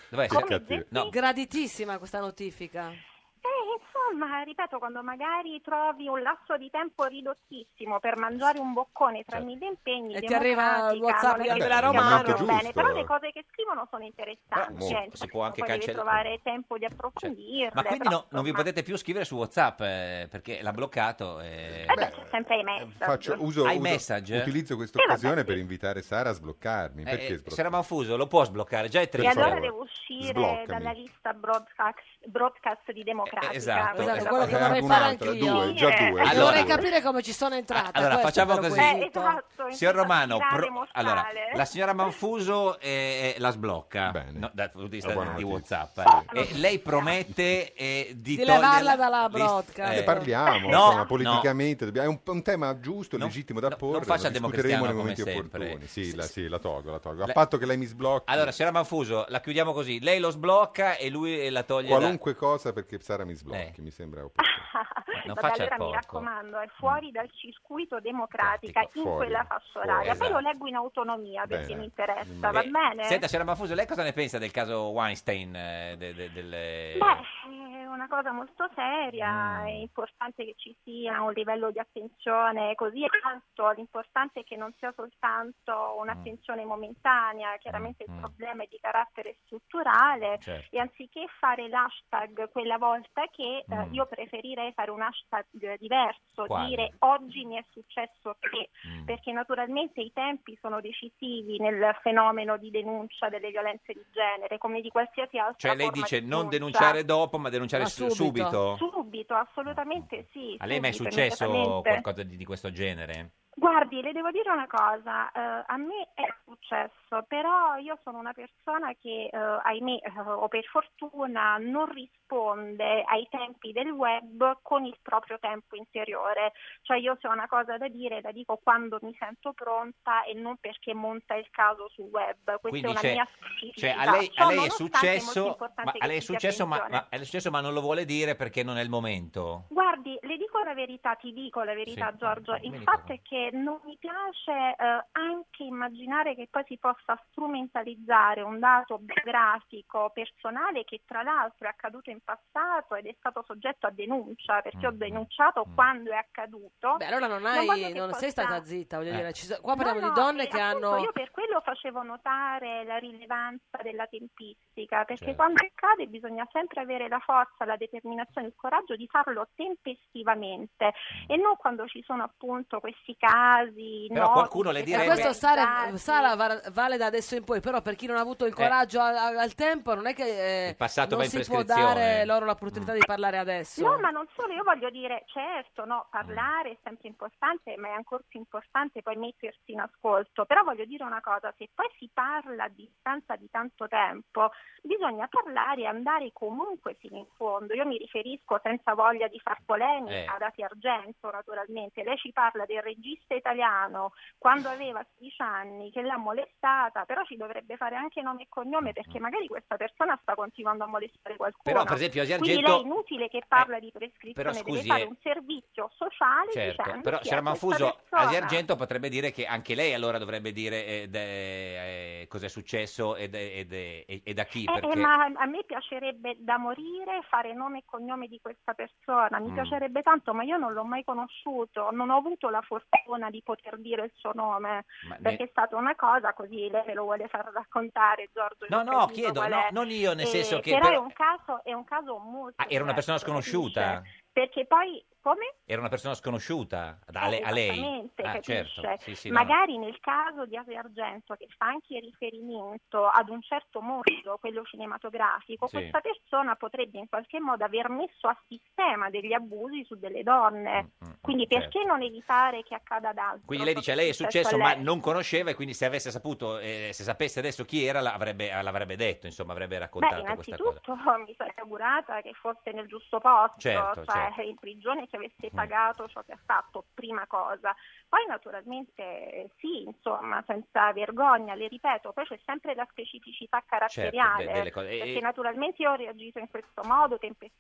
B: Dov'è?
L: Che cattivo.
B: No,
A: Graditissima questa notifica.
L: esatto. Eh, insomma, ripeto, quando magari trovi un lasso di tempo ridottissimo per mangiare un boccone
B: Certo.
L: tra mille impegni
A: E ti arriva il
L: democratica,
A: WhatsApp
L: non è
A: di
L: che
A: Andrea
L: sia
A: Romano.
L: proprio
B: Giusto.
L: bene, però le cose che scrivono sono
B: Però,
L: interessanti,
B: mo,
L: eh,
B: si può anche
L: poi devi
B: cancellare-
L: trovare tempo di approfondirle.
B: ma quindi
L: però,
B: no- non vi
L: insomma,
B: potete più scrivere su WhatsApp eh, perché l'ha bloccato. eh.
L: eh beh, c'è sempre i messaggi.
G: Faccio uso,
B: Hai
G: uso-
B: message?
G: utilizzo
L: Eh,
G: questa occasione per invitare Sara a sbloccarmi.
B: Eh,
G: perché
B: eh,
G: sbloccarmi?
B: Sera Manfuso lo può sbloccare, già è tre
L: E allora
B: ore.
L: devo uscire
B: Sbloccami.
L: dalla lista broadcast, broadcast di democratica.
B: Eh, esatto,
L: Questa
B: esatto.
L: cosa
B: Eh,
L: vorrei
B: un'altra,
L: fare anch'io.
B: due, già
L: Eh,
B: due,
A: E
B: Allora-
A: vorrei capire come ci sono entrata.
B: Allora
A: questo
B: facciamo
A: è il
B: così.
A: quesito.
L: esatto,
B: Signor Romano, pro-
L: mortale.
B: allora, la signora Manfuso eh, eh, la sblocca no, dal punto di
G: Una
B: vista
G: buona
B: di
G: notizia.
B: WhatsApp. eh. E lei promette eh, di,
A: Di
B: toglierla-
A: levarla dalla
B: di-
A: broadcast.
G: Ne
B: eh,
G: parliamo
B: no,
G: insomma,
B: no,
G: politicamente, dobbiamo- è un, un tema giusto, legittimo da porre.
B: non faccia
G: lo
B: democristiano
G: discuteremo nei
B: come
G: momenti
B: sempre.
G: opportuni. Sì, la, sì, la tolgo, la tolgo. A
B: Le-
G: patto che lei mi sblocchi.
B: Allora, signora Manfuso, la chiudiamo così. Lei lo sblocca e lui eh, la Eh. Ah, toglie da-
G: Qualunque cosa perché Sara mi sblocchi, mi sembra opportuno.
B: Non
L: Vabbè,
B: faccia il
L: allora mi
B: porco.
L: raccomando, è fuori dal circuito democratica in
B: fuori,
L: quella fascia
B: fuori,
L: oraria. Poi
B: esatto.
L: lo leggo in autonomia perché
B: Bene.
L: mi interessa, va
B: Eh,
L: bene?
B: Senta, signora Manfuso, lei cosa ne pensa del caso Weinstein? eh, de- de- delle-
R: Eh,
L: Beh, è una cosa molto seria,
R: Ah.
L: è importante che ci sia un livello di attenzione così alto, l'importante è che non sia soltanto
R: Mm.
L: un'attenzione momentanea, chiaramente il problema è di carattere strutturale
R: Certo.
L: e anziché fare l'hashtag quella volta che eh,
R: Mm.
L: io preferirei fare un hashtag eh, diverso,
R: Quale?
L: dire oggi mi è successo che,
B: Mm.
L: perché naturalmente i tempi sono decisivi nel fenomeno di denuncia delle violenze di genere, come di qualsiasi altra
B: Cioè lei
L: forma
B: dice
L: di
B: non
L: denuncia.
B: denunciare dopo, ma denunciare su- subito.
L: Subito, assolutamente sì.
B: A lei mai è
L: subito,
B: successo
L: immediatamente.
B: qualcosa di, di questo genere?
L: Guardi, le devo dire una cosa, eh, a me è successo, però io sono una persona che, eh, ahimè, eh, o per fortuna, non risponde ai tempi del web con il proprio tempo interiore. Cioè io se ho una cosa da dire la dico quando mi sento pronta e non perché monta il caso sul web. Questa è
B: Quindi
L: una
B: c'è-
L: mia
B: cioè,
L: specificità.
B: a lei, a
L: Ciò
B: lei è
L: nonostante molto
B: successo,
L: importante
B: ma,
L: che
B: a lei è
L: ci sia
B: successo, ma,
L: attenzione.
B: ma- è successo, ma non lo vuole dire perché non è il momento.
L: Guardi, le dico la verità, ti dico la verità
B: Sì,
L: Giorgio,
B: dimmi
L: il
B: cosa.
L: fatto è che non mi piace eh, anche immaginare che poi si possa strumentalizzare un dato biografico, personale, che tra l'altro è accaduto in passato ed è stato soggetto a denuncia, perché ho denunciato quando è accaduto.
A: Beh, allora non,
L: voglio
A: hai,
L: che
A: non sei
L: possa-
A: stata zitta,
B: Eh.
A: voglio dire. ci so- qua
L: No,
A: parliamo
L: no,
A: di donne
L: e
A: che
L: appunto
A: hanno...
L: Io per quello facevo notare la rilevanza della tempistica, perché
A: Certo.
L: quando accade bisogna sempre avere la forza, la determinazione, il coraggio di farlo tempestivamente e non quando ci sono appunto questi casi.
B: Però
L: noti,
B: qualcuno le
L: che
B: direbbe-
A: E questo Sara,
L: organizzati.
A: Sara var- vale da adesso in poi, però per chi non ha avuto il coraggio al, al- al tempo non è che eh,
B: Eh. Il passato va
A: non
B: in
A: si può
B: prescrizione. Mm.
A: dare loro l'opportunità di parlare adesso.
L: No, ma non solo, io voglio dire, certo, no, parlare è sempre importante, ma è ancora più importante poi mettersi in ascolto. Però voglio dire una cosa, se poi si parla a distanza di tanto tempo, bisogna parlare e andare comunque fino in fondo. Io mi riferisco senza voglia di far polemica
R: Eh.
L: ad Ati Argento, naturalmente. Lei ci parla del regista italiano quando aveva 16 anni che l'ha molestata, però ci dovrebbe fare anche nome e cognome perché magari questa persona sta continuando a molestare qualcuno.
B: Mm-hmm. Però, per esempio, Asi
L: Quindi
B: Argento-
L: lei è inutile che parla di prescrizione,
B: Eh, però,
L: deve
B: scusi,
L: fare
B: eh.
L: un servizio sociale
B: Certo,
L: dicendo
B: però
L: chi è
B: signora Manfuso,
L: "Ah, questa persona.
B: Asi Argento potrebbe dire che anche lei allora dovrebbe dire eh, de- eh, cosa è successo ed- ed- e e da chi.
L: Eh, eh,
B: Perché...
L: ma a me piacerebbe da morire fare nome e cognome di questa persona, mi
B: Mm.
L: piacerebbe tanto, ma io non l'ho mai conosciuto, non ho avuto la fortuna di poter dire il suo nome,
B: Ma ne-
L: perché è stata una cosa così, lei me lo vuole far raccontare Giorgio.
B: No,
L: io ho
B: no,
L: capito
B: chiedo,
L: qual
B: no,
L: è.
B: non io, nel
L: Eh,
B: senso che
L: Però,
B: però-
L: È, un caso, è un caso molto...
B: Ah, era una persona
L: diverso, capisce?
B: sconosciuta.
L: Perché poi, come?
B: Era una persona sconosciuta ad- a, le- a lei.
L: Eh, Esattamente,
B: Ah,
L: capisce?
B: certo. Sì, sì, no, no.
L: Magari nel caso di Ave Argento, che fa anche riferimento ad un certo mondo, quello cinematografico,
R: Sì.
L: questa persona potrebbe in qualche modo aver messo a sistema degli abusi su delle donne.
B: Mm,
L: Quindi perché
B: certo.
L: non evitare che accada ad altri?
B: Quindi lei dice a lei è
L: Rispetto a
B: successo ma
L: lei.
B: non conosceva e quindi se avesse saputo, eh, se sapesse adesso chi era l'avrebbe, eh, l'avrebbe detto, insomma avrebbe
L: Beh,
B: raccontato questa cosa.
L: innanzitutto mi sarei augurata che fosse nel giusto posto,
B: Certo,
L: cioè
B: certo. Mm.
L: in prigione che avesse pagato ciò che ha fatto, prima cosa. Poi naturalmente eh, sì, insomma, senza vergogna, le ripeto, poi c'è sempre la specificità
B: Certo,
L: caratteriale,
B: de- delle cose. Eh, E-
L: perché
B: e-
L: naturalmente io ho reagito in questo modo,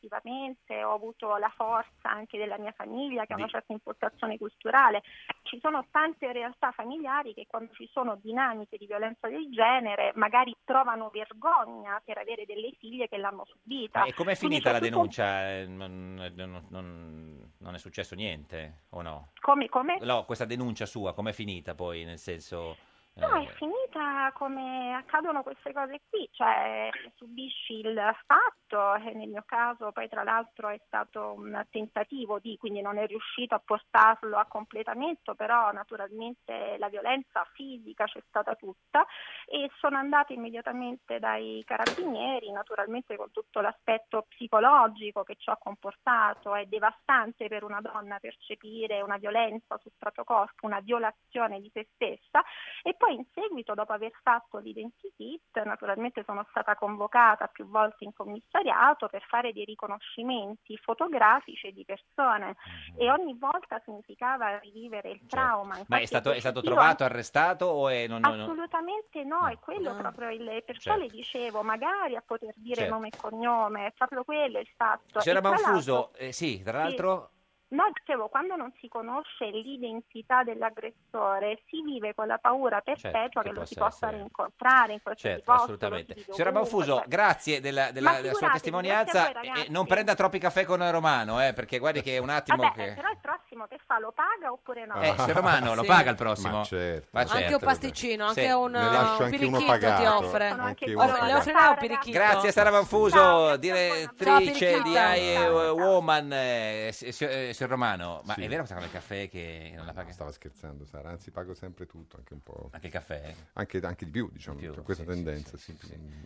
L: tempestivamente, ho avuto la forza anche della mia famiglia che ha
B: Di-
L: una certa importazione culturale. Ci sono tante realtà familiari che quando ci sono dinamiche di violenza del genere magari trovano vergogna per avere delle figlie che l'hanno subita.
B: Ma e com'è
L: Quindi
B: finita la
L: c'è tutto-
B: denuncia? Eh, Non, non- non- non è successo niente o no?
L: Come, come?
B: No, questa denuncia sua com'è finita poi? Nel senso...
L: No,
B: eh,
L: è finita come accadono queste cose qui, cioè subisci il fatto, e nel mio caso poi tra l'altro è stato un tentativo di, quindi non è riuscito a portarlo a completamento, però naturalmente la violenza fisica c'è stata tutta e sono andata immediatamente dai carabinieri, naturalmente con tutto l'aspetto psicologico che ciò ha comportato, è devastante per una donna percepire una violenza sul proprio corpo, una violazione di se stessa e poi in seguito, dopo aver fatto l'identity kit, naturalmente sono stata convocata più volte in commissariato per fare dei riconoscimenti fotografici e di persone e ogni volta significava rivivere il
B: Mm-hmm.
L: trauma.
B: Certo. Ma
L: Infatti
B: è stato, è stato
L: l'obiettivo
B: trovato, arrestato o è... Non, non- non-
L: Assolutamente no, è quello proprio il perciò
B: Ah. Certo.
L: le dicevo, magari a poter dire
B: Certo.
L: nome e cognome, è proprio quello il fatto.
B: C'era
L: E tra l'altro-
B: Manfuso, eh, sì, tra l'altro...
L: Sì. No, dicevo, quando non si conosce l'identità dell'aggressore, si vive con la paura perpetua
B: Certo, che
L: che lo si
B: possa
L: possa
B: essere-
L: rincontrare in qualsiasi
B: Certo,
L: posto, lo
B: assolutamente.
L: si vede
B: Signora
L: ovunque,
B: Manfuso,
L: cioè-
B: grazie della, della-
L: Ma
B: della sua
L: figuratevi,
B: testimonianza.
L: grazie a voi,
B: e- e
L: ragazzi.
B: non prenda troppi caffè con Romano, eh, perché guardi che è un attimo
L: Vabbè, eh,
B: che...
L: però il prossimo che fa lo paga oppure no?
B: Eh, signor Romano, lo
G: Sì.
B: paga il prossimo.
G: Ma certo.
B: Ma
A: Anche
B: certo.
A: un pasticcino, anche
B: Sì.
A: un
G: Ne lascio
A: uh,
G: anche uno
A: pirichito ti
G: pagato,
A: offre.
G: anche
A: Offre-
G: uno
A: Le
G: pagato.
A: offrirà un pirichito.
B: Grazie a Sara Manfuso, direttrice
A: Ciao,
B: di
A: Pirichita.
B: I eh, Woman, eh, s- s- eh, signor Romano. Ma
G: Sì.
B: è vero questa cosa del caffè che non la paga?
G: Stava scherzando, Sara. Anzi, pago sempre tutto, anche un po'.
B: Anche il caffè? eh?
G: Anche, anche di più, diciamo. c'è questa tendenza. sì.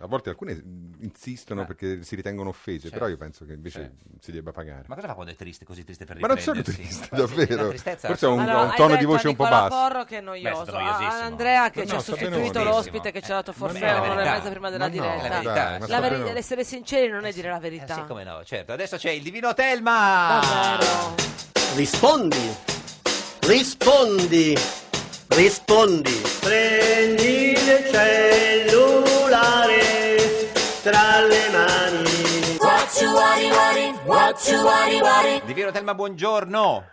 G: A volte alcune mh, insistono
B: Ma-
G: perché si ritengono offese,
B: Certo,
G: però io penso che invece si debba pagare.
B: Ma cosa fa quando è triste, così triste per
G: Ma non sono
B: riprendersi?
G: triste,
B: Ma sì,
G: davvero.
B: la tristezza-
G: Forse ho un-
A: Allora,
G: ho un
A: hai
G: tono di
A: detto
G: voce un po'
A: a Nicola
G: basso.
A: Porro
B: Beh,
A: che è
B: è
A: noioso.
B: stato
A: A-
B: noiosissimo.
A: a Andrea che
G: No,
A: ci ha
G: sta bene
A: sostituito
G: moltissimo.
A: l'ospite che ci ha dato forse
B: ma no,
A: un'ora e
B: verità.
A: mezza prima
B: Ma
A: della
B: no,
A: diretta.
B: la verità, ma
A: La
B: sta
A: veri-
B: bene.
A: essere sinceri non è dire la verità.
B: Sì, come no, certo. Adesso c'è il divino Telma.
S: Rispondi, rispondi, rispondi. Prendi il cellulare tra le mani.
B: Divino Telma, buongiorno.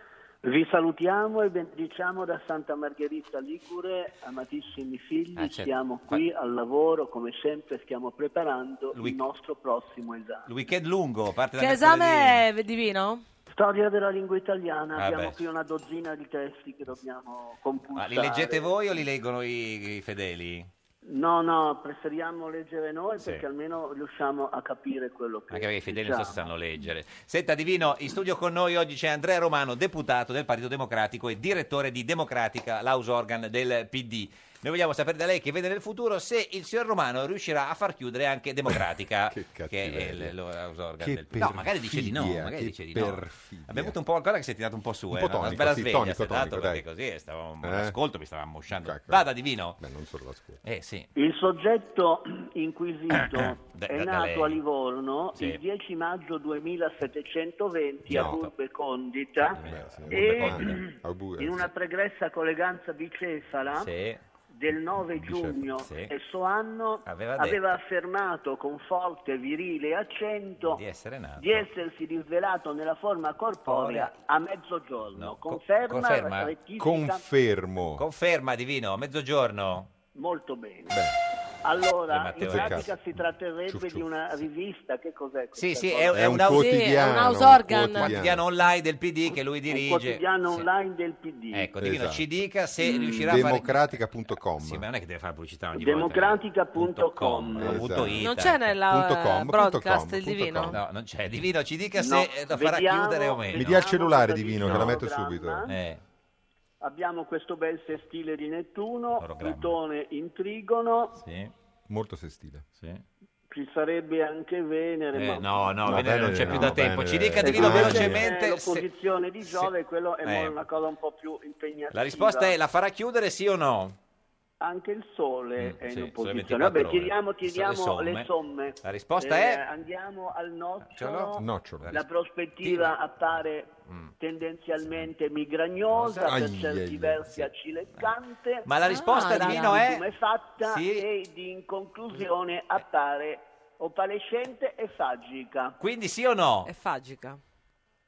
S: Vi salutiamo e benediciamo da Santa Margherita Ligure, amatissimi figli,
B: Ah, certo.
S: siamo qui al lavoro, come sempre stiamo preparando
B: Lui-
S: il nostro prossimo esame.
B: Il weekend lungo, parte da
A: Che
B: mercoledì.
A: esame è divino?
S: Storia della lingua italiana,
B: Ah,
S: abbiamo
B: beh.
S: qui una dozzina di testi che dobbiamo
B: Ma
S: compulsare.
B: li leggete voi o li leggono i, i fedeli?
S: No, no, preferiamo leggere noi
B: Sì.
S: perché almeno riusciamo a capire quello che
B: Anche perché i fedeli non so se
S: diciamo.
B: sanno leggere. Senta Divino, in studio con noi oggi c'è Andrea Romano, deputato del Partito Democratico e direttore di Democratica, l'house organ del PD. Noi vogliamo sapere da lei che vede nel futuro se il signor Romano riuscirà a far chiudere anche Democratica, che, è il- lo house organ
G: Che
B: del PD. No, magari dice
G: perfidia,
B: di no, magari
G: che
B: dice di no.
G: perfidia.
B: Abbiamo avuto un po' ancora che si è tirato un po' su,
G: Un
B: eh,
G: po'
B: una
G: tonico,
B: bella
G: sì,
B: sveglia
G: tonico,
B: si è dato,
G: tonico,
B: perché
G: dai.
B: così eh, stavamo
G: Eh?
B: l'ascolto mi stava ammosciando. Vada Divino.
G: Beh, non solo l'ascolto.
B: Eh sì.
S: Il soggetto inquisito
B: Eh, Da-
S: è
B: da- da lei.
S: nato a Livorno
B: Sì.
S: il 10 maggio 2720 a
G: No.
S: Urbe Condita
B: Eh,
G: Urbe
S: e
G: Condita. Augur-
S: in una pregressa colleganza bicefala
B: Sì.
S: del 9 giugno
B: sì.
S: stesso anno
B: Aveva
S: aveva,
B: detto.
S: affermato con forte virile accento
B: Di essere nato.
S: di essersi risvelato nella forma corporea a mezzogiorno. conferma, rettifica
G: Confermo.
B: Conferma Divino, a mezzogiorno.
S: molto bene.
B: Eh,
S: Allora, in
B: Matteo, eh.
S: pratica si tratterebbe di una rivista, che cos'è?
B: Sì,
S: questa
B: sì,
S: cosa?
B: è, è un, aus- un quotidiano online del PD che lui
S: Un
B: dirige.
S: quotidiano online del PD.
B: Ecco, Divino,
G: Esatto.
B: ci dica se
S: Mm,
B: riuscirà a fare...
G: Democratica.com.
B: Sì, ma non è che deve fare pubblicità ogni volta.
G: esatto.
S: Democratica.com.
B: Punto it.
A: Non c'è nella
G: Punto com, punto
A: broadcast
G: com,
A: il
G: punto
A: divino?
G: com.
B: No, non c'è. Divino, ci dica
S: No,
B: se lo farà
S: vediamo-
B: chiudere o meno. Eh,
G: Mi dia il cellulare divino, che la
S: Vediamo
G: metto
S: cosa dice il
G: subito.
S: programma. Abbiamo questo bel sestile di Nettuno, Plutone in trigono,
G: Molto sestile.
S: ci sarebbe anche Venere.
B: Eh,
S: ma-
B: no, no,
G: No,
B: Venere non c'è
G: Venere
B: più
G: no,
B: da tempo. Ci
G: Venere.
B: dica,
G: Eh,
B: Divino,
G: ah,
B: velocemente...
S: Eh,
B: se-
S: l'opposizione di Giove, quello è
B: Eh.
S: mo- una cosa un po' più impegnativa.
B: La risposta è la farà chiudere sì o no?
S: Anche il Sole
B: sì,
S: è in
B: sole
S: opposizione.
B: 24
S: Vabbè,
B: ore.
S: tiriamo,
B: Ci
S: tiriamo
B: sono le
S: le,
B: somme.
S: somme.
B: La risposta è-
S: Eh, Andiamo al nocciolo.
G: Nocciolo? Nocciolo.
S: La prospettiva appare
B: Mm.
S: tendenzialmente migragnosa,
G: Ai,
S: per
G: ai,
S: certi
G: ai,
S: versi accileccante.
B: Ma la risposta,
S: Ah,
B: Divino,
S: la
B: è-
S: ultima fatta
B: Sì.
S: e di- in conclusione appare opalescente e fagica.
B: Quindi sì o no?
S: fagica.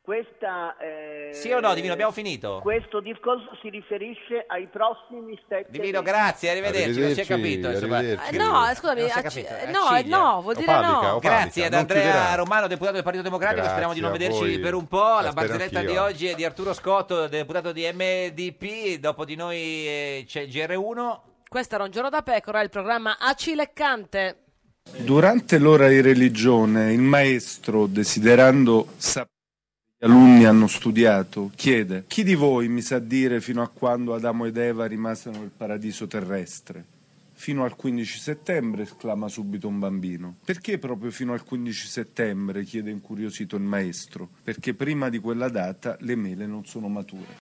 S: Questa... eh,
B: Sì o no, Divino, abbiamo finito?
S: Questo discorso si riferisce ai prossimi sette
B: Divino,
S: mesi.
B: grazie, arrivederci, non si è
G: Arrivederci,
B: capito. insomma.
G: arrivederci.
A: Eh, Cioè, no, eh, scusami,
B: Non si è
A: acc-
B: capito,
A: eh,
B: eh,
A: no, eh,
B: Ciglia.
A: no, vuol dire Opalica, no. opalica,
B: Grazie ad
G: non
B: Andrea
G: chiuderà.
B: Romano, deputato del Partito Democratico,
G: Grazie
B: speriamo di non
G: a
B: vederci
G: voi.
B: per un po'.
G: La
B: La
G: spero
B: barzelletta di
G: anch'io.
B: oggi è di Arturo Scotto, deputato di MDP, dopo di noi eh, c'è il GR1.
A: Questo era un giorno da pecora, il programma acileccante.
R: Durante l'ora di religione il maestro, desiderando sapere che gli alunni hanno studiato, chiede chi di voi mi sa dire fino a quando Adamo ed Eva rimasero nel paradiso terrestre? Fino al 15 settembre, esclama subito un bambino. Perché proprio fino al 15 settembre? chiede incuriosito il maestro. Perché prima di quella data le mele non sono mature.